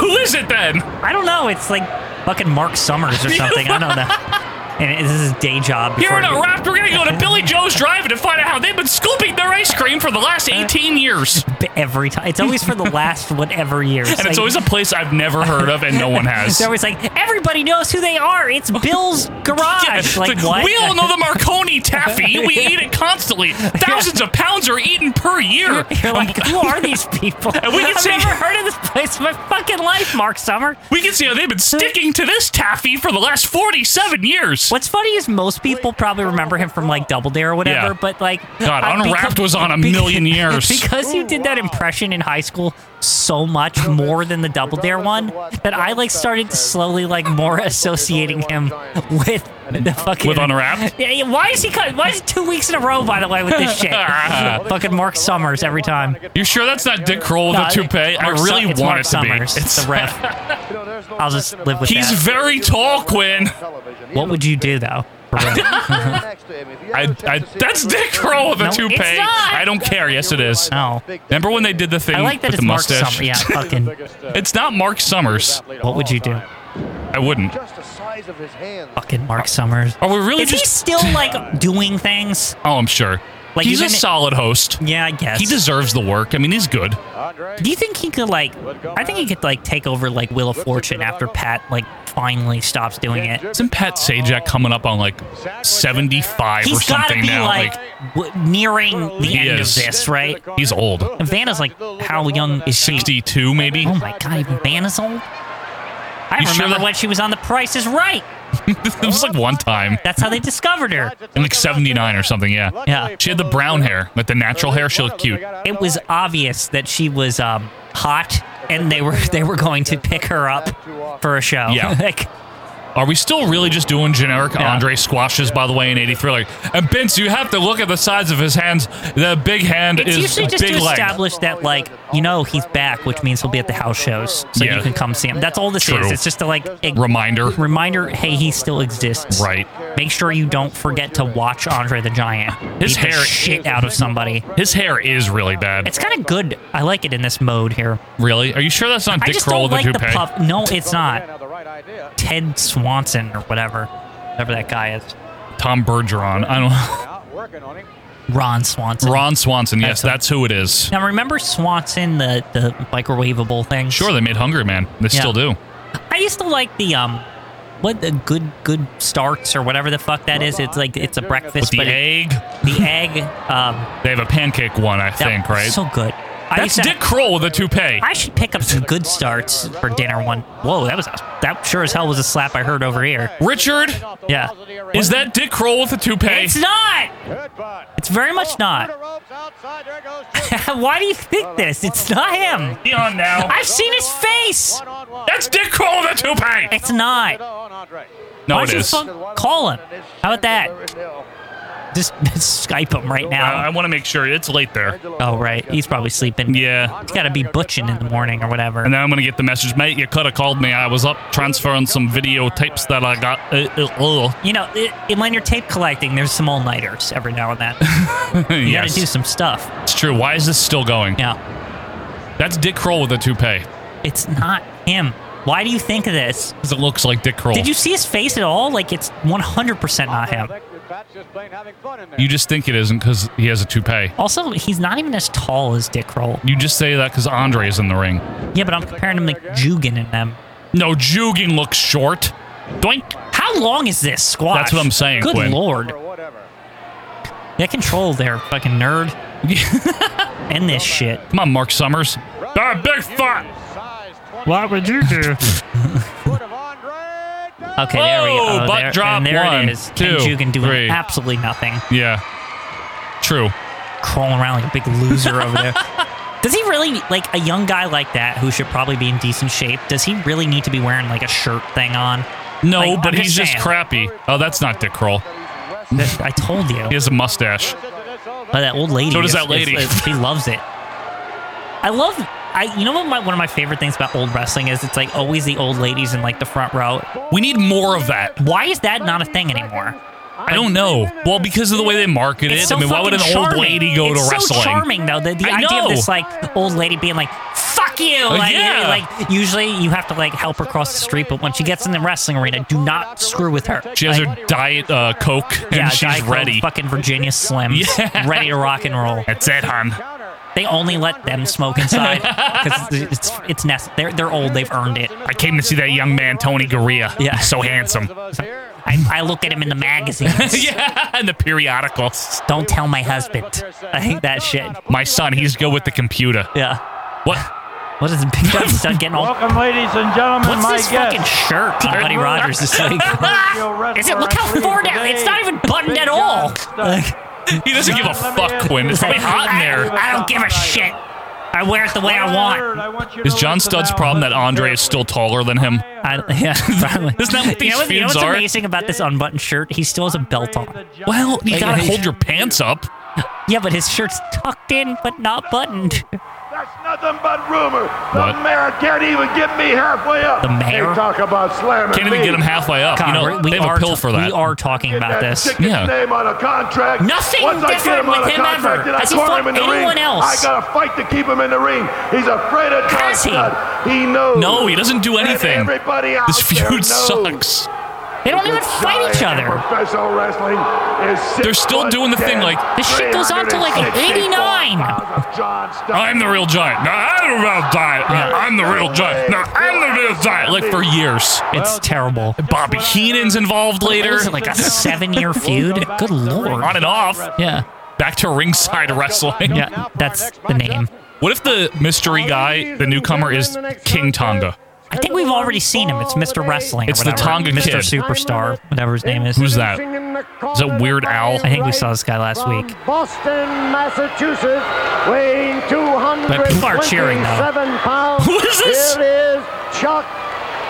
[SPEAKER 1] Who is it then?
[SPEAKER 2] I don't know. It's like fucking Mark Summers or something. I don't know. And it- this is his day job.
[SPEAKER 1] Here
[SPEAKER 2] before
[SPEAKER 1] in a
[SPEAKER 2] he-
[SPEAKER 1] wrap, we're gonna go to Billy Joe's Drive-In to find out how they've been scooping their ice cream for the
[SPEAKER 2] Uh,
[SPEAKER 1] last 18 years.
[SPEAKER 2] Every time. It's always for the last whatever year.
[SPEAKER 1] And it's
[SPEAKER 2] like-
[SPEAKER 1] always a place I've never heard of and no one has.
[SPEAKER 2] They're always like, everybody knows who they are. It's Bill's
[SPEAKER 1] Yeah,
[SPEAKER 2] garage.
[SPEAKER 1] it's
[SPEAKER 2] like, what?
[SPEAKER 1] We all know the Marconi taffy. We eat it constantly. Thousands of pounds are eaten per year. Um,
[SPEAKER 2] You're like, who are these people?
[SPEAKER 1] And we can
[SPEAKER 2] I've
[SPEAKER 1] see-
[SPEAKER 2] never heard of this place in my fucking life, Mark Summer.
[SPEAKER 1] We can see how they've been sticking to this taffy for the last 47 years.
[SPEAKER 2] What's funny is most people probably remember him from like Double Dare or whatever,
[SPEAKER 1] Yeah.
[SPEAKER 2] but like
[SPEAKER 1] God,
[SPEAKER 2] I-
[SPEAKER 1] Unwrapped
[SPEAKER 2] because-
[SPEAKER 1] was on a
[SPEAKER 2] because-
[SPEAKER 1] million years.
[SPEAKER 2] Because you did that impression in high school so much more than the Double Dare one that I like started slowly like more associating him with the fucking
[SPEAKER 1] With Unwrapped?
[SPEAKER 2] Yeah, yeah, why is he cut? Why is it two weeks in a row? By the way, with this shit, fucking Mark Summers every time.
[SPEAKER 1] You sure that's not Dick Kroll with
[SPEAKER 2] No,
[SPEAKER 1] a toupee? I
[SPEAKER 2] Mark Su-
[SPEAKER 1] really
[SPEAKER 2] it's
[SPEAKER 1] want
[SPEAKER 2] Mark
[SPEAKER 1] it to
[SPEAKER 2] Summers,
[SPEAKER 1] be.
[SPEAKER 2] It's the ref. I'll just live with
[SPEAKER 1] He's
[SPEAKER 2] that.
[SPEAKER 1] very tall, Quinn.
[SPEAKER 2] What would you do though?
[SPEAKER 1] I, I, that's Dick Kroll with a
[SPEAKER 2] No, it's
[SPEAKER 1] toupee.
[SPEAKER 2] not.
[SPEAKER 1] I don't care. Yes, it is.
[SPEAKER 2] No.
[SPEAKER 1] Remember when they did the thing
[SPEAKER 2] I like that
[SPEAKER 1] with
[SPEAKER 2] it's
[SPEAKER 1] the
[SPEAKER 2] Mark
[SPEAKER 1] mustache?
[SPEAKER 2] Summers. Yeah, fucking.
[SPEAKER 1] It's not Mark Summers.
[SPEAKER 2] What would you do?
[SPEAKER 1] I wouldn't.
[SPEAKER 4] Just the size of his hand.
[SPEAKER 2] Fucking Mark Summers.
[SPEAKER 1] Are we really
[SPEAKER 2] Is
[SPEAKER 1] just?
[SPEAKER 2] he still like doing things?
[SPEAKER 1] oh, I'm sure.
[SPEAKER 2] Like,
[SPEAKER 1] he's a
[SPEAKER 2] even-
[SPEAKER 1] solid host.
[SPEAKER 2] Yeah, I guess.
[SPEAKER 1] He deserves the work. I mean, he's good.
[SPEAKER 4] Andre.
[SPEAKER 2] Do you think he could like? I think he could like take over like Wheel of Fortune after Pat like finally stops doing it.
[SPEAKER 1] Isn't Pat Sajak coming up on like 75 or
[SPEAKER 2] He's got to
[SPEAKER 1] something
[SPEAKER 2] be
[SPEAKER 1] now?
[SPEAKER 2] like, w- nearing the
[SPEAKER 1] He
[SPEAKER 2] end
[SPEAKER 1] is.
[SPEAKER 2] of this, right?
[SPEAKER 1] he's old.
[SPEAKER 2] And Vanna's like, how young is she?
[SPEAKER 1] 62 maybe.
[SPEAKER 2] Oh my god, even Vanna's old. I
[SPEAKER 1] You sure
[SPEAKER 2] remember
[SPEAKER 1] that-
[SPEAKER 2] when she was on The Price Is Right.
[SPEAKER 1] it was like one time
[SPEAKER 2] That's how they discovered her.
[SPEAKER 1] in like 79 or something. Yeah.
[SPEAKER 2] Yeah.
[SPEAKER 1] She had the brown hair, like the natural hair. She looked cute.
[SPEAKER 2] It was obvious that she was um, hot, and they were they were going to pick her up for a show.
[SPEAKER 1] Yeah.
[SPEAKER 2] like,
[SPEAKER 1] Are we still really just doing generic
[SPEAKER 2] Yeah.
[SPEAKER 1] Andre squashes, by the way, in 83? Like, and Vince, you have to look at the size of his hands. The big hand
[SPEAKER 2] It's
[SPEAKER 1] is
[SPEAKER 2] usually just
[SPEAKER 1] big
[SPEAKER 2] to
[SPEAKER 1] leg.
[SPEAKER 2] establish that, like, you know, he's back, which means he'll be at the house shows, so
[SPEAKER 1] Yeah.
[SPEAKER 2] you can come see him. That's all this
[SPEAKER 1] True.
[SPEAKER 2] is. It's just to like a
[SPEAKER 1] Reminder.
[SPEAKER 2] reminder. Hey, he still exists.
[SPEAKER 1] Right.
[SPEAKER 2] Make sure you don't forget to watch Andre the Giant.
[SPEAKER 1] His
[SPEAKER 2] beat the
[SPEAKER 1] hair-
[SPEAKER 2] shit out of somebody.
[SPEAKER 1] His hair is really bad.
[SPEAKER 2] It's kind of good. I like it in this mode here.
[SPEAKER 1] really? Are you sure that's not
[SPEAKER 2] I
[SPEAKER 1] Dick
[SPEAKER 2] just
[SPEAKER 1] Kroll
[SPEAKER 2] don't
[SPEAKER 1] with
[SPEAKER 2] like
[SPEAKER 1] the
[SPEAKER 2] the
[SPEAKER 1] toupee?
[SPEAKER 2] puff. No, it's not.
[SPEAKER 4] Now the right idea.
[SPEAKER 2] Ted Swanson or whatever, whatever that guy is.
[SPEAKER 1] Tom Bergeron. I don't.
[SPEAKER 4] Out working on him.
[SPEAKER 2] Ron Swanson.
[SPEAKER 1] Ron Swanson. Yes,
[SPEAKER 2] Excellent.
[SPEAKER 1] that's who it is.
[SPEAKER 2] Now remember Swanson, the the microwavable thing.
[SPEAKER 1] Sure, they made Hungry Man. They
[SPEAKER 2] Yeah.
[SPEAKER 1] still do.
[SPEAKER 2] I used to like the um, what the good good starts or whatever the fuck that is. It's like it's a
[SPEAKER 1] With
[SPEAKER 2] breakfast,
[SPEAKER 1] the
[SPEAKER 2] but it-
[SPEAKER 1] egg,
[SPEAKER 2] the egg. Um,
[SPEAKER 1] they have a pancake one, I
[SPEAKER 2] that
[SPEAKER 1] think,
[SPEAKER 2] was
[SPEAKER 1] right?
[SPEAKER 2] So good. I
[SPEAKER 1] that's
[SPEAKER 2] used to-
[SPEAKER 1] Dick Kroll with a toupee.
[SPEAKER 2] I should pick up some good starts for dinner one. Whoa, that was a, that sure as hell was a slap I heard over here.
[SPEAKER 1] Richard,
[SPEAKER 2] Yeah,
[SPEAKER 1] is that Dick Kroll with a toupee?
[SPEAKER 2] it's not.
[SPEAKER 4] Good putt.
[SPEAKER 2] It's very much not. Why do you think this? It's not him.
[SPEAKER 1] Be on now.
[SPEAKER 2] I've seen his face.
[SPEAKER 1] That's Dick Kroll with a toupee.
[SPEAKER 2] It's not.
[SPEAKER 1] No,
[SPEAKER 2] Why
[SPEAKER 1] it
[SPEAKER 2] don't you
[SPEAKER 1] is.
[SPEAKER 2] fuck- Call him. How about that? Just Skype him right
[SPEAKER 1] I,
[SPEAKER 2] now.
[SPEAKER 1] want to make sure it's late there.
[SPEAKER 2] Oh right, he's probably sleeping.
[SPEAKER 1] Yeah.
[SPEAKER 2] He's got to be butching in the morning or whatever.
[SPEAKER 1] And then I'm gonna get the message, mate. You could have called me. I was up transferring some videotapes that I got. Uh, uh,
[SPEAKER 2] you know, it, it- when you're tape collecting, there's some all nighters every now and then.
[SPEAKER 1] uh.
[SPEAKER 2] You got to do
[SPEAKER 1] yes,
[SPEAKER 2] some stuff.
[SPEAKER 1] it's true. Why is this still going?
[SPEAKER 2] Yeah,
[SPEAKER 1] That's Dick Kroll with a toupee.
[SPEAKER 2] it's not him. Why do you think of this?
[SPEAKER 1] 'Cause it looks like Dick Kroll.
[SPEAKER 2] Did you see his face at all? Like it's 100% not him.
[SPEAKER 1] You just think it isn't because he has a toupee.
[SPEAKER 2] Also, he's not even as tall as Dick Kroll.
[SPEAKER 1] You just say that because Andre is in the ring.
[SPEAKER 2] Yeah, but I'm comparing him to Jugan and them.
[SPEAKER 1] No, Jugin looks short. Doink.
[SPEAKER 2] How long is this squash?
[SPEAKER 1] That's what I'm saying,
[SPEAKER 2] Good
[SPEAKER 1] Quinn.
[SPEAKER 2] lord, that control there, fucking nerd. End this shit.
[SPEAKER 1] Come on, Mark Summers. Ah, big fuck.
[SPEAKER 2] What would you do? Okay, there we go.
[SPEAKER 1] Whoa,
[SPEAKER 2] Oh,
[SPEAKER 1] butt
[SPEAKER 2] there,
[SPEAKER 1] drop.
[SPEAKER 2] and there
[SPEAKER 1] One,
[SPEAKER 2] it is.
[SPEAKER 1] two,
[SPEAKER 2] Ken Jugan doing
[SPEAKER 1] three.
[SPEAKER 2] absolutely nothing,
[SPEAKER 1] Yeah. True.
[SPEAKER 2] crawling around like a big loser over there. Does he really like a young guy like that who should probably be in decent shape? Does he really need to be wearing like a shirt thing on?
[SPEAKER 1] No,
[SPEAKER 2] Like,
[SPEAKER 1] but
[SPEAKER 2] I'm
[SPEAKER 1] he's just
[SPEAKER 2] saying.
[SPEAKER 1] crappy. Oh, that's not Dick Kroll.
[SPEAKER 2] That- I told you.
[SPEAKER 1] He has a mustache.
[SPEAKER 2] But that old lady.
[SPEAKER 1] So does
[SPEAKER 2] is-
[SPEAKER 1] that
[SPEAKER 2] is-
[SPEAKER 1] lady.
[SPEAKER 2] is- she loves it. I love. I you know what my, one of my favorite things about old wrestling is it's like always the old ladies in like the front row.
[SPEAKER 1] We need more of that.
[SPEAKER 2] Why is that not a thing anymore?
[SPEAKER 1] I don't know. Well, because of the way they market it.
[SPEAKER 2] It's so
[SPEAKER 1] I mean, why would an
[SPEAKER 2] fucking
[SPEAKER 1] old
[SPEAKER 2] charming.
[SPEAKER 1] lady go
[SPEAKER 2] it's
[SPEAKER 1] to wrestling?
[SPEAKER 2] so charming though. The, the
[SPEAKER 1] I
[SPEAKER 2] idea
[SPEAKER 1] know. Uh,
[SPEAKER 2] of this like old lady being like, "Fuck you!" Like,
[SPEAKER 1] yeah.
[SPEAKER 2] like usually you have to like help her cross the street, but when she gets in the wrestling arena, do not screw with her.
[SPEAKER 1] She has
[SPEAKER 2] like,
[SPEAKER 1] her diet uh, Coke and
[SPEAKER 2] yeah,
[SPEAKER 1] she's
[SPEAKER 2] Diet Coke,
[SPEAKER 1] ready.
[SPEAKER 2] Fucking Virginia Slims,
[SPEAKER 1] Yeah.
[SPEAKER 2] ready to rock and roll.
[SPEAKER 1] That's it, hon.
[SPEAKER 2] They only let them smoke inside because it's it's, it's nest. They're they're old. They've earned it.
[SPEAKER 1] I came to see that young man, Tony Garea.
[SPEAKER 2] Yeah.
[SPEAKER 1] He's so handsome.
[SPEAKER 2] I, I look at him in the magazines.
[SPEAKER 1] yeah, in the periodicals.
[SPEAKER 2] Don't tell my husband. I hate that shit.
[SPEAKER 1] My son, he's good with the computer.
[SPEAKER 2] Yeah.
[SPEAKER 1] What?
[SPEAKER 2] What is it? Big up son getting all
[SPEAKER 6] Welcome, ladies and gentlemen,
[SPEAKER 2] What's
[SPEAKER 6] my
[SPEAKER 2] this fucking
[SPEAKER 6] guest.
[SPEAKER 2] shirt that Buddy Rogers is like? is it? Look how far down. It's not even buttoned at all. Like,
[SPEAKER 1] He doesn't give a fuck, Quinn. It's probably hot in there.
[SPEAKER 2] I don't give a shit. I wear it the way I want.
[SPEAKER 1] Is John Studd's problem that Andre is still taller than him?
[SPEAKER 2] I, yeah, probably.
[SPEAKER 1] Isn't that what
[SPEAKER 2] you
[SPEAKER 1] these
[SPEAKER 2] know, what- you know
[SPEAKER 1] fiends
[SPEAKER 2] what's
[SPEAKER 1] are?
[SPEAKER 2] amazing about this unbuttoned shirt? He still has a belt on.
[SPEAKER 1] Well, you
[SPEAKER 2] Like,
[SPEAKER 1] gotta
[SPEAKER 2] like-
[SPEAKER 1] hold your pants up.
[SPEAKER 2] Yeah, but his shirt's tucked in but not buttoned.
[SPEAKER 6] nothing but rumor.
[SPEAKER 1] What?
[SPEAKER 6] The mayor can't even get me halfway up.
[SPEAKER 2] The mayor?
[SPEAKER 6] They talk about slamming
[SPEAKER 1] Can't even
[SPEAKER 6] me.
[SPEAKER 1] get him halfway up.
[SPEAKER 2] God,
[SPEAKER 1] you know,
[SPEAKER 2] we're- we
[SPEAKER 1] they have
[SPEAKER 2] are
[SPEAKER 1] a pill
[SPEAKER 2] ta-
[SPEAKER 1] for that.
[SPEAKER 2] We are talking
[SPEAKER 6] Get
[SPEAKER 2] about
[SPEAKER 6] that
[SPEAKER 2] this.
[SPEAKER 6] chicken's
[SPEAKER 1] Yeah.
[SPEAKER 6] name on a contract.
[SPEAKER 2] Nothing
[SPEAKER 6] Once I get
[SPEAKER 2] different
[SPEAKER 6] him on
[SPEAKER 2] with
[SPEAKER 6] a
[SPEAKER 2] him
[SPEAKER 6] contract,
[SPEAKER 2] ever.
[SPEAKER 6] then I
[SPEAKER 2] Has he
[SPEAKER 6] corner
[SPEAKER 2] fucked
[SPEAKER 6] him in the
[SPEAKER 2] anyone
[SPEAKER 6] ring.
[SPEAKER 2] else?
[SPEAKER 6] I got to fight to keep him in the ring. He's afraid of John
[SPEAKER 2] Has he?
[SPEAKER 6] Studd. He knows.
[SPEAKER 1] No, he doesn't do
[SPEAKER 6] And
[SPEAKER 1] anything.
[SPEAKER 6] Everybody out
[SPEAKER 1] this
[SPEAKER 6] there
[SPEAKER 1] feud
[SPEAKER 6] knows
[SPEAKER 1] sucks.
[SPEAKER 2] They don't even fight each
[SPEAKER 6] giant
[SPEAKER 2] other.
[SPEAKER 6] Professional wrestling is six
[SPEAKER 1] They're still
[SPEAKER 6] foot
[SPEAKER 1] doing the thing
[SPEAKER 6] ten,
[SPEAKER 1] like-
[SPEAKER 2] This shit goes on till like
[SPEAKER 6] 364
[SPEAKER 2] 89.
[SPEAKER 6] pounds of John Studd.
[SPEAKER 1] I'm the real giant. No, I'm the real giant. No, I'm the real giant. No, I'm the real giant. Like for years.
[SPEAKER 2] It's terrible.
[SPEAKER 1] Bobby Heenan's involved
[SPEAKER 2] What
[SPEAKER 1] later.
[SPEAKER 2] is it, like a seven-year feud? Good lord.
[SPEAKER 1] on and off.
[SPEAKER 2] Yeah.
[SPEAKER 1] Back to ringside wrestling.
[SPEAKER 2] Yeah, that's the name.
[SPEAKER 1] What if the mystery guy, the newcomer, is King Tonga?
[SPEAKER 2] I think we've already seen him. It's Mr. Wrestling. or
[SPEAKER 1] It's the
[SPEAKER 2] whatever.
[SPEAKER 1] Tonga
[SPEAKER 2] Mr.
[SPEAKER 1] Kid.
[SPEAKER 2] Superstar, whatever his name is.
[SPEAKER 1] Who's that?
[SPEAKER 3] Is
[SPEAKER 1] that Weird Al?
[SPEAKER 2] I think we saw this guy last week.
[SPEAKER 3] Boston, Massachusetts, weighing 200.
[SPEAKER 2] But people are cheering, though.
[SPEAKER 3] Pounds.
[SPEAKER 1] Who is this?
[SPEAKER 3] Here is Chuck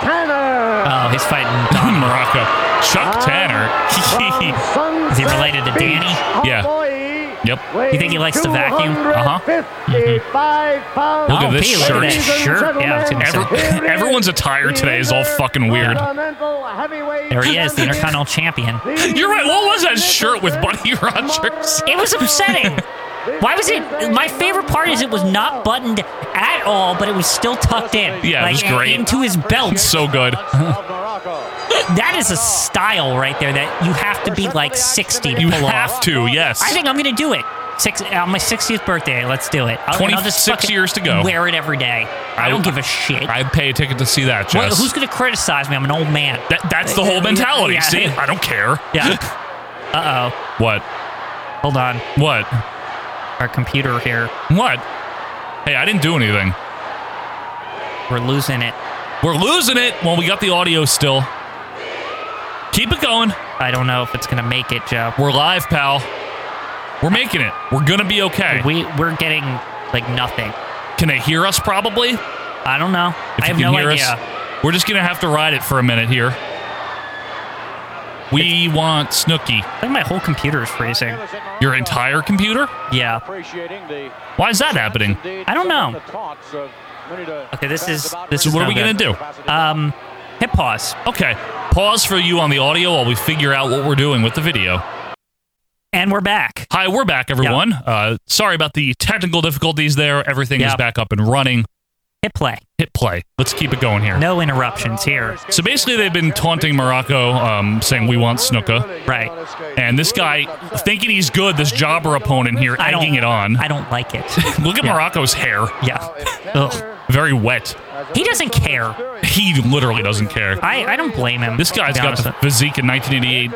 [SPEAKER 3] Tanner.
[SPEAKER 2] Oh, he's fighting Don.
[SPEAKER 1] Morocco.
[SPEAKER 2] Ah.
[SPEAKER 1] Chuck Tanner.
[SPEAKER 3] From
[SPEAKER 2] Is he related to
[SPEAKER 3] Sunset Beach,
[SPEAKER 2] Danny?
[SPEAKER 1] Yeah.
[SPEAKER 3] Hawaii,
[SPEAKER 1] Yep.
[SPEAKER 2] You think he likes to vacuum?
[SPEAKER 1] Uh-huh.
[SPEAKER 3] 255 pounds.
[SPEAKER 1] Look at
[SPEAKER 2] oh,
[SPEAKER 1] this
[SPEAKER 2] Pete, Look at
[SPEAKER 1] shirt.
[SPEAKER 2] that shirt. Yeah, I was gonna say.
[SPEAKER 1] Every- everyone's attire today is all fucking weird.
[SPEAKER 2] there he is, the Intercontinental Champion.
[SPEAKER 1] You're right. What was that shirt with Buddy Rogers?
[SPEAKER 2] It was upsetting. Why was it? My favorite part is it was not buttoned at all, but it was still tucked in.
[SPEAKER 1] Yeah, it
[SPEAKER 2] like,
[SPEAKER 1] was great.
[SPEAKER 2] Into his belt.
[SPEAKER 1] So good.
[SPEAKER 2] that is a style right there that you have to be like 60 to
[SPEAKER 1] You
[SPEAKER 2] pull
[SPEAKER 1] have
[SPEAKER 2] off.
[SPEAKER 1] to, yes.
[SPEAKER 2] I think I'm gonna do it. Six on my 60th birthday. Let's do it. I'll, and I'll just
[SPEAKER 1] 26
[SPEAKER 2] fucking
[SPEAKER 1] years to go.
[SPEAKER 2] Wear it every day. I,
[SPEAKER 1] I-
[SPEAKER 2] don't give a shit.
[SPEAKER 1] I'd pay a ticket to see that,
[SPEAKER 2] What-
[SPEAKER 1] Jess.
[SPEAKER 2] who's gonna criticize me? I'm an old man.
[SPEAKER 1] That- that's the whole mentality.
[SPEAKER 2] Yeah.
[SPEAKER 1] See, I don't care.
[SPEAKER 2] yeah. Uh oh.
[SPEAKER 1] What?
[SPEAKER 2] Hold on.
[SPEAKER 1] What?
[SPEAKER 2] Our computer here.
[SPEAKER 1] What? Hey, I didn't do anything.
[SPEAKER 2] We're losing it.
[SPEAKER 1] We're losing it. Well, we got the audio still. Keep it going.
[SPEAKER 2] I don't know if it's gonna make it, Joe.
[SPEAKER 1] We're live, pal. We're making it. We're gonna be okay.
[SPEAKER 2] We we're getting like nothing.
[SPEAKER 1] Can they hear us? Probably. If
[SPEAKER 2] I don't know. I
[SPEAKER 1] you
[SPEAKER 2] have
[SPEAKER 1] can
[SPEAKER 2] no
[SPEAKER 1] hear
[SPEAKER 2] idea.
[SPEAKER 1] us, we're just gonna have to ride it for a minute here. We want Snooky.
[SPEAKER 2] I think my whole computer is freezing.
[SPEAKER 1] Your entire computer?
[SPEAKER 2] Yeah.
[SPEAKER 4] Appreciating the
[SPEAKER 1] Why is that happening?
[SPEAKER 4] indeed,
[SPEAKER 2] I don't know.
[SPEAKER 4] the taunts of many to-
[SPEAKER 2] Okay, this is this
[SPEAKER 1] So
[SPEAKER 2] is
[SPEAKER 1] what are
[SPEAKER 2] no
[SPEAKER 1] we gonna
[SPEAKER 2] good.
[SPEAKER 1] do?
[SPEAKER 2] Um, hit pause.
[SPEAKER 1] Okay. Pause for you on the audio while we figure out what we're doing with the video.
[SPEAKER 2] And we're back.
[SPEAKER 1] Hi, we're back, everyone. Uh, sorry about the technical difficulties there. Everything is
[SPEAKER 2] Yeah.
[SPEAKER 1] back up and running.
[SPEAKER 2] Hit play.
[SPEAKER 1] Hit play. Let's keep it going here.
[SPEAKER 2] No interruptions here.
[SPEAKER 1] So basically, they've been taunting Morocco, um, saying we want Snuka,
[SPEAKER 2] Right.
[SPEAKER 1] and this guy thinking he's good. This jobber opponent here,
[SPEAKER 2] I don't-
[SPEAKER 1] egging it on.
[SPEAKER 2] I don't like it.
[SPEAKER 1] Look at Morocco's hair,
[SPEAKER 2] Yeah. Ugh.
[SPEAKER 1] very wet.
[SPEAKER 2] He doesn't care.
[SPEAKER 1] He literally doesn't care.
[SPEAKER 2] I, I don't blame him.
[SPEAKER 1] This
[SPEAKER 2] to
[SPEAKER 1] guy's
[SPEAKER 2] be
[SPEAKER 1] got
[SPEAKER 2] honest
[SPEAKER 1] the
[SPEAKER 2] with-
[SPEAKER 1] physique in 1988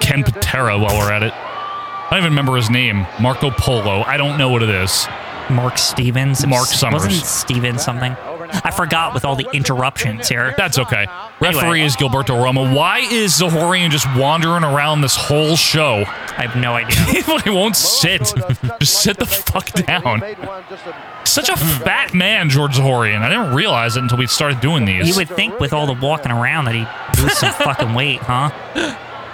[SPEAKER 1] Ken Patera. While we're at it, I don't even remember his name. Marco Polo. I don't know what it is.
[SPEAKER 2] Mark Stevens.
[SPEAKER 1] Mark
[SPEAKER 2] It's-
[SPEAKER 1] Summers.
[SPEAKER 2] Wasn't it Stevens something? I forgot with all the interruptions here.
[SPEAKER 1] That's okay.
[SPEAKER 2] Anyway.
[SPEAKER 1] Referee is Gilberto Roma. Why is Zahorian just wandering around this whole show?
[SPEAKER 2] I have no idea.
[SPEAKER 1] he won't sit. Just sit the fuck down. Such a fat man, George Zahorian. I didn't realize it until we started doing
[SPEAKER 2] you
[SPEAKER 1] these.
[SPEAKER 2] would think with all the walking around that he'd lose some fucking weight, huh?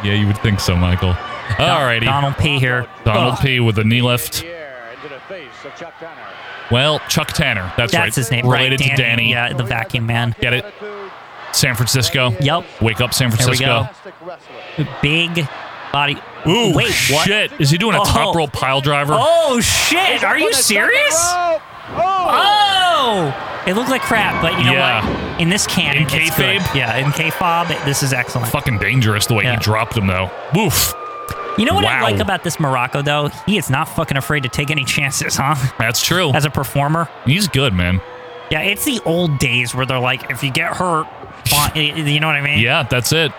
[SPEAKER 1] yeah, you would think so, Michael. Alrighty.
[SPEAKER 2] Donald P. here.
[SPEAKER 1] Donald
[SPEAKER 2] Ugh.
[SPEAKER 1] P. with a knee lift.
[SPEAKER 4] Yeah, into the face of Chuck Tanner.
[SPEAKER 1] Well, Chuck Tanner. That's,
[SPEAKER 2] That's
[SPEAKER 1] right.
[SPEAKER 2] his name, right?
[SPEAKER 1] Related to Danny.
[SPEAKER 2] Danny, yeah. the vacuum man.
[SPEAKER 1] Get it? San Francisco.
[SPEAKER 2] Yup.
[SPEAKER 1] Wake up, San
[SPEAKER 2] There we
[SPEAKER 1] Francisco.
[SPEAKER 2] Big body.
[SPEAKER 1] Ooh,
[SPEAKER 2] Wait, what?
[SPEAKER 1] shit. Is he doing a top
[SPEAKER 2] Oh.
[SPEAKER 1] rope pile driver?
[SPEAKER 2] Oh shit! Are you serious? Oh! It looked like crap, but you know
[SPEAKER 1] Yeah.
[SPEAKER 2] what? In this canon,
[SPEAKER 1] In
[SPEAKER 2] it's good.
[SPEAKER 1] kayfabe?
[SPEAKER 2] yeah, in kayfabe, this is excellent.
[SPEAKER 1] Fucking dangerous the way
[SPEAKER 2] Yeah.
[SPEAKER 1] he dropped him, though. Woof.
[SPEAKER 2] You know what I
[SPEAKER 1] Wow.
[SPEAKER 2] like about this Morocco though? He is not fucking afraid to take any chances, huh?
[SPEAKER 1] That's true.
[SPEAKER 2] As a performer,
[SPEAKER 1] He's good, man.
[SPEAKER 2] yeah, it's the old days where they're like, if you get hurt, fine. you know what I mean?
[SPEAKER 1] Yeah, that's it.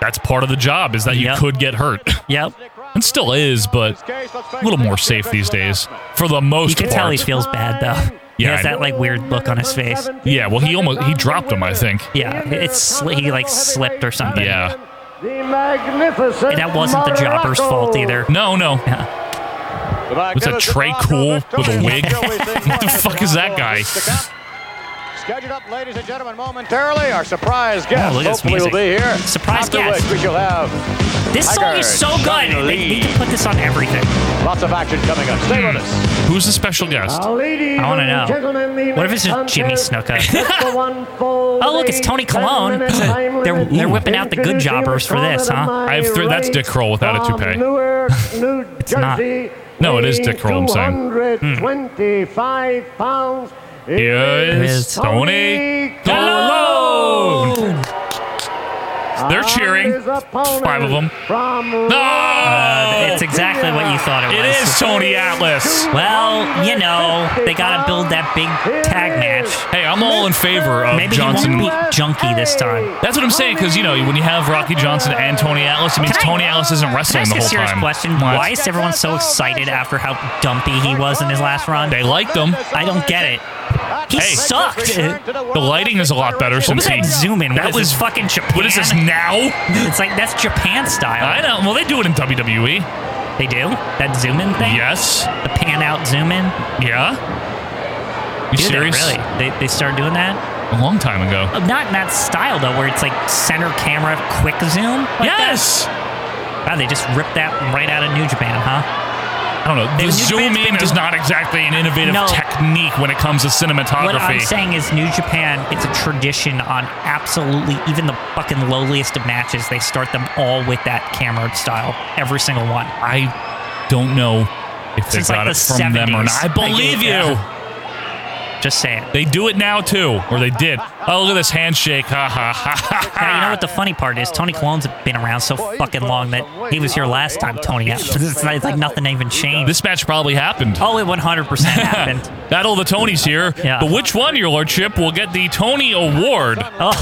[SPEAKER 1] That's part of the job is that you
[SPEAKER 2] Yep.
[SPEAKER 1] could get hurt.
[SPEAKER 2] Yep.
[SPEAKER 1] and still is, but a little more safe these days for the most
[SPEAKER 2] You can
[SPEAKER 1] part.
[SPEAKER 2] tell he feels bad though. He
[SPEAKER 1] Yeah,
[SPEAKER 2] has
[SPEAKER 1] I-
[SPEAKER 2] that like weird look on his face.
[SPEAKER 1] yeah, well, he almost he dropped him, I think.
[SPEAKER 2] Yeah, it's sli- he like slipped or something.
[SPEAKER 1] Yeah.
[SPEAKER 3] The magnificent.
[SPEAKER 2] And that wasn't the jobber's fault either.
[SPEAKER 1] No, no.
[SPEAKER 4] It's
[SPEAKER 1] Was that Trey Cool with a wig? What the fuck is that guy?
[SPEAKER 4] Scheduled up, ladies and gentlemen, momentarily, our surprise guest.
[SPEAKER 2] Oh, look at this
[SPEAKER 4] Hopefully
[SPEAKER 2] music.
[SPEAKER 4] will be here.
[SPEAKER 2] Surprise
[SPEAKER 4] After
[SPEAKER 2] guest.
[SPEAKER 4] which we shall have
[SPEAKER 2] This song is so
[SPEAKER 4] Tiger,
[SPEAKER 2] good.
[SPEAKER 4] Johnny
[SPEAKER 2] They need
[SPEAKER 4] Lee.
[SPEAKER 2] to put this on everything.
[SPEAKER 4] lots of action coming up. Stay with us.
[SPEAKER 1] Who's the special guest?
[SPEAKER 2] I want to know. What if it's just Jimmy Snuka? oh, look, it's Tony Colon. they're, they're whipping out the good jobbers for this, huh?
[SPEAKER 1] I have three. That's Dick Kroll without a toupee.
[SPEAKER 2] It's not.
[SPEAKER 1] No, it is Dick Kroll. I'm Hmm. saying. Here is Tony Colon. They're cheering. Five of them. No,
[SPEAKER 2] It's exactly what you thought it
[SPEAKER 1] it
[SPEAKER 2] was.
[SPEAKER 1] is Tony Atlas.
[SPEAKER 2] Well, you know, they got to build that big tag match.
[SPEAKER 1] Hey, I'm all in favor of
[SPEAKER 2] Maybe
[SPEAKER 1] Johnson.
[SPEAKER 2] he won't be junkie this time.
[SPEAKER 1] That's what I'm saying, because you know when you have Rocky Johnson and Tony Atlas, it means
[SPEAKER 2] Can I-
[SPEAKER 1] Tony Atlas isn't
[SPEAKER 2] Can I
[SPEAKER 1] wrestling
[SPEAKER 2] ask
[SPEAKER 1] the
[SPEAKER 2] a
[SPEAKER 1] whole
[SPEAKER 2] serious
[SPEAKER 1] time.
[SPEAKER 2] question?
[SPEAKER 1] What?
[SPEAKER 2] Why is everyone so excited after how dumpy he was in his last run?
[SPEAKER 1] They liked them.
[SPEAKER 2] I don't get it. Uh, He
[SPEAKER 1] Hey.
[SPEAKER 2] sucked.
[SPEAKER 1] The lighting is a lot better
[SPEAKER 2] What
[SPEAKER 1] since
[SPEAKER 2] was
[SPEAKER 1] he
[SPEAKER 2] that zoom in? What
[SPEAKER 1] That
[SPEAKER 2] is
[SPEAKER 1] was
[SPEAKER 2] this, fucking Japan.
[SPEAKER 1] What is this now?
[SPEAKER 2] It's like that's Japan style.
[SPEAKER 1] I know. Well, they do it in WWE.
[SPEAKER 2] They do that zoom in thing.
[SPEAKER 1] Yes.
[SPEAKER 2] the pan out zoom in.
[SPEAKER 1] Yeah. You
[SPEAKER 2] Do they
[SPEAKER 1] serious?
[SPEAKER 2] really? They they started doing that.
[SPEAKER 1] A long time ago.
[SPEAKER 2] Uh, Not in that style though, where it's like center camera quick zoom. like
[SPEAKER 1] yes.
[SPEAKER 2] that. Wow, they just ripped that right out of New Japan, huh?
[SPEAKER 1] I don't know. The
[SPEAKER 2] New
[SPEAKER 1] zoom
[SPEAKER 2] Japan's
[SPEAKER 1] in
[SPEAKER 2] been
[SPEAKER 1] is
[SPEAKER 2] doing-
[SPEAKER 1] not exactly an innovative
[SPEAKER 2] No.
[SPEAKER 1] technique when it comes to cinematography.
[SPEAKER 2] What I'm saying is, New Japan, it's a tradition on absolutely even the fucking lowliest of matches. They start them all with that camera style, every single one.
[SPEAKER 1] I don't know if they
[SPEAKER 2] Since, like,
[SPEAKER 1] got
[SPEAKER 2] the
[SPEAKER 1] it from them or not.
[SPEAKER 2] 70s.
[SPEAKER 1] I believe you.
[SPEAKER 2] Yeah. Just saying.
[SPEAKER 1] They do it now too, or they did. Oh, look at this handshake! Ha ha ha ha.
[SPEAKER 2] Now, you know what the funny part is? Tony Colon's been around so fucking long that he was here last time, Tony. It's like, it's like nothing even changed.
[SPEAKER 1] Uh, This match probably happened.
[SPEAKER 2] oh, it 100% happened.
[SPEAKER 1] Battle of the Tonys here.
[SPEAKER 2] Yeah.
[SPEAKER 1] But which one, Your Lordship, will get the Tony Award?
[SPEAKER 2] Oh,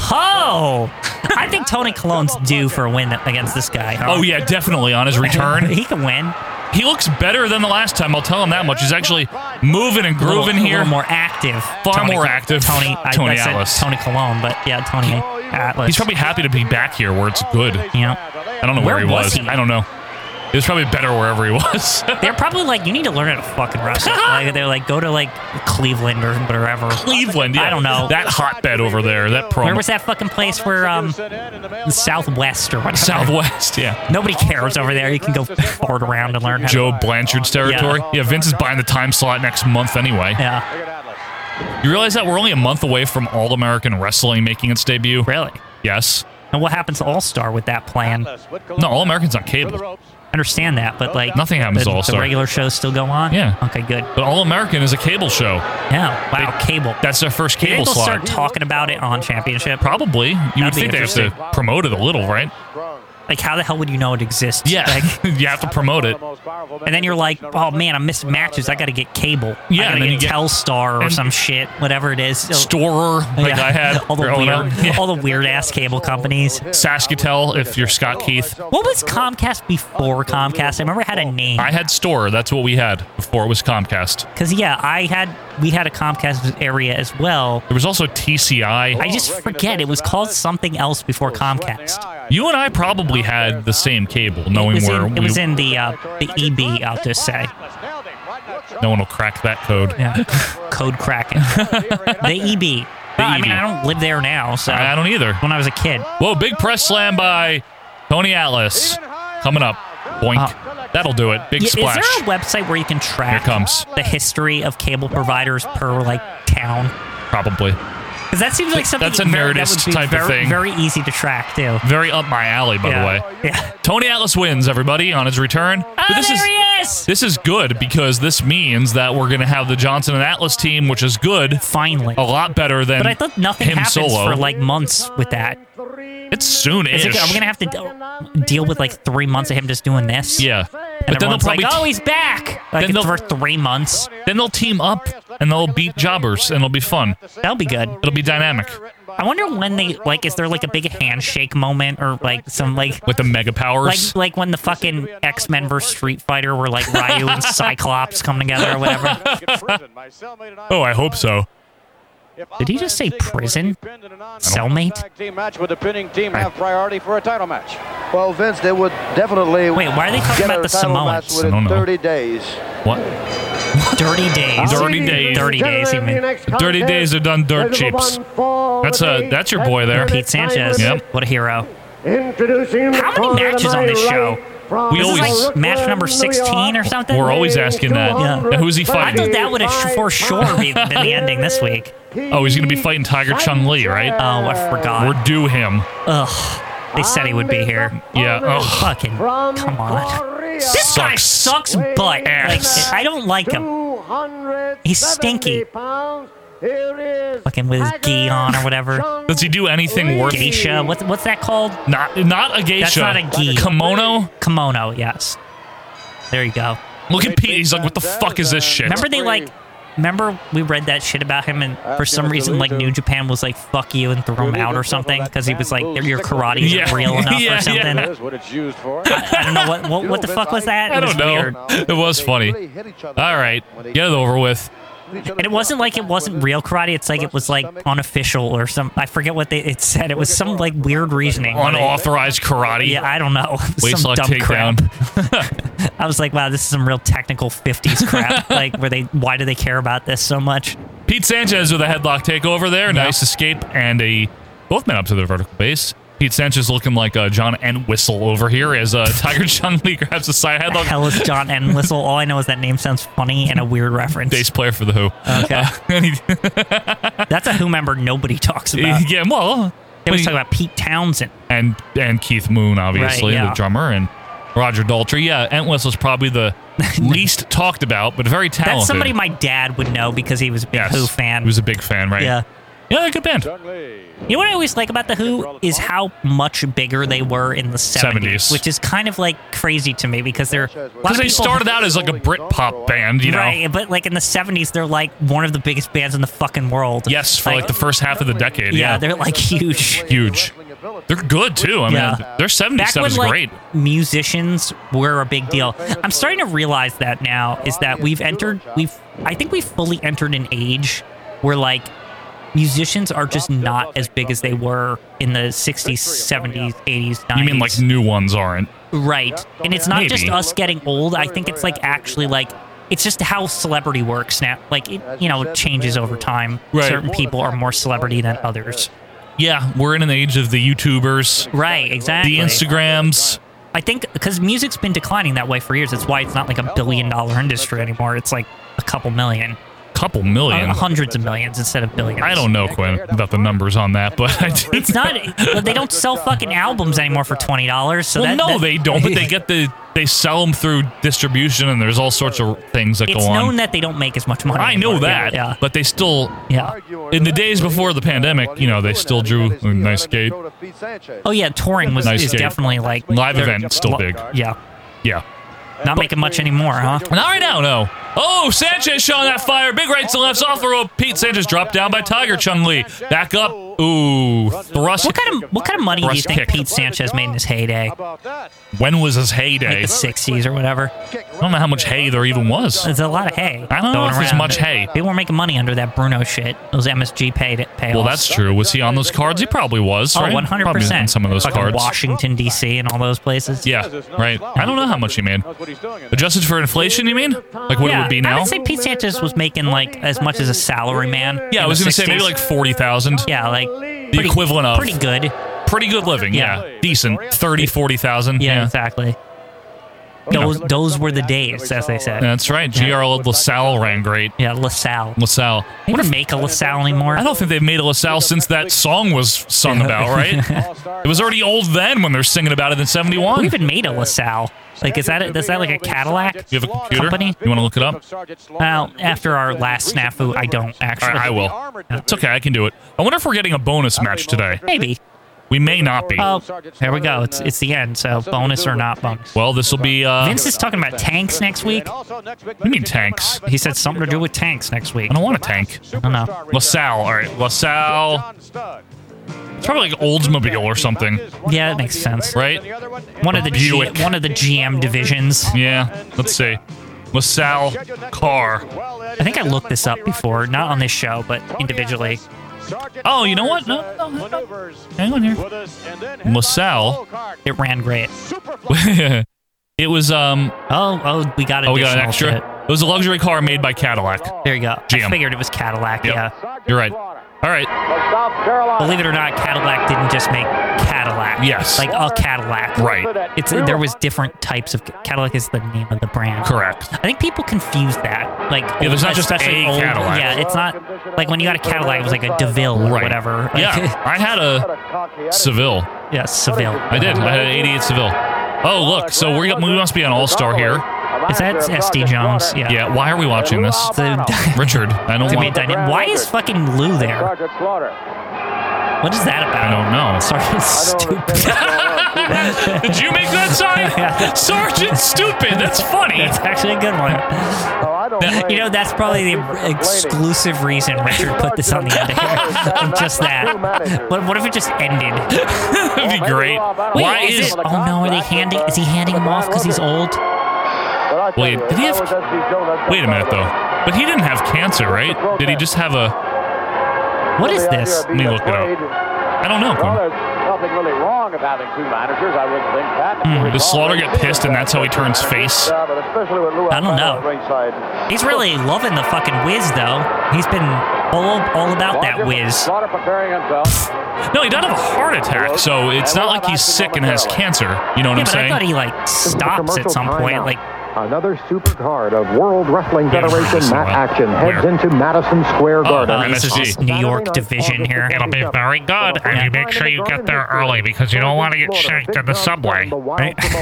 [SPEAKER 2] ho! I think Tony Colon's due for a win against this guy. huh?
[SPEAKER 1] Oh yeah, definitely on his return.
[SPEAKER 2] He can win.
[SPEAKER 1] he looks better than the last time. I'll tell him that much. He's actually moving and
[SPEAKER 2] A little-
[SPEAKER 1] grooving
[SPEAKER 2] a
[SPEAKER 1] here.
[SPEAKER 2] little more active.
[SPEAKER 1] Far
[SPEAKER 2] Tony-
[SPEAKER 1] more active.
[SPEAKER 2] Tony, I,
[SPEAKER 1] Tony
[SPEAKER 2] I said
[SPEAKER 1] Atlas.
[SPEAKER 2] Tony Colon, but yeah, Tony Atlas.
[SPEAKER 1] He's probably happy to be back here where it's good.
[SPEAKER 2] you know.
[SPEAKER 1] I don't know where,
[SPEAKER 2] Where
[SPEAKER 1] he was.
[SPEAKER 2] was he?
[SPEAKER 1] I don't know. It was probably better wherever he was.
[SPEAKER 2] They're probably like, you need to learn how to fucking wrestle. like, they're like, go to like Cleveland or wherever.
[SPEAKER 1] Cleveland. Yeah.
[SPEAKER 2] I don't know.
[SPEAKER 1] That hotbed over there. That promo.
[SPEAKER 2] Where was that fucking place where um Southwest or whatever?
[SPEAKER 1] Southwest. Yeah.
[SPEAKER 2] Nobody cares over there. You can go fart around and learn how.
[SPEAKER 1] Joe
[SPEAKER 2] To,
[SPEAKER 1] Blanchard's territory. Yeah. Vince is buying the time slot next month anyway.
[SPEAKER 2] yeah.
[SPEAKER 1] You realize that we're only a month away from All American Wrestling making its debut?
[SPEAKER 2] Really.
[SPEAKER 1] Yes.
[SPEAKER 2] And what happens to All Star with that plan? I
[SPEAKER 1] No, All American's on cable.
[SPEAKER 2] understand that, but like
[SPEAKER 1] Nothing happens
[SPEAKER 2] the,
[SPEAKER 1] to All-Star.
[SPEAKER 2] The regular shows still go on.
[SPEAKER 1] Yeah.
[SPEAKER 2] Okay. Good.
[SPEAKER 1] But All American is a cable show.
[SPEAKER 2] Yeah. Wow. cable.
[SPEAKER 1] That's their first
[SPEAKER 2] Maybe
[SPEAKER 1] cable
[SPEAKER 2] they'll
[SPEAKER 1] slot.
[SPEAKER 2] start talking about it on Championship.
[SPEAKER 1] Probably. You would
[SPEAKER 2] That'd be
[SPEAKER 1] think they have to
[SPEAKER 2] interesting.
[SPEAKER 1] promote it a little, right?
[SPEAKER 2] Like, how the hell would you know it exists?
[SPEAKER 1] Yeah.
[SPEAKER 2] Like,
[SPEAKER 1] you have to promote it.
[SPEAKER 2] and then you're like, oh man, I'm missing matches. I got to get cable.
[SPEAKER 1] Yeah,
[SPEAKER 2] I
[SPEAKER 1] and
[SPEAKER 2] gotta
[SPEAKER 1] then
[SPEAKER 2] get
[SPEAKER 1] you get-
[SPEAKER 2] Telstar or
[SPEAKER 1] and-
[SPEAKER 2] some shit, whatever it is. So-
[SPEAKER 1] Storer, like
[SPEAKER 2] Yeah.
[SPEAKER 1] I had.
[SPEAKER 2] all the
[SPEAKER 1] growing up.
[SPEAKER 2] weird,
[SPEAKER 1] Yeah.
[SPEAKER 2] all the weird ass cable companies.
[SPEAKER 1] Saskatel, if you're Scott Keith.
[SPEAKER 2] What was Comcast before Comcast? I remember it had a name.
[SPEAKER 1] I had Store. That's what we had before it was Comcast.
[SPEAKER 2] Cause yeah, I had we had a Comcast area as well.
[SPEAKER 1] There was also TCI.
[SPEAKER 2] I just forget it was called something else before Comcast.
[SPEAKER 1] you and I probably had the same cable,
[SPEAKER 2] It
[SPEAKER 1] knowing
[SPEAKER 2] was
[SPEAKER 1] where
[SPEAKER 2] in,
[SPEAKER 1] we,
[SPEAKER 2] it was in the uh, the EB. I'll just say,
[SPEAKER 1] no one will crack that code.
[SPEAKER 2] yeah, code cracking. the EB. Well, I mean,
[SPEAKER 1] EB.
[SPEAKER 2] I don't live there now, so
[SPEAKER 1] E I, I don't either.
[SPEAKER 2] when I was a kid.
[SPEAKER 1] Whoa, big press slam by Tony Atlas. Coming up. Boink. That'll do it. Big
[SPEAKER 2] Yeah, is
[SPEAKER 1] splash.
[SPEAKER 2] there a website where you can track
[SPEAKER 1] Here comes.
[SPEAKER 2] the history of cable providers per like town?
[SPEAKER 1] probably.
[SPEAKER 2] Because that seems like something
[SPEAKER 1] That's a
[SPEAKER 2] very, that
[SPEAKER 1] Nerdist
[SPEAKER 2] would be
[SPEAKER 1] type of
[SPEAKER 2] very,
[SPEAKER 1] thing.
[SPEAKER 2] Very easy to track too.
[SPEAKER 1] Very up my alley, by
[SPEAKER 2] yeah.
[SPEAKER 1] the way.
[SPEAKER 2] Yeah.
[SPEAKER 1] Tony Atlas wins, everybody, on his return.
[SPEAKER 2] Oh,
[SPEAKER 1] this
[SPEAKER 2] there
[SPEAKER 1] is
[SPEAKER 2] he is!
[SPEAKER 1] this is good because this means that we're gonna have the Johnson and Atlas team, which is good.
[SPEAKER 2] Finally.
[SPEAKER 1] A lot better than
[SPEAKER 2] But I thought nothing
[SPEAKER 1] Oh, him
[SPEAKER 2] happens
[SPEAKER 1] solo.
[SPEAKER 2] for like months with that.
[SPEAKER 1] it's soon
[SPEAKER 2] Is
[SPEAKER 1] ish.
[SPEAKER 2] it, are we gonna have to de- deal with like three months of him just doing this?
[SPEAKER 1] yeah.
[SPEAKER 2] And
[SPEAKER 1] but then they'll
[SPEAKER 2] everyone's
[SPEAKER 1] probably
[SPEAKER 2] like,
[SPEAKER 1] t-
[SPEAKER 2] "Oh, he's back!" Like
[SPEAKER 1] Then
[SPEAKER 2] it's
[SPEAKER 1] they'll-
[SPEAKER 2] for three months.
[SPEAKER 1] then they'll team up and they'll beat jobbers and it'll be fun.
[SPEAKER 2] That'll be good.
[SPEAKER 1] It'll be dynamic.
[SPEAKER 2] I wonder when they like. Is there like a big handshake moment or like some like
[SPEAKER 1] With the mega
[SPEAKER 2] like
[SPEAKER 1] powers.
[SPEAKER 2] like when the fucking X Men versus Street Fighter were like Ryu and Cyclops come together or whatever?
[SPEAKER 1] oh, I hope so.
[SPEAKER 2] Did he just say prison? Cellmate?
[SPEAKER 4] Tag team match with the pinning team have priority for a title match.
[SPEAKER 9] Well, Vince, they would definitely
[SPEAKER 2] Wait, why are they talking
[SPEAKER 9] get
[SPEAKER 2] about
[SPEAKER 9] a
[SPEAKER 2] the
[SPEAKER 9] title match
[SPEAKER 2] Samoans?
[SPEAKER 1] I
[SPEAKER 9] within
[SPEAKER 1] don't know.
[SPEAKER 9] 30 days.
[SPEAKER 1] What?
[SPEAKER 2] Dirty days.
[SPEAKER 1] Dirty days.
[SPEAKER 2] Dirty days, you mean.
[SPEAKER 1] Dirty days are done dirt cheaps. That's a that's your boy there.
[SPEAKER 2] Pete Sanchez.
[SPEAKER 1] Yep.
[SPEAKER 2] What a hero.
[SPEAKER 9] Introducing
[SPEAKER 2] How many matches on this show?
[SPEAKER 1] We
[SPEAKER 2] This is
[SPEAKER 1] always
[SPEAKER 2] like match number 16 or something?
[SPEAKER 1] we're always asking that.
[SPEAKER 2] Yeah.
[SPEAKER 1] Who's he
[SPEAKER 2] I thought
[SPEAKER 1] fighting?
[SPEAKER 2] that would have for sure be- been the ending this week.
[SPEAKER 1] Oh, he's gonna be fighting Tiger Chun Li, right?
[SPEAKER 2] Oh, I forgot.
[SPEAKER 1] We're due him.
[SPEAKER 2] They said he would be here.
[SPEAKER 1] Yeah. Oh,
[SPEAKER 2] Fucking, come on. This guy
[SPEAKER 1] Sucks.
[SPEAKER 2] sucks butt. Like,
[SPEAKER 1] Ass.
[SPEAKER 2] I don't like him. He's stinky. Fucking with his gi on or whatever.
[SPEAKER 1] Does he do anything worth?
[SPEAKER 2] Geisha. What's, what's that called?
[SPEAKER 1] Not not a geisha.
[SPEAKER 2] not a gi.
[SPEAKER 1] Kimono.
[SPEAKER 2] Kimono, yes. There you go.
[SPEAKER 1] Look at Pete. He's like, what the fuck is this shit?
[SPEAKER 2] Remember they like. Remember we read that shit about him, and for some reason, like New Japan was like "fuck you" and threw him out or something because he was like your karate isn't
[SPEAKER 1] Yeah.
[SPEAKER 2] real enough
[SPEAKER 1] Yeah, yeah.
[SPEAKER 2] or something.
[SPEAKER 4] That is what it's used for.
[SPEAKER 2] I don't know what what, what the fuck was that.
[SPEAKER 1] I
[SPEAKER 2] It was
[SPEAKER 1] don't know.
[SPEAKER 2] weird.
[SPEAKER 1] It was funny. All right, get it over with.
[SPEAKER 2] And it wasn't like it wasn't real karate. It's like it was like unofficial or some. I forget what they it said. It was some like weird reasoning.
[SPEAKER 1] Unauthorized karate.
[SPEAKER 2] Yeah, I don't know.
[SPEAKER 1] Waist
[SPEAKER 2] some
[SPEAKER 1] lock
[SPEAKER 2] dumb crap.
[SPEAKER 1] takedown.
[SPEAKER 2] I was like, wow, this is some real technical '50s crap. like, where they why do they care about this so much?
[SPEAKER 1] Pete Sanchez with a headlock takeover there. Nice escape and a both men up to their vertical base. Pete Sanchez looking like uh, John Entwistle over here as uh, Tiger John Lee grabs a side
[SPEAKER 2] The
[SPEAKER 1] headlock.
[SPEAKER 2] hell is John Entwistle? All I know is that name sounds funny and a weird reference.
[SPEAKER 1] Bass player for the Who.
[SPEAKER 2] Okay.
[SPEAKER 1] Uh, and he-
[SPEAKER 2] That's a who member nobody talks about.
[SPEAKER 1] yeah, well,
[SPEAKER 2] They always
[SPEAKER 1] he-
[SPEAKER 2] talk about Pete Townsend.
[SPEAKER 1] and and Keith Moon, obviously
[SPEAKER 2] Right, yeah.
[SPEAKER 1] the drummer, and Roger Daltrey. Yeah, Entwistle's probably the least talked about, but very talented.
[SPEAKER 2] That's somebody my dad would know because he was a big
[SPEAKER 1] yes,
[SPEAKER 2] Who fan.
[SPEAKER 1] He was a big fan, right?
[SPEAKER 2] yeah.
[SPEAKER 1] yeah, good band.
[SPEAKER 2] You know what I always like about the Who is how much bigger they were in the 70s,
[SPEAKER 1] 70s.
[SPEAKER 2] which is kind of like crazy to me because they're a lot of
[SPEAKER 1] Because they
[SPEAKER 2] people-
[SPEAKER 1] started out as like a Brit pop band, you know.
[SPEAKER 2] Right, but like in the 70s they're like one of the biggest bands in the fucking world.
[SPEAKER 1] Yes, for like the first half of the decade.
[SPEAKER 2] Yeah,
[SPEAKER 1] Yeah,
[SPEAKER 2] they're like huge.
[SPEAKER 1] huge. They're good too. I mean,
[SPEAKER 2] Yeah.
[SPEAKER 1] their 70
[SPEAKER 2] Back
[SPEAKER 1] stuff
[SPEAKER 2] when
[SPEAKER 1] is
[SPEAKER 2] like
[SPEAKER 1] great.
[SPEAKER 2] musicians were a big deal. I'm starting to realize that now is that we've entered we've I think we've fully entered an age where like musicians are just not as big as they were in the 60s, 70s, 80s, 90s.
[SPEAKER 1] You mean like new ones aren't?
[SPEAKER 2] Right. And it's not just
[SPEAKER 1] Maybe.
[SPEAKER 2] us getting old. I think it's like actually like it's just how celebrity works now. Like it, you know, it changes over time.
[SPEAKER 1] Right.
[SPEAKER 2] Certain people are more celebrity than others.
[SPEAKER 1] Yeah, we're in an age of the YouTubers,
[SPEAKER 2] Right, exactly.
[SPEAKER 1] the Instagrams.
[SPEAKER 2] I think because music's been declining that way for years. That's why it's not like a billion dollar industry anymore. It's like a couple million,
[SPEAKER 1] Couple million.
[SPEAKER 2] Uh, hundreds of millions instead of billions.
[SPEAKER 1] I don't know, Quinn, about the numbers on that, but I do.
[SPEAKER 2] It's not. but they don't sell fucking albums anymore for twenty dollars. So
[SPEAKER 1] well,
[SPEAKER 2] that,
[SPEAKER 1] no,
[SPEAKER 2] that-
[SPEAKER 1] they don't. But they get the they sell them through distribution, and there's all sorts of things that
[SPEAKER 2] It's
[SPEAKER 1] go on.
[SPEAKER 2] known that they don't make as much money.
[SPEAKER 1] I know
[SPEAKER 2] anymore.
[SPEAKER 1] that,
[SPEAKER 2] Yeah.
[SPEAKER 1] but they still.
[SPEAKER 2] yeah.
[SPEAKER 1] In the days before the pandemic, you know, they still drew a nice gate.
[SPEAKER 2] Oh yeah, touring was
[SPEAKER 1] Nice
[SPEAKER 2] is
[SPEAKER 1] gig.
[SPEAKER 2] definitely like
[SPEAKER 1] Live
[SPEAKER 2] they're-
[SPEAKER 1] event still big.
[SPEAKER 2] Yeah,
[SPEAKER 1] Yeah.
[SPEAKER 2] not making much anymore, huh?
[SPEAKER 1] Not right now, no. Oh, Sanchez shot that fire. Big rights and lefts off the rope. Pete Sanchez dropped down by Tiger Chun Li. Back up. Ooh, thrust.
[SPEAKER 2] What kind of what kind of money do you
[SPEAKER 1] Thrust
[SPEAKER 2] think
[SPEAKER 1] kick.
[SPEAKER 2] Pete Sanchez made in his heyday?
[SPEAKER 1] When was his
[SPEAKER 2] Like
[SPEAKER 1] heyday?
[SPEAKER 2] the sixties or whatever.
[SPEAKER 1] I don't know how much hay there even was.
[SPEAKER 2] There's a lot of hay.
[SPEAKER 1] I don't know
[SPEAKER 2] going
[SPEAKER 1] if there's
[SPEAKER 2] around.
[SPEAKER 1] much hay.
[SPEAKER 2] People were making money under that Bruno shit. Those MSG paid it. Payoffs.
[SPEAKER 1] Well, that's true. Was he on those cards? He probably was.
[SPEAKER 2] Oh,
[SPEAKER 1] right?
[SPEAKER 2] 100
[SPEAKER 1] Probably on
[SPEAKER 2] percent.
[SPEAKER 1] some of those
[SPEAKER 2] Fucking
[SPEAKER 1] cards.
[SPEAKER 2] Washington D.C. and all those places.
[SPEAKER 1] Yeah, right. I don't know how much he made. Adjusted for inflation, you mean? Like what it
[SPEAKER 2] Yeah,
[SPEAKER 1] would be now?
[SPEAKER 2] I would say Pete Sanchez was making like as much as a salary man.
[SPEAKER 1] yeah, I was
[SPEAKER 2] going
[SPEAKER 1] gonna
[SPEAKER 2] to
[SPEAKER 1] say maybe like forty thousand.
[SPEAKER 2] Yeah, like
[SPEAKER 1] the equivalent of
[SPEAKER 2] pretty good.
[SPEAKER 1] pretty good living. Yeah, decent. Thirty, forty thousand.
[SPEAKER 2] Yeah,
[SPEAKER 1] Yeah.
[SPEAKER 2] exactly. Those those were the days, as they said.
[SPEAKER 1] That's right. GRL LaSalle ran great.
[SPEAKER 2] Yeah, LaSalle.
[SPEAKER 1] LaSalle.
[SPEAKER 2] I don't make a LaSalle anymore.
[SPEAKER 1] I don't think they've made a LaSalle since that song was sung about, right? it was already old then when they're singing about it in
[SPEAKER 2] Who
[SPEAKER 1] 71.
[SPEAKER 2] even made a LaSalle? Like, is that a, is that like a Cadillac?
[SPEAKER 1] You have a computer?
[SPEAKER 2] Company?
[SPEAKER 1] You want to look it up?
[SPEAKER 2] Well, after our last snafu, I don't actually.
[SPEAKER 1] All right, I will. It's okay. I can do it. I wonder if we're getting a bonus match today.
[SPEAKER 2] Maybe.
[SPEAKER 1] We may not be.
[SPEAKER 2] Oh, there we go. It's it's the end. So bonus or not bonus.
[SPEAKER 1] Well, this will be. Uh,
[SPEAKER 2] Vince is talking about tanks next week.
[SPEAKER 1] you mean tanks?
[SPEAKER 2] He said something to do with tanks next week.
[SPEAKER 1] I don't want a tank.
[SPEAKER 2] I don't know.
[SPEAKER 1] LaSalle. All right. LaSalle. It's probably like Oldsmobile or something.
[SPEAKER 2] Yeah, that makes sense.
[SPEAKER 1] Right?
[SPEAKER 2] One of the G-
[SPEAKER 1] Buick.
[SPEAKER 2] one of the GM divisions.
[SPEAKER 1] Yeah. Let's see. LaSalle car.
[SPEAKER 2] I think I looked this up before, not on this show, but
[SPEAKER 4] Oh,
[SPEAKER 2] individually.
[SPEAKER 1] Oh, you know what? No,
[SPEAKER 4] uh,
[SPEAKER 1] no, no. Hang on here. LaSalle.
[SPEAKER 2] It ran great.
[SPEAKER 1] it was um.
[SPEAKER 2] Oh, oh, we got
[SPEAKER 1] Oh, we got an extra?
[SPEAKER 2] additional shit.
[SPEAKER 1] It was a luxury car made by Cadillac.
[SPEAKER 2] There you go. I
[SPEAKER 1] GM.
[SPEAKER 2] figured it was Cadillac.
[SPEAKER 1] Yep.
[SPEAKER 2] Yeah.
[SPEAKER 1] You're right. All right.
[SPEAKER 4] From South Carolina.
[SPEAKER 2] Believe it or not, Cadillac didn't just make Cadillac.
[SPEAKER 1] Yes.
[SPEAKER 2] Like a Cadillac.
[SPEAKER 1] Right.
[SPEAKER 2] It's there was different types of Cadillac is the name of the brand.
[SPEAKER 1] Correct.
[SPEAKER 2] I think people confuse that. Like
[SPEAKER 1] Yeah, there's not just
[SPEAKER 2] especially
[SPEAKER 1] a
[SPEAKER 2] old,
[SPEAKER 1] Cadillac.
[SPEAKER 2] Yeah, it's not like when you got a Cadillac, it was like a DeVille or
[SPEAKER 1] Right.
[SPEAKER 2] whatever. Like,
[SPEAKER 1] Yeah. I had a Seville.
[SPEAKER 2] yeah, Seville.
[SPEAKER 1] I did. I had an 88 Seville. Oh, look. So we we must be an all star here.
[SPEAKER 2] Is that SD Jones? Yeah.
[SPEAKER 1] Yeah. Why are we watching this?
[SPEAKER 2] The-
[SPEAKER 1] Richard, I don't
[SPEAKER 2] It's gonna be a
[SPEAKER 1] want.
[SPEAKER 2] dyna- Why is fucking Lou there?
[SPEAKER 4] Sergeant Slaughter.
[SPEAKER 2] What is that
[SPEAKER 1] I
[SPEAKER 2] about?
[SPEAKER 1] don't know.
[SPEAKER 2] Sergeant Stupid.
[SPEAKER 1] Did you make that sign? Sergeant Stupid. That's funny.
[SPEAKER 2] That's actually a good one. You know, that's probably the exclusive reason Richard put this on the end of here. just that. What, what if it just ended?
[SPEAKER 1] That'd be great.
[SPEAKER 2] Wait,
[SPEAKER 1] Why
[SPEAKER 2] is,
[SPEAKER 1] is?
[SPEAKER 2] it? Oh no, are they handing? Is he handing him off because he's old?
[SPEAKER 1] Wait, did he have? Wait a minute though. But he didn't have cancer, right? Did he just have a?
[SPEAKER 2] What is this?
[SPEAKER 1] Let me look it up. I don't know. Quinn.
[SPEAKER 4] Well, there's nothing really wrong of having two managers, I wouldn't think, Pat.
[SPEAKER 1] Hmm, does Slaughter get pissed and that's how he turns face?
[SPEAKER 4] Uh, but especially with Lou
[SPEAKER 2] I don't know.
[SPEAKER 4] Albano at ringside.
[SPEAKER 2] He's really loving the fucking whiz though. He's been all all about that whiz.
[SPEAKER 4] Slaughter preparing himself.
[SPEAKER 1] No, he died of a heart attack, so it's not like he's sick and has cancer. You know what I'm
[SPEAKER 2] Yeah, but I
[SPEAKER 1] saying?
[SPEAKER 2] thought he like stops at some point. Like
[SPEAKER 9] Another supercard of World Wrestling
[SPEAKER 1] haven't heard
[SPEAKER 9] Federation
[SPEAKER 1] this in a
[SPEAKER 9] mat
[SPEAKER 1] while.
[SPEAKER 9] action heads
[SPEAKER 1] Where?
[SPEAKER 9] into Madison Square
[SPEAKER 1] Oh,
[SPEAKER 9] Garden.
[SPEAKER 2] uh, this
[SPEAKER 1] MSG.
[SPEAKER 2] is New York division here.
[SPEAKER 9] It'll be
[SPEAKER 1] very good,
[SPEAKER 2] and you make
[SPEAKER 9] sure you get there early because you don't want to get shanked in the subway.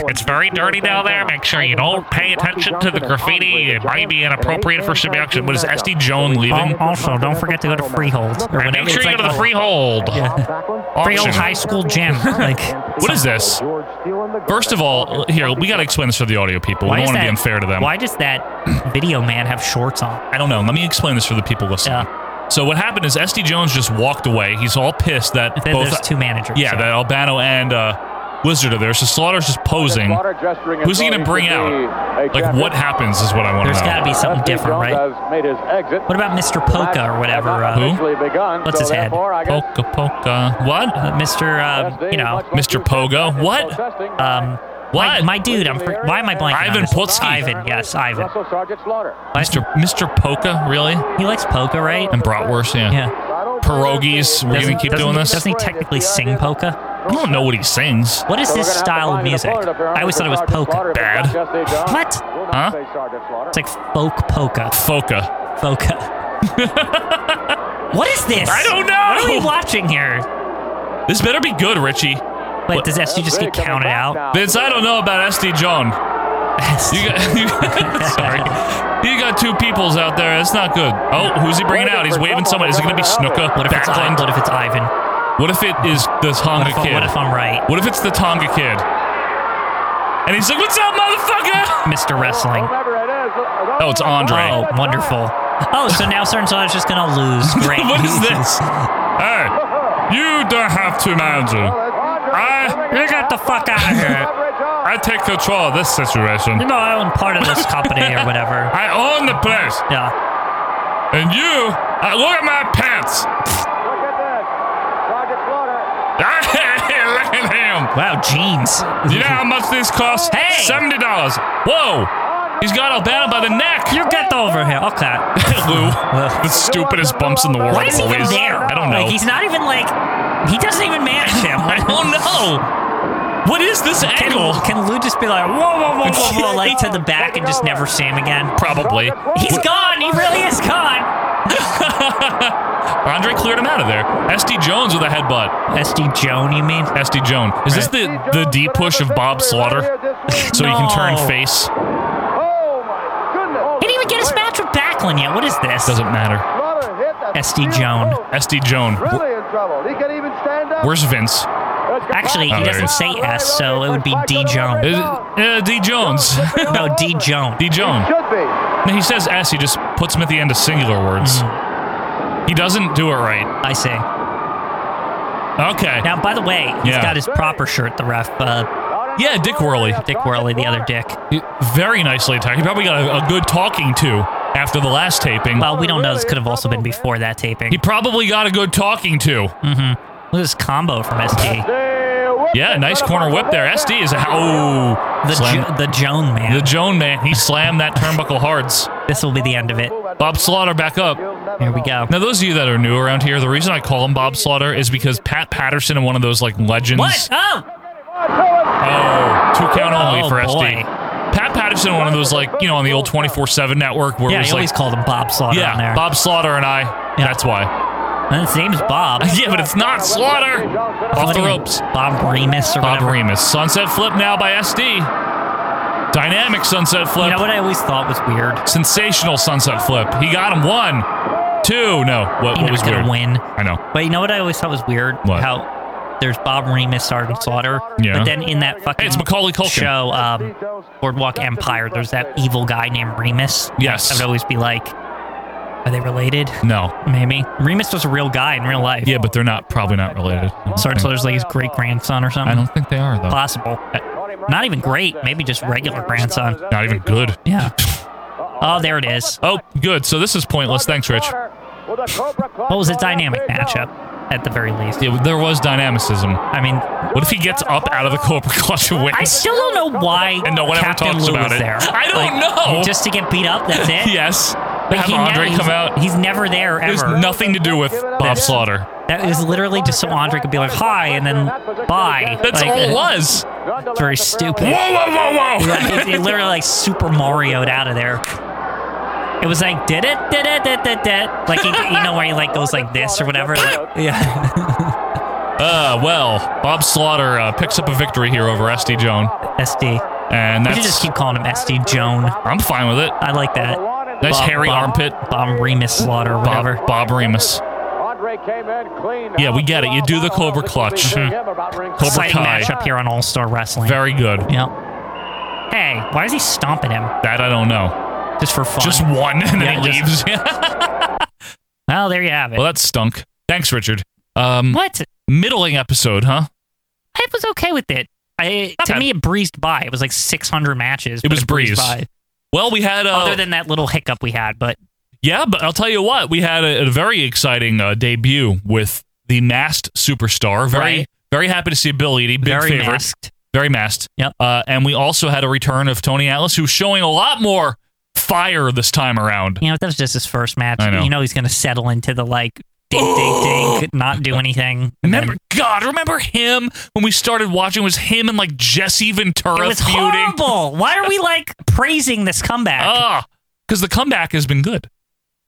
[SPEAKER 9] It's very dirty down there. Make sure you don't pay attention to the graffiti. It might be inappropriate for some action.
[SPEAKER 1] What is SD Joan
[SPEAKER 2] Um,
[SPEAKER 1] leaving?
[SPEAKER 2] also, don't forget to go to Freehold. Or
[SPEAKER 1] And
[SPEAKER 2] whatever.
[SPEAKER 1] make sure you
[SPEAKER 2] It's like
[SPEAKER 1] go to the
[SPEAKER 2] a
[SPEAKER 1] freehold.
[SPEAKER 2] Freehold
[SPEAKER 1] Auction.
[SPEAKER 2] High School gym. Like,
[SPEAKER 1] What is this? First of all, here we gotta explain this for the audio people. We
[SPEAKER 2] why
[SPEAKER 1] don't
[SPEAKER 2] is
[SPEAKER 1] want to
[SPEAKER 2] that?
[SPEAKER 1] be unfair to them.
[SPEAKER 2] Why does that video man have shorts on?
[SPEAKER 1] I don't know. Let me explain this for the people listening. So what happened is SD Jones just walked away. He's all pissed that
[SPEAKER 2] Then
[SPEAKER 1] both
[SPEAKER 2] there's two managers.
[SPEAKER 1] yeah that Albano and uh, Wizard are there. So Slaughter's just posing.
[SPEAKER 4] Slaughter gesturing
[SPEAKER 1] Who's he
[SPEAKER 4] as
[SPEAKER 1] gonna
[SPEAKER 4] though
[SPEAKER 1] bring
[SPEAKER 4] could
[SPEAKER 1] out?
[SPEAKER 4] be a
[SPEAKER 1] Like
[SPEAKER 4] champion.
[SPEAKER 1] what happens is what I want
[SPEAKER 2] There's
[SPEAKER 1] to know.
[SPEAKER 2] got to be something
[SPEAKER 4] SD
[SPEAKER 2] different,
[SPEAKER 4] Jones
[SPEAKER 2] right?
[SPEAKER 4] Has made his exit.
[SPEAKER 2] What about Mr. Polka or whatever? Uh,
[SPEAKER 1] Who?
[SPEAKER 4] Officially Begun,
[SPEAKER 2] What's
[SPEAKER 4] so
[SPEAKER 2] his head?
[SPEAKER 4] therefore, I guess
[SPEAKER 1] Polka polka. What?
[SPEAKER 2] uh, Mr. Um, you know,
[SPEAKER 1] Mr. Pogo. What?
[SPEAKER 2] um, my,
[SPEAKER 1] What?
[SPEAKER 2] my dude. I'm. fr- Why am I blanking? on
[SPEAKER 1] Ivan
[SPEAKER 2] this?
[SPEAKER 1] Putski.
[SPEAKER 2] Ivan. Yes, Ivan.
[SPEAKER 4] Russell Sergeant Slaughter.
[SPEAKER 1] Mr. Mr. Polka, really?
[SPEAKER 2] He likes polka, right?
[SPEAKER 1] And bratwurst, yeah.
[SPEAKER 2] Yeah.
[SPEAKER 1] Pierogies. We're gonna
[SPEAKER 2] Doesn't-
[SPEAKER 1] keep
[SPEAKER 2] doesn't-
[SPEAKER 1] doing this.
[SPEAKER 2] Doesn't he technically sing polka?
[SPEAKER 1] I don't know what he sings.
[SPEAKER 2] What is
[SPEAKER 4] So we're
[SPEAKER 2] his
[SPEAKER 4] gonna have to
[SPEAKER 2] style of
[SPEAKER 4] find an
[SPEAKER 2] music?
[SPEAKER 4] opponent if we're
[SPEAKER 2] I always thought it was
[SPEAKER 4] honest with
[SPEAKER 2] polka.
[SPEAKER 4] Sergeant
[SPEAKER 1] Bad.
[SPEAKER 4] Slaughter, but not SD Jones.
[SPEAKER 2] What?
[SPEAKER 4] We'll not
[SPEAKER 1] Huh?
[SPEAKER 4] say Sergeant Slaughter.
[SPEAKER 2] It's like folk polka.
[SPEAKER 1] Foka.
[SPEAKER 2] Polka. what is this?
[SPEAKER 1] I don't know.
[SPEAKER 2] What are we watching here?
[SPEAKER 1] This better be good, Richie.
[SPEAKER 2] Wait, does SD just get counted out?
[SPEAKER 1] Vince, I don't know about SD Joan. You got, you sorry. You got two peoples out there. That's not good. Oh, who's he bringing out? He's waving someone. Is it going to be Snuka?
[SPEAKER 2] What if it's Ivan?
[SPEAKER 1] Backlund?
[SPEAKER 2] What if it's Ivan?
[SPEAKER 1] What if it is the
[SPEAKER 2] What
[SPEAKER 1] Tonga
[SPEAKER 2] if, I'm,
[SPEAKER 1] kid?
[SPEAKER 2] what if I'm right?
[SPEAKER 1] What if it's the Tonga kid? And he's like, "What's up, motherfucker?"
[SPEAKER 2] Mr. Wrestling.
[SPEAKER 1] Oh, it's Andre.
[SPEAKER 2] Oh, wonderful. Oh, so now Sergeant Slaughter's just gonna lose. Great.
[SPEAKER 1] What is this? Hey, you don't have to manager. I
[SPEAKER 2] You got the fuck out of here.
[SPEAKER 1] I take control of this
[SPEAKER 2] You
[SPEAKER 1] situation.
[SPEAKER 2] know, I own part of this company or whatever.
[SPEAKER 1] I own the place,
[SPEAKER 2] Yeah.
[SPEAKER 1] and you I look at my pants. look at him.
[SPEAKER 2] Wow, Oh, jeans.
[SPEAKER 1] You know how much this costs?
[SPEAKER 2] Hey!
[SPEAKER 1] Seventy dollars. Whoa! He's got Albano by the neck.
[SPEAKER 2] You get over here. Okay.
[SPEAKER 1] Lou.
[SPEAKER 2] Well,
[SPEAKER 1] The stupidest bumps in the world.
[SPEAKER 2] Why is he even
[SPEAKER 1] always.
[SPEAKER 2] there?
[SPEAKER 1] I don't know.
[SPEAKER 2] Like, he's not even like. He doesn't even manage him.
[SPEAKER 1] I don't know. What is this
[SPEAKER 2] Can,
[SPEAKER 1] angle?
[SPEAKER 2] can Lou just be like, whoa, whoa, whoa, whoa, whoa, like to the back and just never see him again?
[SPEAKER 1] Probably.
[SPEAKER 2] He's gone. He really is gone.
[SPEAKER 1] Andre cleared him out of there. SD Jones with a headbutt.
[SPEAKER 2] SD Joan, you mean?
[SPEAKER 1] SD Joan. Is this the the D push of Bob Slaughter? So he can
[SPEAKER 2] No.
[SPEAKER 1] turn face.
[SPEAKER 2] He didn't even get his match with Backlund yet. What is this?
[SPEAKER 1] Doesn't matter.
[SPEAKER 2] SD Joan.
[SPEAKER 1] SD Joan.
[SPEAKER 4] Really in trouble. He can even stand up.
[SPEAKER 1] Where's Vince?
[SPEAKER 2] Actually,
[SPEAKER 1] Oh,
[SPEAKER 2] he
[SPEAKER 1] there it
[SPEAKER 2] doesn't
[SPEAKER 1] is.
[SPEAKER 2] say S, so it would be D Joan.
[SPEAKER 1] Is it- uh, D Jones.
[SPEAKER 2] No, D Joan.
[SPEAKER 1] D Joan.
[SPEAKER 4] Should be.
[SPEAKER 1] No, he says S. He just puts him at the end of singular words. He doesn't do it right.
[SPEAKER 2] I see.
[SPEAKER 1] Okay.
[SPEAKER 2] Now, by the way, he's
[SPEAKER 1] Yeah.
[SPEAKER 2] got his proper shirt, the ref, uh,
[SPEAKER 1] yeah, Dick Worley.
[SPEAKER 2] Dick Worley, the other dick.
[SPEAKER 1] He- Very nicely attacked. He probably got a, a good talking to after the last taping.
[SPEAKER 2] Well, we don't know. This could have also been before that taping.
[SPEAKER 1] He probably got a good talking to.
[SPEAKER 2] Look at this combo from SD.
[SPEAKER 1] Yeah, nice corner whip there. SD is a. Oh,
[SPEAKER 2] The,
[SPEAKER 1] Slam-
[SPEAKER 2] jo- the Joan man.
[SPEAKER 1] The Joan man, he slammed that turnbuckle hards.
[SPEAKER 2] this will be the end of it.
[SPEAKER 1] Bob Slaughter back up.
[SPEAKER 2] Here we go.
[SPEAKER 1] Now, those of you that are new around here, the reason I call him Bob Slaughter is because Pat Patterson and one of those like legends.
[SPEAKER 2] What? Oh!
[SPEAKER 1] Oh, two count only
[SPEAKER 2] Oh,
[SPEAKER 1] for
[SPEAKER 2] boy.
[SPEAKER 1] SD. Pat Patterson, one of those like you know on the old twenty four seven network where it
[SPEAKER 2] Yeah,
[SPEAKER 1] was
[SPEAKER 2] he always
[SPEAKER 1] like
[SPEAKER 2] called him Bob Slaughter on
[SPEAKER 1] yeah
[SPEAKER 2] there.
[SPEAKER 1] Bob Slaughter and I. That's why.
[SPEAKER 2] And his name's Bob.
[SPEAKER 1] Yeah, but it's not Slaughter. Off the
[SPEAKER 2] Fucking
[SPEAKER 1] ropes.
[SPEAKER 2] Bob Remus or
[SPEAKER 1] Bob
[SPEAKER 2] whatever.
[SPEAKER 1] Remus. Sunset flip now by SD. Dynamic sunset flip.
[SPEAKER 2] You know what I always thought was weird?
[SPEAKER 1] Sensational sunset flip. He got him one, two. No, what,
[SPEAKER 2] He's
[SPEAKER 1] what was
[SPEAKER 2] not gonna
[SPEAKER 1] weird?
[SPEAKER 2] win.
[SPEAKER 1] I know.
[SPEAKER 2] But you know what I always thought was weird?
[SPEAKER 1] What?
[SPEAKER 2] How there's Bob Remus, Sergeant Slaughter.
[SPEAKER 1] Yeah.
[SPEAKER 2] But then in that fucking
[SPEAKER 1] Hey, it's Macaulay Culkin.
[SPEAKER 2] show, um, Boardwalk Empire, there's that evil guy named Remus.
[SPEAKER 1] Yes.
[SPEAKER 2] I would always be like, are they related?
[SPEAKER 1] No.
[SPEAKER 2] Maybe. Remus was a real guy in real life.
[SPEAKER 1] Yeah, but they're not probably not related. I don't
[SPEAKER 2] Sergeant
[SPEAKER 1] think-
[SPEAKER 2] Slaughter's like his great grandson or something.
[SPEAKER 1] I don't think they are though.
[SPEAKER 2] Possible. Not even great. Maybe just regular grandson.
[SPEAKER 1] Not even good.
[SPEAKER 2] Yeah. Oh, there it is.
[SPEAKER 1] Oh, good. So this is pointless. Thanks, Rich.
[SPEAKER 2] Well, it was a dynamic matchup, at the very least.
[SPEAKER 1] Yeah, there was dynamicism.
[SPEAKER 2] I mean,
[SPEAKER 1] What if he gets up out of the Cobra Clutch and wins?
[SPEAKER 2] I still don't know why
[SPEAKER 1] And no one ever
[SPEAKER 2] Captain
[SPEAKER 1] talks
[SPEAKER 2] Lou
[SPEAKER 1] about it.
[SPEAKER 2] was there.
[SPEAKER 1] I don't know.
[SPEAKER 2] Just to get beat up. That's it.
[SPEAKER 1] yes.
[SPEAKER 2] Like,
[SPEAKER 1] Have
[SPEAKER 2] he ne-
[SPEAKER 1] Andre
[SPEAKER 2] he's-
[SPEAKER 1] come out.
[SPEAKER 2] He's never there
[SPEAKER 1] There's
[SPEAKER 2] ever.
[SPEAKER 1] nothing to do with Bob Slaughter.
[SPEAKER 2] That is literally just so Andre could be like, "Hi," and then bye.
[SPEAKER 1] That's
[SPEAKER 2] Like,
[SPEAKER 1] all
[SPEAKER 2] uh,
[SPEAKER 1] it was. Whoa,
[SPEAKER 2] It's very stupid.
[SPEAKER 1] whoa, whoa, whoa.
[SPEAKER 2] Like, it, it literally like Super Mario'd out of there. It was like did it did it did it did it. like he, you know where he like goes like this or whatever. Like, yeah,
[SPEAKER 1] Uh, well, Bob Slaughter uh, picks up a victory here over SD Joan,
[SPEAKER 2] SD.
[SPEAKER 1] and
[SPEAKER 2] We
[SPEAKER 1] that's
[SPEAKER 2] should just keep calling him SD Joan.
[SPEAKER 1] I'm fine with it.
[SPEAKER 2] I like that.
[SPEAKER 1] Nice
[SPEAKER 2] Bob-
[SPEAKER 1] hairy
[SPEAKER 2] Bob-
[SPEAKER 1] armpit.
[SPEAKER 2] Bob Remus Slaughter, whatever.
[SPEAKER 1] Bob, Bob Remus.
[SPEAKER 4] Andre came in clean.
[SPEAKER 1] Yeah, we get it. You do the Cobra Clutch.
[SPEAKER 4] Cobra
[SPEAKER 1] Cobra
[SPEAKER 2] Exciting
[SPEAKER 1] Kai.
[SPEAKER 2] matchup here on All Star Wrestling.
[SPEAKER 1] Very good.
[SPEAKER 2] Yep. Hey, why is he stomping him?
[SPEAKER 1] That I don't know.
[SPEAKER 2] Just for fun.
[SPEAKER 1] Just one, and then
[SPEAKER 2] Yeah,
[SPEAKER 1] he leaves.
[SPEAKER 2] just- well, Oh, there you have it.
[SPEAKER 1] well, that stunk. Thanks, Richard. Um,
[SPEAKER 2] what?
[SPEAKER 1] middling episode, huh?
[SPEAKER 2] I was okay with it. I, to
[SPEAKER 1] bad.
[SPEAKER 2] me, it breezed by. It was like 600 matches. but
[SPEAKER 1] was breezed.
[SPEAKER 2] by.
[SPEAKER 1] Well, we had uh,
[SPEAKER 2] Other than that little hiccup we had, but
[SPEAKER 1] yeah, but I'll tell you what, we had a, a very exciting uh, debut with the masked superstar. Very,
[SPEAKER 2] Right.
[SPEAKER 1] very happy to see Bill Eady, big
[SPEAKER 2] very
[SPEAKER 1] favorite,
[SPEAKER 2] masked.
[SPEAKER 1] very masked.
[SPEAKER 2] Yep.
[SPEAKER 1] Uh, and we also had a return of Tony Atlas, who's showing a lot more fire this time around.
[SPEAKER 2] You know, that was just his first match.
[SPEAKER 1] I know.
[SPEAKER 2] You know, he's going to settle into the like ding, ding, ding, not do anything. And
[SPEAKER 1] Remember,
[SPEAKER 2] then-
[SPEAKER 1] God, remember him when we started watching? It was him and like Jesse Ventura
[SPEAKER 2] it was
[SPEAKER 1] feuding?
[SPEAKER 2] horrible. Why are we like praising this comeback?
[SPEAKER 1] Ah, because the comeback has been good.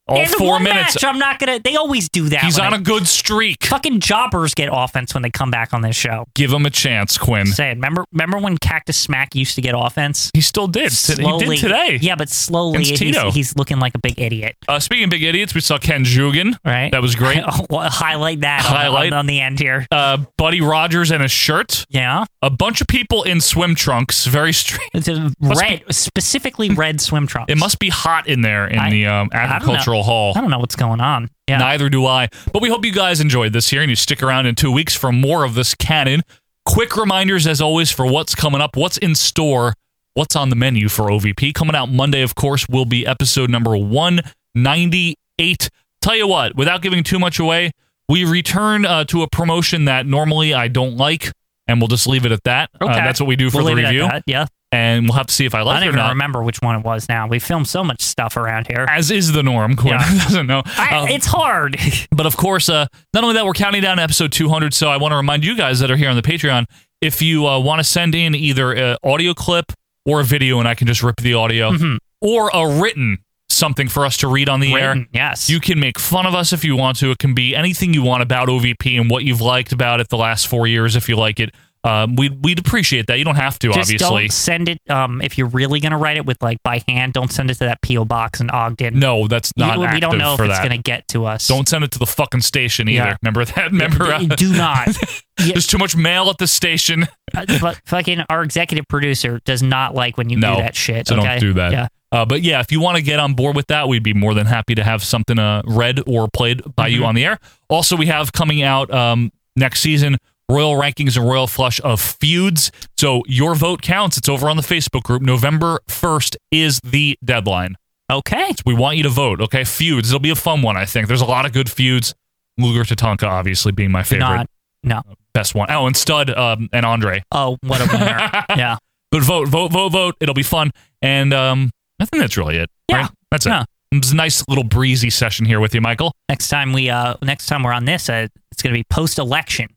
[SPEAKER 1] All
[SPEAKER 2] In
[SPEAKER 1] Oh, four
[SPEAKER 2] one
[SPEAKER 1] minutes.
[SPEAKER 2] match, I'm not gonna. They always do that.
[SPEAKER 1] He's
[SPEAKER 2] when
[SPEAKER 1] on
[SPEAKER 2] they-
[SPEAKER 1] a good streak.
[SPEAKER 2] fucking jobbers get offense when they come back on this show.
[SPEAKER 1] Give him a chance, Quinn.
[SPEAKER 2] Say it. Remember, remember when Cactus Smack used to get offense?
[SPEAKER 1] He still did.
[SPEAKER 2] Slowly,
[SPEAKER 1] he did today.
[SPEAKER 2] Yeah, but slowly
[SPEAKER 1] Against Tito.
[SPEAKER 2] he's, he's looking like a big idiot,
[SPEAKER 1] Uh, speaking of big idiots, we saw Ken Jugan.
[SPEAKER 2] right? Oh,
[SPEAKER 1] That was great.
[SPEAKER 2] Highlight that on-
[SPEAKER 1] Highlight.
[SPEAKER 2] On, on the end here.
[SPEAKER 1] Uh, Buddy Rogers and a shirt.
[SPEAKER 2] Yeah,
[SPEAKER 1] A bunch of people in swim trunks. Very strange.
[SPEAKER 2] it's a
[SPEAKER 1] Must
[SPEAKER 2] red, specifically red swim trunks.
[SPEAKER 1] It must be hot in there in
[SPEAKER 2] I-
[SPEAKER 1] the um,
[SPEAKER 2] know.
[SPEAKER 1] agricultural hall.
[SPEAKER 2] I don't know what's going on. Yeah,
[SPEAKER 1] Neither do I. But we hope you guys enjoyed this here and you stick around in two weeks for more of this canon. Quick reminders, as always, for what's coming up, what's in store, what's on the menu for OVP. Coming out Monday, of course, will be episode number 198. Tell you what, without giving too much away, we return uh, to a promotion that normally I don't like, and we'll just leave it at that. Uh,
[SPEAKER 2] Okay.
[SPEAKER 1] that's what we do for
[SPEAKER 2] We'll
[SPEAKER 1] the
[SPEAKER 2] leave it at
[SPEAKER 1] review,
[SPEAKER 2] that, Yeah,
[SPEAKER 1] and we'll have to see if I
[SPEAKER 2] I
[SPEAKER 1] like
[SPEAKER 2] don't
[SPEAKER 1] it or
[SPEAKER 2] even
[SPEAKER 1] not.
[SPEAKER 2] remember which one it was. Now we filmed so much stuff around here.
[SPEAKER 1] As is the norm, Quinn
[SPEAKER 2] Yeah.
[SPEAKER 1] doesn't know.
[SPEAKER 2] I,
[SPEAKER 1] Um,
[SPEAKER 2] it's hard.
[SPEAKER 1] But of course, uh, not only that, we're counting down to episode 200. So I want to remind you guys that are here on the Patreon if you uh, want to send in either an audio clip or a video, and I can just rip the audio,
[SPEAKER 2] Mm-hmm. Mhm.
[SPEAKER 1] or a written something for us to read on the air.
[SPEAKER 2] Written, yes.
[SPEAKER 1] You can make fun of us if you want to. It can be anything you want about OVP and what you've liked about it the last four years, if you like it. Um, we'd, we'd appreciate that. You don't have to,
[SPEAKER 2] Just
[SPEAKER 1] obviously.
[SPEAKER 2] don't send it. Um, if you're really gonna write it with like by hand, don't send it to that PO box in Ogden.
[SPEAKER 1] No, that's not
[SPEAKER 2] we, we
[SPEAKER 1] active
[SPEAKER 2] don't know if
[SPEAKER 1] for
[SPEAKER 2] it's
[SPEAKER 1] that.
[SPEAKER 2] gonna get to us.
[SPEAKER 1] Don't send it to the fucking station either.
[SPEAKER 2] Yeah.
[SPEAKER 1] Remember that? Remember? uh,
[SPEAKER 2] D- do not. Yeah, uh,
[SPEAKER 1] There's too much mail at the station.
[SPEAKER 2] but fucking our executive producer does not like when you
[SPEAKER 1] no,
[SPEAKER 2] do that shit.
[SPEAKER 1] So
[SPEAKER 2] okay?
[SPEAKER 1] don't do that.
[SPEAKER 2] Yeah.
[SPEAKER 1] Uh, but yeah, if you want to get on board with that, we'd be more than happy to have something uh, read or played by you on the air. Also, we have coming out um, next season Royal Rankings and Royal Flush of Feuds. So your vote counts. It's over on the Facebook group. November 1st is the deadline.
[SPEAKER 2] Okay.
[SPEAKER 1] We want you to vote, okay? Feuds. It'll be a fun one, I think. There's a lot of good feuds. Luger Tatanka, obviously, being my favorite.
[SPEAKER 2] Not. No.
[SPEAKER 1] Best one. Oh, and Stud um, and Andre.
[SPEAKER 2] Oh, what a winner. yeah.
[SPEAKER 1] But vote, vote, vote, vote. It'll be fun. And um, I think that's really it.
[SPEAKER 2] Yeah.
[SPEAKER 1] right? That's it.
[SPEAKER 2] No.
[SPEAKER 1] It's a nice little breezy session here with you, Michael.
[SPEAKER 2] Next time we uh next time we're on this, uh, it's gonna be post election.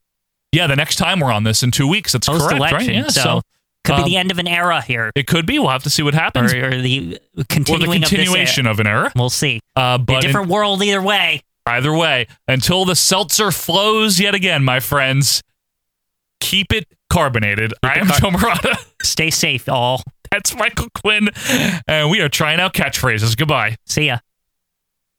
[SPEAKER 1] Yeah, the next time we're on this in two weeks. That's
[SPEAKER 2] Post
[SPEAKER 1] correct, right?
[SPEAKER 2] election.
[SPEAKER 1] Yeah,
[SPEAKER 2] so, could
[SPEAKER 1] um,
[SPEAKER 2] be the end of an era here.
[SPEAKER 1] it could be. We'll have to see what
[SPEAKER 2] Or,
[SPEAKER 1] happens.
[SPEAKER 2] or the
[SPEAKER 1] or the
[SPEAKER 2] continuing
[SPEAKER 1] continuation
[SPEAKER 2] of
[SPEAKER 1] of, an era.
[SPEAKER 2] this era. We'll see.
[SPEAKER 1] Uh,
[SPEAKER 2] Be a
[SPEAKER 1] but in-
[SPEAKER 2] different world either way.
[SPEAKER 1] either way, until the seltzer flows yet again, my friends, keep it carbonated. I am Joe Morata.
[SPEAKER 2] Stay safe, all.
[SPEAKER 1] That's Michael Quinn. And we are trying out catchphrases. Goodbye.
[SPEAKER 2] See ya.